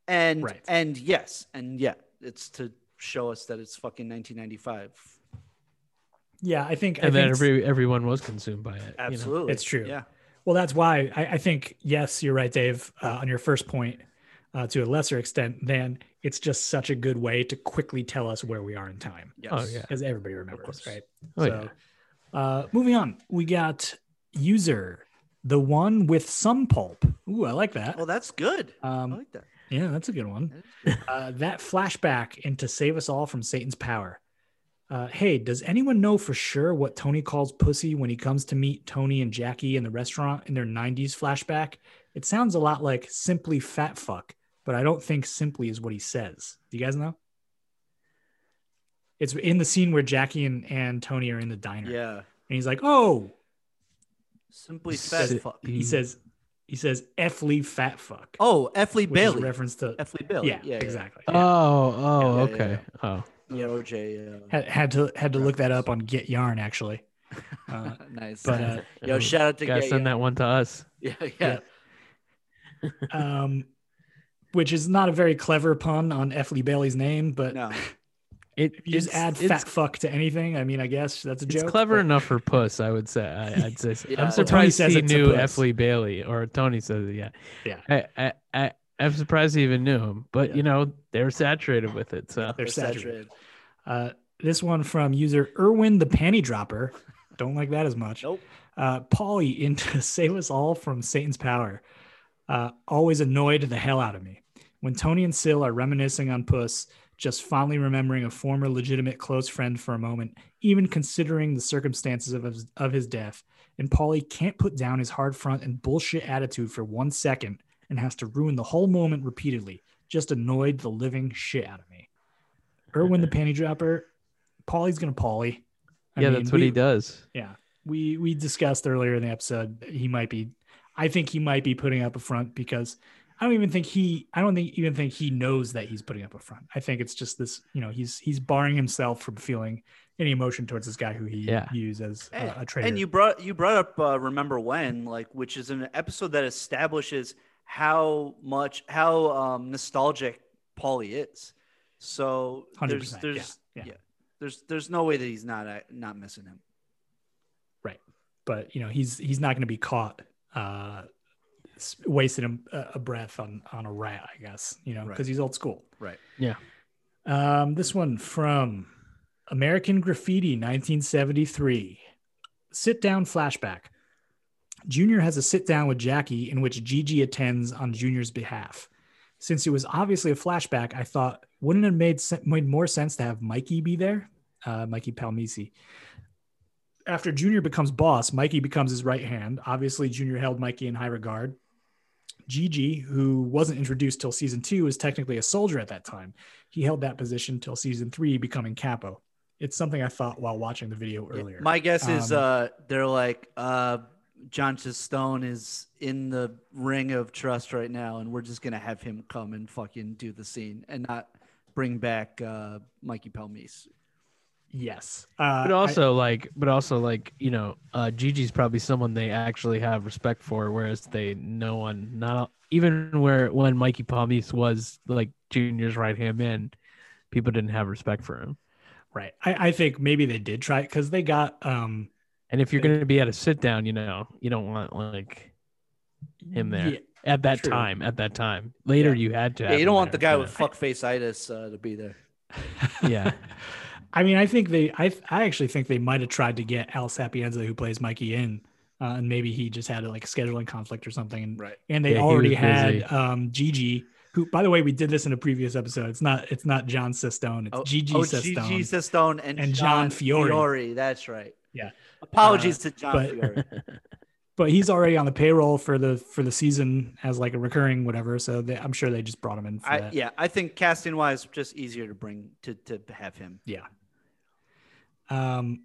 [SPEAKER 1] and
[SPEAKER 3] Right.
[SPEAKER 1] and yes, and yeah, it's to show us that it's fucking 1995.
[SPEAKER 3] Yeah, I think. I
[SPEAKER 2] And then
[SPEAKER 3] think
[SPEAKER 2] every, everyone was consumed by it. you know?
[SPEAKER 1] Absolutely,
[SPEAKER 3] It's true.
[SPEAKER 1] Yeah.
[SPEAKER 3] well, that's why I, I think yes, you're right, Dave. Uh, on your first point, uh, to a lesser extent, then it's just such a good way to quickly tell us where we are in time,
[SPEAKER 1] Yes.
[SPEAKER 2] Oh, yeah.
[SPEAKER 3] because everybody remembers,
[SPEAKER 1] course.
[SPEAKER 3] right?
[SPEAKER 2] Oh,
[SPEAKER 3] so, uh, moving on, we got user the one with some pulp. Ooh, I like that.
[SPEAKER 1] Well, that's good. I
[SPEAKER 3] Um,
[SPEAKER 1] like that.
[SPEAKER 3] yeah, that's a good one. Uh, that flashback into Save Us All from Satan's Power. Uh, hey, does anyone know for sure what Tony calls pussy when he comes to meet Tony and Jackie in the restaurant in their 90s flashback? It sounds a lot like simply fat fuck, but I don't think simply is what he says. Do you guys know? It's in the scene where Jackie and, and Tony are in the diner.
[SPEAKER 1] Yeah.
[SPEAKER 3] and he's like, "Oh,"
[SPEAKER 1] Simply fat
[SPEAKER 2] Sit-
[SPEAKER 1] fuck.
[SPEAKER 3] [LAUGHS] he says, he says, "Effly fat fuck."
[SPEAKER 1] [LAUGHS] Oh, Effley
[SPEAKER 3] which is a
[SPEAKER 1] Bailey.
[SPEAKER 3] reference to
[SPEAKER 1] Effley Bailey.
[SPEAKER 3] yeah, exactly. yeah.
[SPEAKER 2] Oh, oh,
[SPEAKER 1] Yeah, yeah,
[SPEAKER 2] okay. Oh,
[SPEAKER 1] Yeah, OJ. Yeah.
[SPEAKER 3] Had, had to had to look that up on Get
[SPEAKER 2] [LAUGHS]
[SPEAKER 3] Yarn actually. Uh,
[SPEAKER 1] [LAUGHS] nice.
[SPEAKER 3] but, uh,
[SPEAKER 1] Yo, shout out to
[SPEAKER 2] gotta
[SPEAKER 1] Gay-
[SPEAKER 2] send that one to us.
[SPEAKER 1] Yeah, [LAUGHS] yeah. yeah.
[SPEAKER 3] um, which is not a very clever pun on Effley Bailey's name, but
[SPEAKER 1] No,
[SPEAKER 2] It
[SPEAKER 3] if you just
[SPEAKER 2] it's-
[SPEAKER 3] add
[SPEAKER 2] it's-
[SPEAKER 3] fat fuck to anything, I mean, I guess that's a
[SPEAKER 2] It's
[SPEAKER 3] joke.
[SPEAKER 2] clever
[SPEAKER 3] but-
[SPEAKER 2] enough for puss, I would say. I, I'd say.
[SPEAKER 1] [LAUGHS] Yeah. Well,
[SPEAKER 2] I'm
[SPEAKER 1] Tony
[SPEAKER 2] surprised
[SPEAKER 3] says
[SPEAKER 2] he
[SPEAKER 3] it's a
[SPEAKER 2] knew
[SPEAKER 3] puss.
[SPEAKER 2] Effley Bailey, or Tony says it. Yeah,
[SPEAKER 3] Yeah.
[SPEAKER 2] I, I, I, I'm surprised he even knew him, but
[SPEAKER 1] Yeah.
[SPEAKER 2] you know they're saturated with it. So
[SPEAKER 3] They're saturated. Uh, this one from user Irwin the Panty Dropper. Don't like that as much.
[SPEAKER 1] Nope.
[SPEAKER 3] Uh, Polly into [LAUGHS] Save Us All from Satan's Power. Uh, always annoyed the hell out of me. When Tony and Syl are reminiscing on Puss, just fondly remembering a former legitimate close friend for a moment, even considering the circumstances of his, of his death, and Polly can't put down his hard front and bullshit attitude for one second and has to ruin the whole moment repeatedly. Just annoyed the living shit out of me. Erwin the panty dropper, Polly's gonna Polly. [LAUGHS] I
[SPEAKER 2] yeah,
[SPEAKER 3] mean,
[SPEAKER 2] that's what he
[SPEAKER 3] we-
[SPEAKER 2] does.
[SPEAKER 3] Yeah, we we discussed earlier in the episode that he might be. I think he might be putting up a front because I don't even think he. I don't think even think he knows that he's putting up a front. I think it's just this. You know, he's he's barring himself from feeling any emotion towards this guy who he
[SPEAKER 2] Yeah.
[SPEAKER 3] views as uh,
[SPEAKER 1] And,
[SPEAKER 3] a traitor.
[SPEAKER 1] and you brought you brought up uh, remember when like which is an episode that establishes how much how um, nostalgic Polly is. So there's
[SPEAKER 3] 100%,
[SPEAKER 1] there's
[SPEAKER 3] yeah,
[SPEAKER 1] yeah,
[SPEAKER 3] yeah.
[SPEAKER 1] there's there's no way that he's not uh, not missing him.
[SPEAKER 3] but you know he's he's not going to be caught uh s- wasting a, a breath on on a rat i guess you know
[SPEAKER 1] Right.
[SPEAKER 3] because he's old school
[SPEAKER 1] Right.
[SPEAKER 2] Yeah.
[SPEAKER 3] um this one from american graffiti 1973 sit down flashback junior has a sit down with jackie in which gigi attends on junior's behalf since it was obviously a flashback i thought wouldn't it have made, se- made more sense to have mikey be there uh, mikey palmisi after Junior becomes boss, Mikey becomes his right hand. Obviously, Junior held Mikey in high regard. Gigi, who wasn't introduced till season two, was technically a soldier at that time. He held that position till season three, becoming capo. It's something I thought while watching the video
[SPEAKER 1] Yeah,
[SPEAKER 3] earlier.
[SPEAKER 1] My guess is
[SPEAKER 3] Um,
[SPEAKER 1] uh, they're like uh, John Stone is in the ring of trust right now, and we're just gonna have him come and fucking do the scene and not bring back uh, Mikey Palmise.
[SPEAKER 3] yes. Uh,
[SPEAKER 2] But
[SPEAKER 3] I-
[SPEAKER 2] also, like, but also, like, you know, uh, Gigi's probably someone they actually have respect for, whereas they no one, not even where when Mikey Palmese was like Junior's right hand man, people didn't have respect for him.
[SPEAKER 3] right. I, I think maybe they did try it because they got um,
[SPEAKER 2] And if you're going to be at a sit down, you know, you don't want like him there
[SPEAKER 3] yeah,
[SPEAKER 2] at that
[SPEAKER 3] true.
[SPEAKER 2] time. At that time, later
[SPEAKER 1] Yeah.
[SPEAKER 2] you had to.
[SPEAKER 1] Yeah,
[SPEAKER 2] have
[SPEAKER 1] you
[SPEAKER 2] him
[SPEAKER 1] don't want the
[SPEAKER 2] there,
[SPEAKER 1] guy
[SPEAKER 2] you
[SPEAKER 1] with
[SPEAKER 2] know.
[SPEAKER 1] fuckface itis uh, to be there.
[SPEAKER 2] Yeah.
[SPEAKER 3] I mean, I think they, I, I actually think they might have tried to get Al Sapienza, who plays Mikey, in, uh, and maybe he just had like a scheduling conflict or something, and
[SPEAKER 1] Right.
[SPEAKER 3] and they
[SPEAKER 2] Yeah, he
[SPEAKER 3] already
[SPEAKER 2] was busy.
[SPEAKER 3] had um, Gigi, who, by the way, we did this in a previous episode. It's not, it's not John Sistone,
[SPEAKER 2] Oh,
[SPEAKER 3] it's Gigi
[SPEAKER 1] Oh,
[SPEAKER 3] Sistone.
[SPEAKER 1] Gigi Sestone and,
[SPEAKER 3] and John
[SPEAKER 1] John
[SPEAKER 3] Fiore.
[SPEAKER 1] Fiore. That's right.
[SPEAKER 3] Yeah. Uh,
[SPEAKER 1] Apologies to John
[SPEAKER 3] but- [LAUGHS]
[SPEAKER 1] [LAUGHS] Fiore.
[SPEAKER 3] but he's already on the payroll for the for the season as like a recurring whatever. So they, I'm sure they just brought him in. For
[SPEAKER 1] I,
[SPEAKER 3] that.
[SPEAKER 1] yeah, I think casting wise, just easier to bring to to have him.
[SPEAKER 3] Yeah. Um,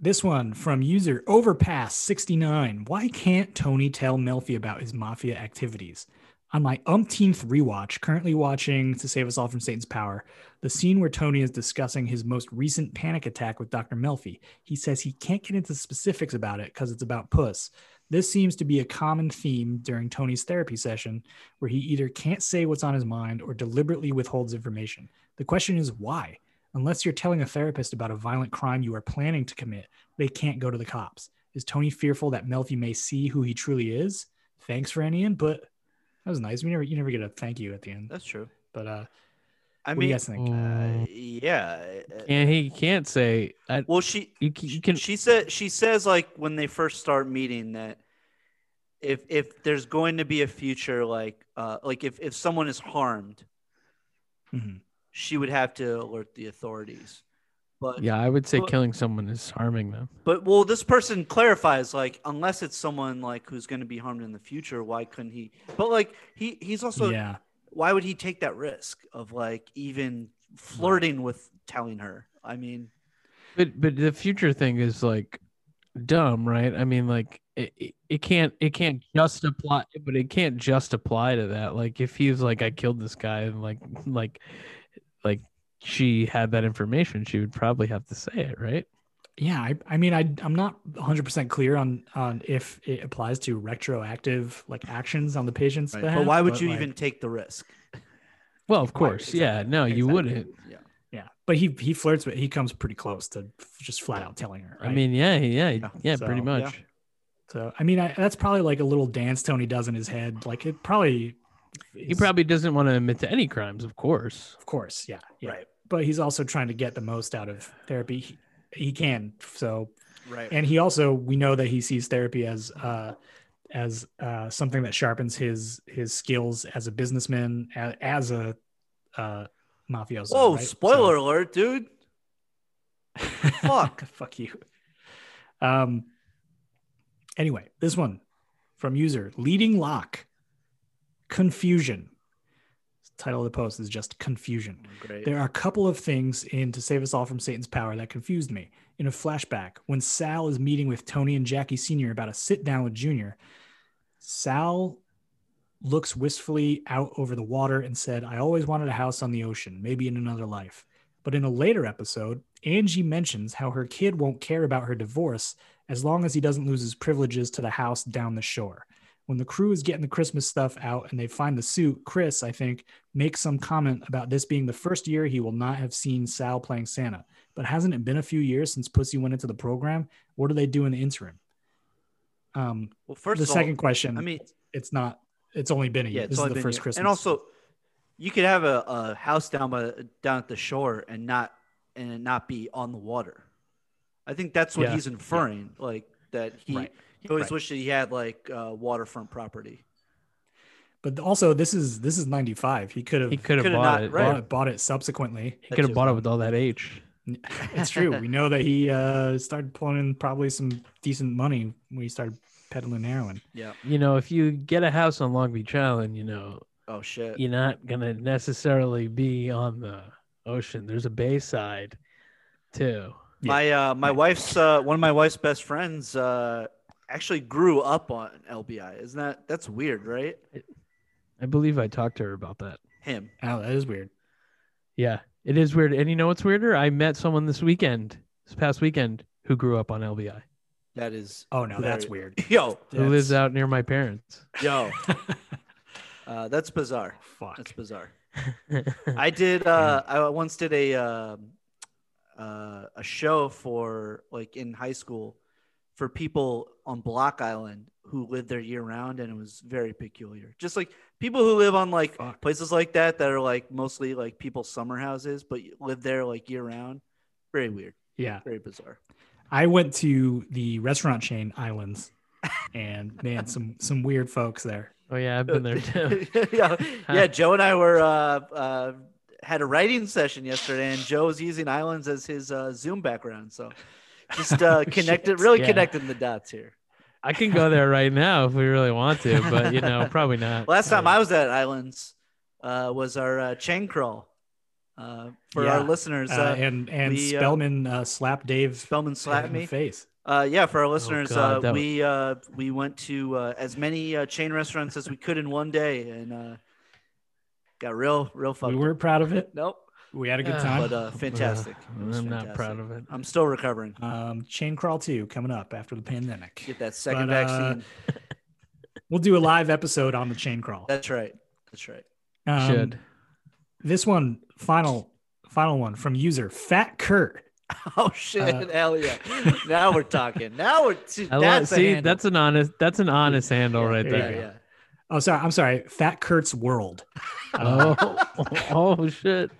[SPEAKER 3] this one from user Overpass sixty nine. Why can't Tony tell Melfi about his mafia activities? On my umpteenth rewatch, currently watching To Save Us All from Satan's Power, the scene where Tony is discussing his most recent panic attack with Dr. Melfi, he says he can't get into specifics about it because it's about puss. This seems to be a common theme during Tony's therapy session, where he either can't say what's on his mind or deliberately withholds information. The question is why? Unless you're telling a therapist about a violent crime you are planning to commit, they can't go to the cops. Is Tony fearful that Melfi may see who he truly is? Thanks for any input. That was nice. We never, you never get a thank you at the end.
[SPEAKER 1] That's true.
[SPEAKER 3] But uh,
[SPEAKER 1] I
[SPEAKER 3] what do you
[SPEAKER 1] mean,
[SPEAKER 3] guys think?
[SPEAKER 1] uh, yeah. uh,
[SPEAKER 2] and he can't say. I,
[SPEAKER 1] Well, she
[SPEAKER 2] you, can, you can.
[SPEAKER 1] she said she says like when they first start meeting that if if there's going to be a future like uh like if if someone is harmed,
[SPEAKER 3] Mhm.
[SPEAKER 1] she would have to alert the authorities. But
[SPEAKER 2] Yeah, I would say
[SPEAKER 1] Well-
[SPEAKER 2] killing someone is harming them.
[SPEAKER 1] But well, this person clarifies like unless it's someone like who's going to be harmed in the future, why couldn't he? But like he he's also
[SPEAKER 3] yeah,
[SPEAKER 1] why would he take that risk of like even flirting with telling her? I mean,
[SPEAKER 2] But but the future thing is like dumb, right? I mean, like it, it, it can't it can't just apply, but it can't just apply to that. Like if he's like, I killed this guy, and like like like she had that information, she would probably have to say it, right?
[SPEAKER 3] Yeah, I, I mean, I, I'm not 100% clear on, on if it applies to retroactive like actions on the patient's
[SPEAKER 1] Right.
[SPEAKER 3] behalf.
[SPEAKER 1] But why would you
[SPEAKER 3] like,
[SPEAKER 1] even take the risk?
[SPEAKER 2] Well, of
[SPEAKER 3] Right,
[SPEAKER 2] course, yeah.
[SPEAKER 3] exactly,
[SPEAKER 2] No, you
[SPEAKER 3] exactly.
[SPEAKER 2] wouldn't.
[SPEAKER 1] Yeah.
[SPEAKER 3] Yeah, but he he flirts with. He comes pretty close to f- just flat out telling her.
[SPEAKER 2] I
[SPEAKER 3] right?
[SPEAKER 2] mean, yeah, yeah, yeah,
[SPEAKER 1] Yeah,
[SPEAKER 2] pretty
[SPEAKER 3] so,
[SPEAKER 2] much.
[SPEAKER 1] yeah.
[SPEAKER 3] so I mean, I, that's probably like a little dance Tony does in his head. Like it probably.
[SPEAKER 2] He
[SPEAKER 3] is-
[SPEAKER 2] probably doesn't want to admit to any crimes, of course.
[SPEAKER 3] of course, yeah, yeah.
[SPEAKER 1] Right.
[SPEAKER 3] But he's also trying to get the most out of therapy. He, he can so,
[SPEAKER 1] Right.
[SPEAKER 3] and he also we know that he sees therapy as uh as uh something that sharpens his his skills as a businessman as, as a uh mafioso.
[SPEAKER 1] Whoa!
[SPEAKER 3] right? So- [LAUGHS]
[SPEAKER 1] Spoiler alert, dude. Fuck.
[SPEAKER 3] Fuck you. Um. Anyway, this one from user leading lock confusion. title of the post is just confusion.
[SPEAKER 1] Great.
[SPEAKER 3] There are a couple of things in To Save Us All from Satan's Power that confused me. In a flashback, when Sal is meeting with Tony and Jackie Sr. about a sit down with Junior, Sal looks wistfully out over the water and said, I always wanted a house on the ocean, maybe in another life. But in a later episode, Angie mentions how her kid won't care about her divorce as long as he doesn't lose his privileges to the house down the shore. When the crew is getting the Christmas stuff out and they find the suit, Chris, I think, makes some comment about this being the first year he will not have seen Sal playing Santa. But hasn't it been a few years since Pussy went into the program? What do they do in the interim? Um,
[SPEAKER 1] Well, first
[SPEAKER 3] the
[SPEAKER 1] of all,
[SPEAKER 3] second question.
[SPEAKER 1] I mean,
[SPEAKER 3] it's not. It's only been a year.
[SPEAKER 1] yeah, it's
[SPEAKER 3] this is
[SPEAKER 1] only
[SPEAKER 3] the
[SPEAKER 1] been
[SPEAKER 3] first
[SPEAKER 1] here.
[SPEAKER 3] Christmas.
[SPEAKER 1] And also, you could have a, a house down by down at the shore and not and not be on the water. I think that's what
[SPEAKER 2] Yeah.
[SPEAKER 1] he's inferring, like that he
[SPEAKER 3] Right.
[SPEAKER 1] he always
[SPEAKER 3] Right.
[SPEAKER 1] wished that he had like uh, waterfront property.
[SPEAKER 3] but also this is this is ninety five. He could have
[SPEAKER 2] He could have
[SPEAKER 1] Coulda
[SPEAKER 2] bought
[SPEAKER 1] not-
[SPEAKER 2] it.
[SPEAKER 1] right.
[SPEAKER 3] bought, it, bought it subsequently.
[SPEAKER 2] He could
[SPEAKER 1] too.
[SPEAKER 2] have bought it with all that H.
[SPEAKER 3] It's true. we know that he uh, started pulling in probably some decent money when he started peddling heroin.
[SPEAKER 1] Yeah.
[SPEAKER 2] You know, if you get a house on Long Beach Island, you know,
[SPEAKER 1] Oh shit.
[SPEAKER 2] you're not gonna necessarily be on the ocean. There's a bayside too.
[SPEAKER 3] Yeah.
[SPEAKER 1] My uh, my wife's uh, one of my wife's best friends uh, actually grew up on LBI. Isn't that that's weird, right?
[SPEAKER 2] I believe I talked to her about that.
[SPEAKER 1] Him.
[SPEAKER 3] Oh, that is weird.
[SPEAKER 2] Yeah, it is weird. And you know what's weirder? I met someone this weekend, this past weekend, who grew up on LBI,
[SPEAKER 1] That is.
[SPEAKER 3] Oh no, that's
[SPEAKER 1] Very- [LAUGHS]
[SPEAKER 3] weird.
[SPEAKER 1] Yo,
[SPEAKER 2] who lives
[SPEAKER 3] That's-
[SPEAKER 2] out near my
[SPEAKER 1] [LAUGHS]
[SPEAKER 2] parents.
[SPEAKER 1] yo. uh, that's bizarre.
[SPEAKER 3] [LAUGHS] Fuck.
[SPEAKER 1] Oh. That's bizarre.
[SPEAKER 2] I
[SPEAKER 1] I did. Uh, I once did a um uh, a show for like in high school for people on Block Island who lived there year round, and it was very peculiar. Just like people who live on like
[SPEAKER 3] Fuck.
[SPEAKER 1] places like that that are like mostly like people's summer houses, but you live there like year round. Very weird.
[SPEAKER 3] Yeah.
[SPEAKER 1] Very bizarre.
[SPEAKER 3] I went to the restaurant chain Islands, and man, some some weird folks there.
[SPEAKER 2] oh yeah, I've been there
[SPEAKER 1] [LAUGHS]
[SPEAKER 2] too.
[SPEAKER 1] yeah,
[SPEAKER 2] [LAUGHS]
[SPEAKER 1] yeah, Joe and I were uh, uh, had a writing session yesterday, and Joe was using islands as his uh, Zoom background. So just
[SPEAKER 2] [LAUGHS]
[SPEAKER 1] uh, connected, really
[SPEAKER 2] Yeah.
[SPEAKER 1] connecting the dots here.
[SPEAKER 2] I can go there right now if we really want to, but you know, probably not.
[SPEAKER 1] Last time I was at Islands uh, was our uh, chain crawl uh, for our
[SPEAKER 3] Yeah.
[SPEAKER 1] listeners.
[SPEAKER 3] Uh,
[SPEAKER 1] Uh,
[SPEAKER 3] and and
[SPEAKER 1] we, uh,
[SPEAKER 3] Spellman uh, slapped Dave
[SPEAKER 1] Spellman slapped
[SPEAKER 3] in the
[SPEAKER 1] me.
[SPEAKER 3] face.
[SPEAKER 1] Uh, yeah, for our listeners,
[SPEAKER 2] Oh, God,
[SPEAKER 1] uh,
[SPEAKER 2] that was-
[SPEAKER 1] we uh, we went to uh, as many uh, chain restaurants as we could in one day, and uh, got real, real fucked.
[SPEAKER 3] We
[SPEAKER 1] up.
[SPEAKER 3] weren't proud of it.
[SPEAKER 1] Nope,
[SPEAKER 3] We had a good
[SPEAKER 2] Yeah.
[SPEAKER 3] time.
[SPEAKER 1] but uh,
[SPEAKER 2] [LAUGHS]
[SPEAKER 1] fantastic. It
[SPEAKER 2] I'm
[SPEAKER 1] was
[SPEAKER 2] not
[SPEAKER 1] fantastic.
[SPEAKER 2] proud of it.
[SPEAKER 1] I'm still recovering.
[SPEAKER 3] um, Chain Crawl 2 coming up after the pandemic.
[SPEAKER 1] Get that second
[SPEAKER 3] But, uh,
[SPEAKER 1] vaccine.
[SPEAKER 3] We'll do a live episode on the Chain Crawl.
[SPEAKER 1] That's right. That's right. [LAUGHS]
[SPEAKER 3] Um,
[SPEAKER 2] Should.
[SPEAKER 3] This one, final, final one from user Fat Kurt.
[SPEAKER 1] Oh shit!
[SPEAKER 3] Uh,
[SPEAKER 1] [LAUGHS] hell yeah! now we're talking. Now we're. See,
[SPEAKER 2] I love,
[SPEAKER 1] that's a
[SPEAKER 2] see,
[SPEAKER 1] handle.
[SPEAKER 2] that's an honest, that's an honest handle right
[SPEAKER 3] yeah,
[SPEAKER 2] there.
[SPEAKER 3] yeah. Oh, sorry. I'm sorry. Fat Kurt's World. Uh,
[SPEAKER 2] Oh, [LAUGHS] oh shit!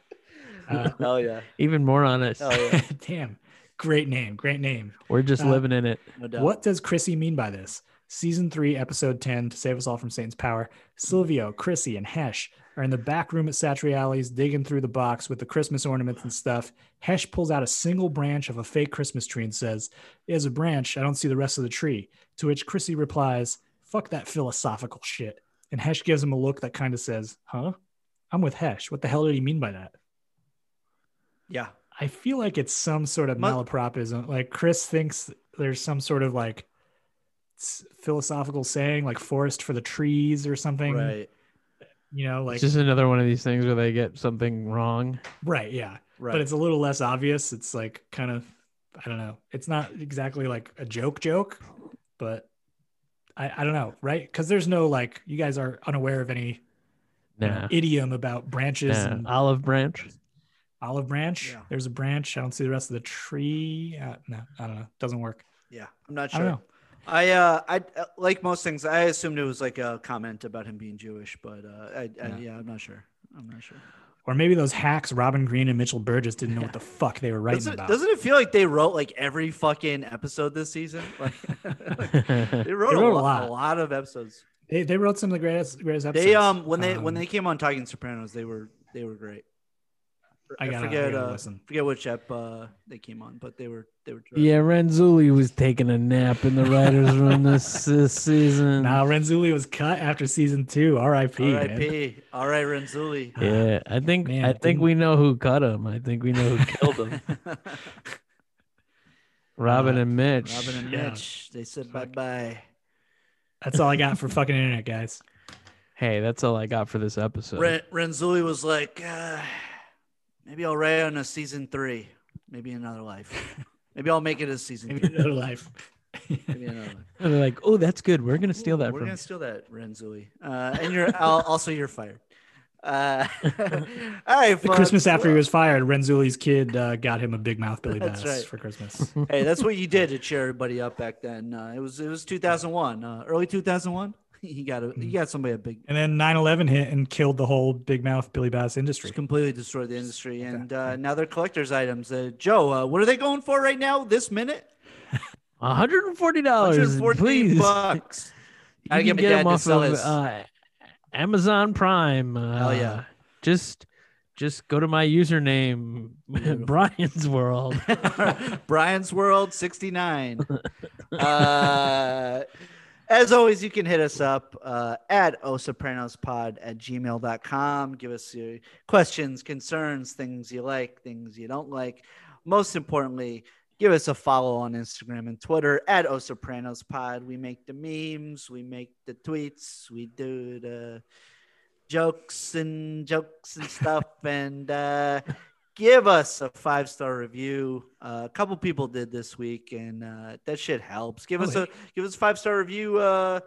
[SPEAKER 3] uh,
[SPEAKER 1] Hell yeah!
[SPEAKER 2] Even more honest.
[SPEAKER 1] Hell
[SPEAKER 3] [LAUGHS]
[SPEAKER 1] yeah!
[SPEAKER 3] [LAUGHS] damn. Great name. Great name.
[SPEAKER 2] We're just
[SPEAKER 3] Uh,
[SPEAKER 2] living in it.
[SPEAKER 1] No doubt.
[SPEAKER 3] What does Chrissy mean by this? Season three, episode 10, to save us all from Satan's power, Silvio, Chrissy, and Hesh are in the back room at Satriali's digging through the box with the Christmas ornaments and stuff. Hesh pulls out a single branch of a fake Christmas tree and says, There's a branch. I don't see the rest of the tree. To which Chrissy replies, Fuck that philosophical shit. And Hesh gives him a look that kind of says, Huh? I'm with Hesh. What the hell did he mean by that?
[SPEAKER 1] Yeah.
[SPEAKER 3] I feel like it's some sort of
[SPEAKER 1] Mu-
[SPEAKER 3] malapropism. Like Chris thinks there's some sort of like s- philosophical saying like forest for the trees or something
[SPEAKER 1] Right.
[SPEAKER 3] you know like
[SPEAKER 2] it's just another one of these things where they get something wrong.
[SPEAKER 3] right yeah
[SPEAKER 1] Right.
[SPEAKER 3] but it's a little less obvious it's like kind of i don't know it's not exactly like a joke joke but i, I don't know right because there's no like you guys are unaware of any you know,
[SPEAKER 2] Nah.
[SPEAKER 3] idiom about branches
[SPEAKER 2] nah.
[SPEAKER 3] and
[SPEAKER 2] Olive branch. [LAUGHS]
[SPEAKER 3] olive branch
[SPEAKER 1] Yeah.
[SPEAKER 3] there's a branch i don't see the rest of the tree uh, no i don't know doesn't work
[SPEAKER 1] yeah. I'm not
[SPEAKER 3] i don't
[SPEAKER 1] sure.
[SPEAKER 3] know
[SPEAKER 1] I, uh, I uh, like most things. I assumed it was like a comment about him being Jewish, but uh, I, I,
[SPEAKER 3] Yeah.
[SPEAKER 1] yeah. I'm not sure. I'm not sure.
[SPEAKER 3] or maybe those hacks robin green and mitchell burgess didn't know what the fuck they were writing
[SPEAKER 1] Doesn't,
[SPEAKER 3] about
[SPEAKER 1] doesn't it feel like they wrote like every fucking episode this season? [LAUGHS] Like, they wrote, a,
[SPEAKER 3] wrote
[SPEAKER 1] lo- a lot. of episodes.
[SPEAKER 3] [LAUGHS] they, they wrote some of the greatest greatest episodes
[SPEAKER 1] They um when they when
[SPEAKER 3] Um,
[SPEAKER 1] they came on talking Sopranos, they were they were great.
[SPEAKER 3] i gotta, I
[SPEAKER 1] forget
[SPEAKER 3] gotta
[SPEAKER 1] uh,
[SPEAKER 3] listen
[SPEAKER 1] forget which ep uh, they came on, but they were they were terrific.
[SPEAKER 3] E
[SPEAKER 2] Yeah, Renzulli was taking a nap in the writers' room this, this season.
[SPEAKER 3] now renzulli was cut after season two rip man. Ah,
[SPEAKER 1] R.I.P. All right, Renzulli.
[SPEAKER 2] Yeah, I think
[SPEAKER 3] Man,
[SPEAKER 2] I think
[SPEAKER 3] didn't-
[SPEAKER 2] we know who cut him. I think we know who
[SPEAKER 1] [LAUGHS]
[SPEAKER 2] killed him. Robin
[SPEAKER 3] Uh,
[SPEAKER 2] and Mitch.
[SPEAKER 1] Robin and
[SPEAKER 3] Yeah.
[SPEAKER 1] Mitch, they said bye bye.
[SPEAKER 3] That's all I got for fucking
[SPEAKER 1] [LAUGHS]
[SPEAKER 3] internet, guys.
[SPEAKER 2] Hey, that's all I got for this episode.
[SPEAKER 1] Ren- Renzulli was like, uh, maybe I'll write on a season three, maybe another
[SPEAKER 3] [LAUGHS]
[SPEAKER 1] life. maybe I'll make it a season
[SPEAKER 3] Maybe [LAUGHS]
[SPEAKER 1] three. [LAUGHS]
[SPEAKER 3] another life.
[SPEAKER 1] Maybe another life.
[SPEAKER 2] And they're like, "Oh, that's good. We're gonna steal that
[SPEAKER 1] We're
[SPEAKER 2] from."
[SPEAKER 1] gonna steal that, Renzulli. Uh, and you're al- also you're fired.
[SPEAKER 3] [LAUGHS]
[SPEAKER 1] Uh, [LAUGHS] all right,
[SPEAKER 3] The
[SPEAKER 1] folks.
[SPEAKER 3] Christmas after he
[SPEAKER 1] Well,
[SPEAKER 3] was fired, Renzuli's kid uh, got him a big mouth Billy
[SPEAKER 1] That's
[SPEAKER 3] Bass
[SPEAKER 1] right.
[SPEAKER 3] for Christmas.
[SPEAKER 1] Hey, that's what you did to cheer everybody up back then. Uh, it was it was 2001, uh, early 2001. [LAUGHS] He got a,
[SPEAKER 2] Mm-hmm.
[SPEAKER 1] he got somebody a big
[SPEAKER 3] And then 9/11 hit and killed the whole big mouth Billy Bass industry.
[SPEAKER 1] Just completely destroyed the industry, and
[SPEAKER 2] Mm-hmm.
[SPEAKER 1] uh, now they're collectors' items. Uh, Joe, uh, what are they going for right now? This minute,
[SPEAKER 2] One hundred and forty dollars.
[SPEAKER 1] 114
[SPEAKER 2] Oh, Please,
[SPEAKER 1] bucks.
[SPEAKER 2] [LAUGHS] you
[SPEAKER 1] Gotta
[SPEAKER 2] can
[SPEAKER 1] get my
[SPEAKER 2] get
[SPEAKER 1] dad
[SPEAKER 2] them
[SPEAKER 1] to
[SPEAKER 2] off
[SPEAKER 1] sell
[SPEAKER 2] of
[SPEAKER 1] his-
[SPEAKER 2] uh, Amazon Prime. Uh,
[SPEAKER 1] Hell yeah.
[SPEAKER 2] Just just go to my username, [LAUGHS] Brian's World.
[SPEAKER 1] [LAUGHS] Brian's World 69. Uh, as always, you can hit us up uh, at osopranospod at gmail.com. Give us your questions, concerns, things you like, things you don't like. Most importantly, give us a follow on Instagram and Twitter at osopranospod. We make the memes, we make the tweets, we do the jokes and jokes and stuff. and uh, give us a five star review. Uh, a couple people did this week, and uh, that shit helps. Give
[SPEAKER 3] Oh,
[SPEAKER 1] us a give us a five star review. Uh,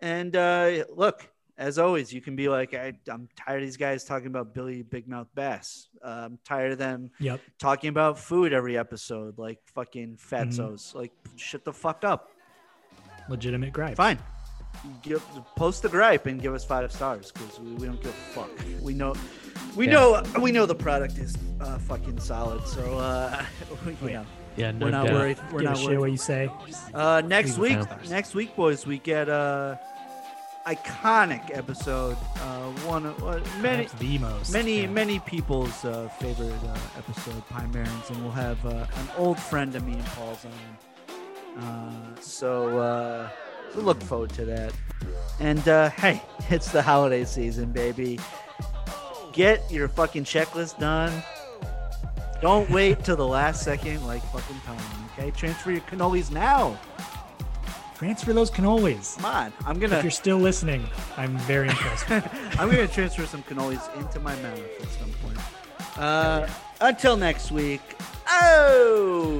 [SPEAKER 1] and uh, look, as always, you can be like, I, I'm tired of these guys talking about Billy Big Mouth Bass. Uh, I'm tired of them
[SPEAKER 3] Yep.
[SPEAKER 1] talking about food every episode, like fucking
[SPEAKER 2] Mm-hmm.
[SPEAKER 1] fatzos. Like, shut the fuck up.
[SPEAKER 3] Legitimate gripe.
[SPEAKER 1] Fine. Give, post the gripe and give us five stars because we, we don't give a fuck. We know, we
[SPEAKER 2] Yeah.
[SPEAKER 1] know, we know the product is uh, fucking solid. So uh, [LAUGHS] we, you know,
[SPEAKER 2] Oh, yeah, no
[SPEAKER 1] we're not
[SPEAKER 2] doubt.
[SPEAKER 1] worried. We're
[SPEAKER 3] Give a
[SPEAKER 1] not
[SPEAKER 3] shit what
[SPEAKER 1] worried.
[SPEAKER 3] you say.
[SPEAKER 1] Uh,
[SPEAKER 2] Leave
[SPEAKER 1] next week,
[SPEAKER 2] us down.
[SPEAKER 1] next week, boys, we get a iconic episode. Uh, one of uh, many.
[SPEAKER 3] Perhaps the most.
[SPEAKER 1] Many,
[SPEAKER 3] Yeah.
[SPEAKER 1] many people's uh, favorite uh, episode, Pine Barrens, and we'll have uh, an old friend of me and Paul's on. Uh, so, uh, so look forward to that. And uh, hey, it's the holiday season, baby. Get your fucking checklist done. Don't wait till the last second, like fucking Tom. Okay, transfer your cannolis now.
[SPEAKER 3] Transfer those cannolis.
[SPEAKER 1] Come on, I'm
[SPEAKER 3] If
[SPEAKER 1] gonna,
[SPEAKER 3] you're still listening, I'm very impressed.
[SPEAKER 1] I'm gonna transfer some cannolis into my mouth at some point. Uh, until next week. Oh.
[SPEAKER 2] Oh.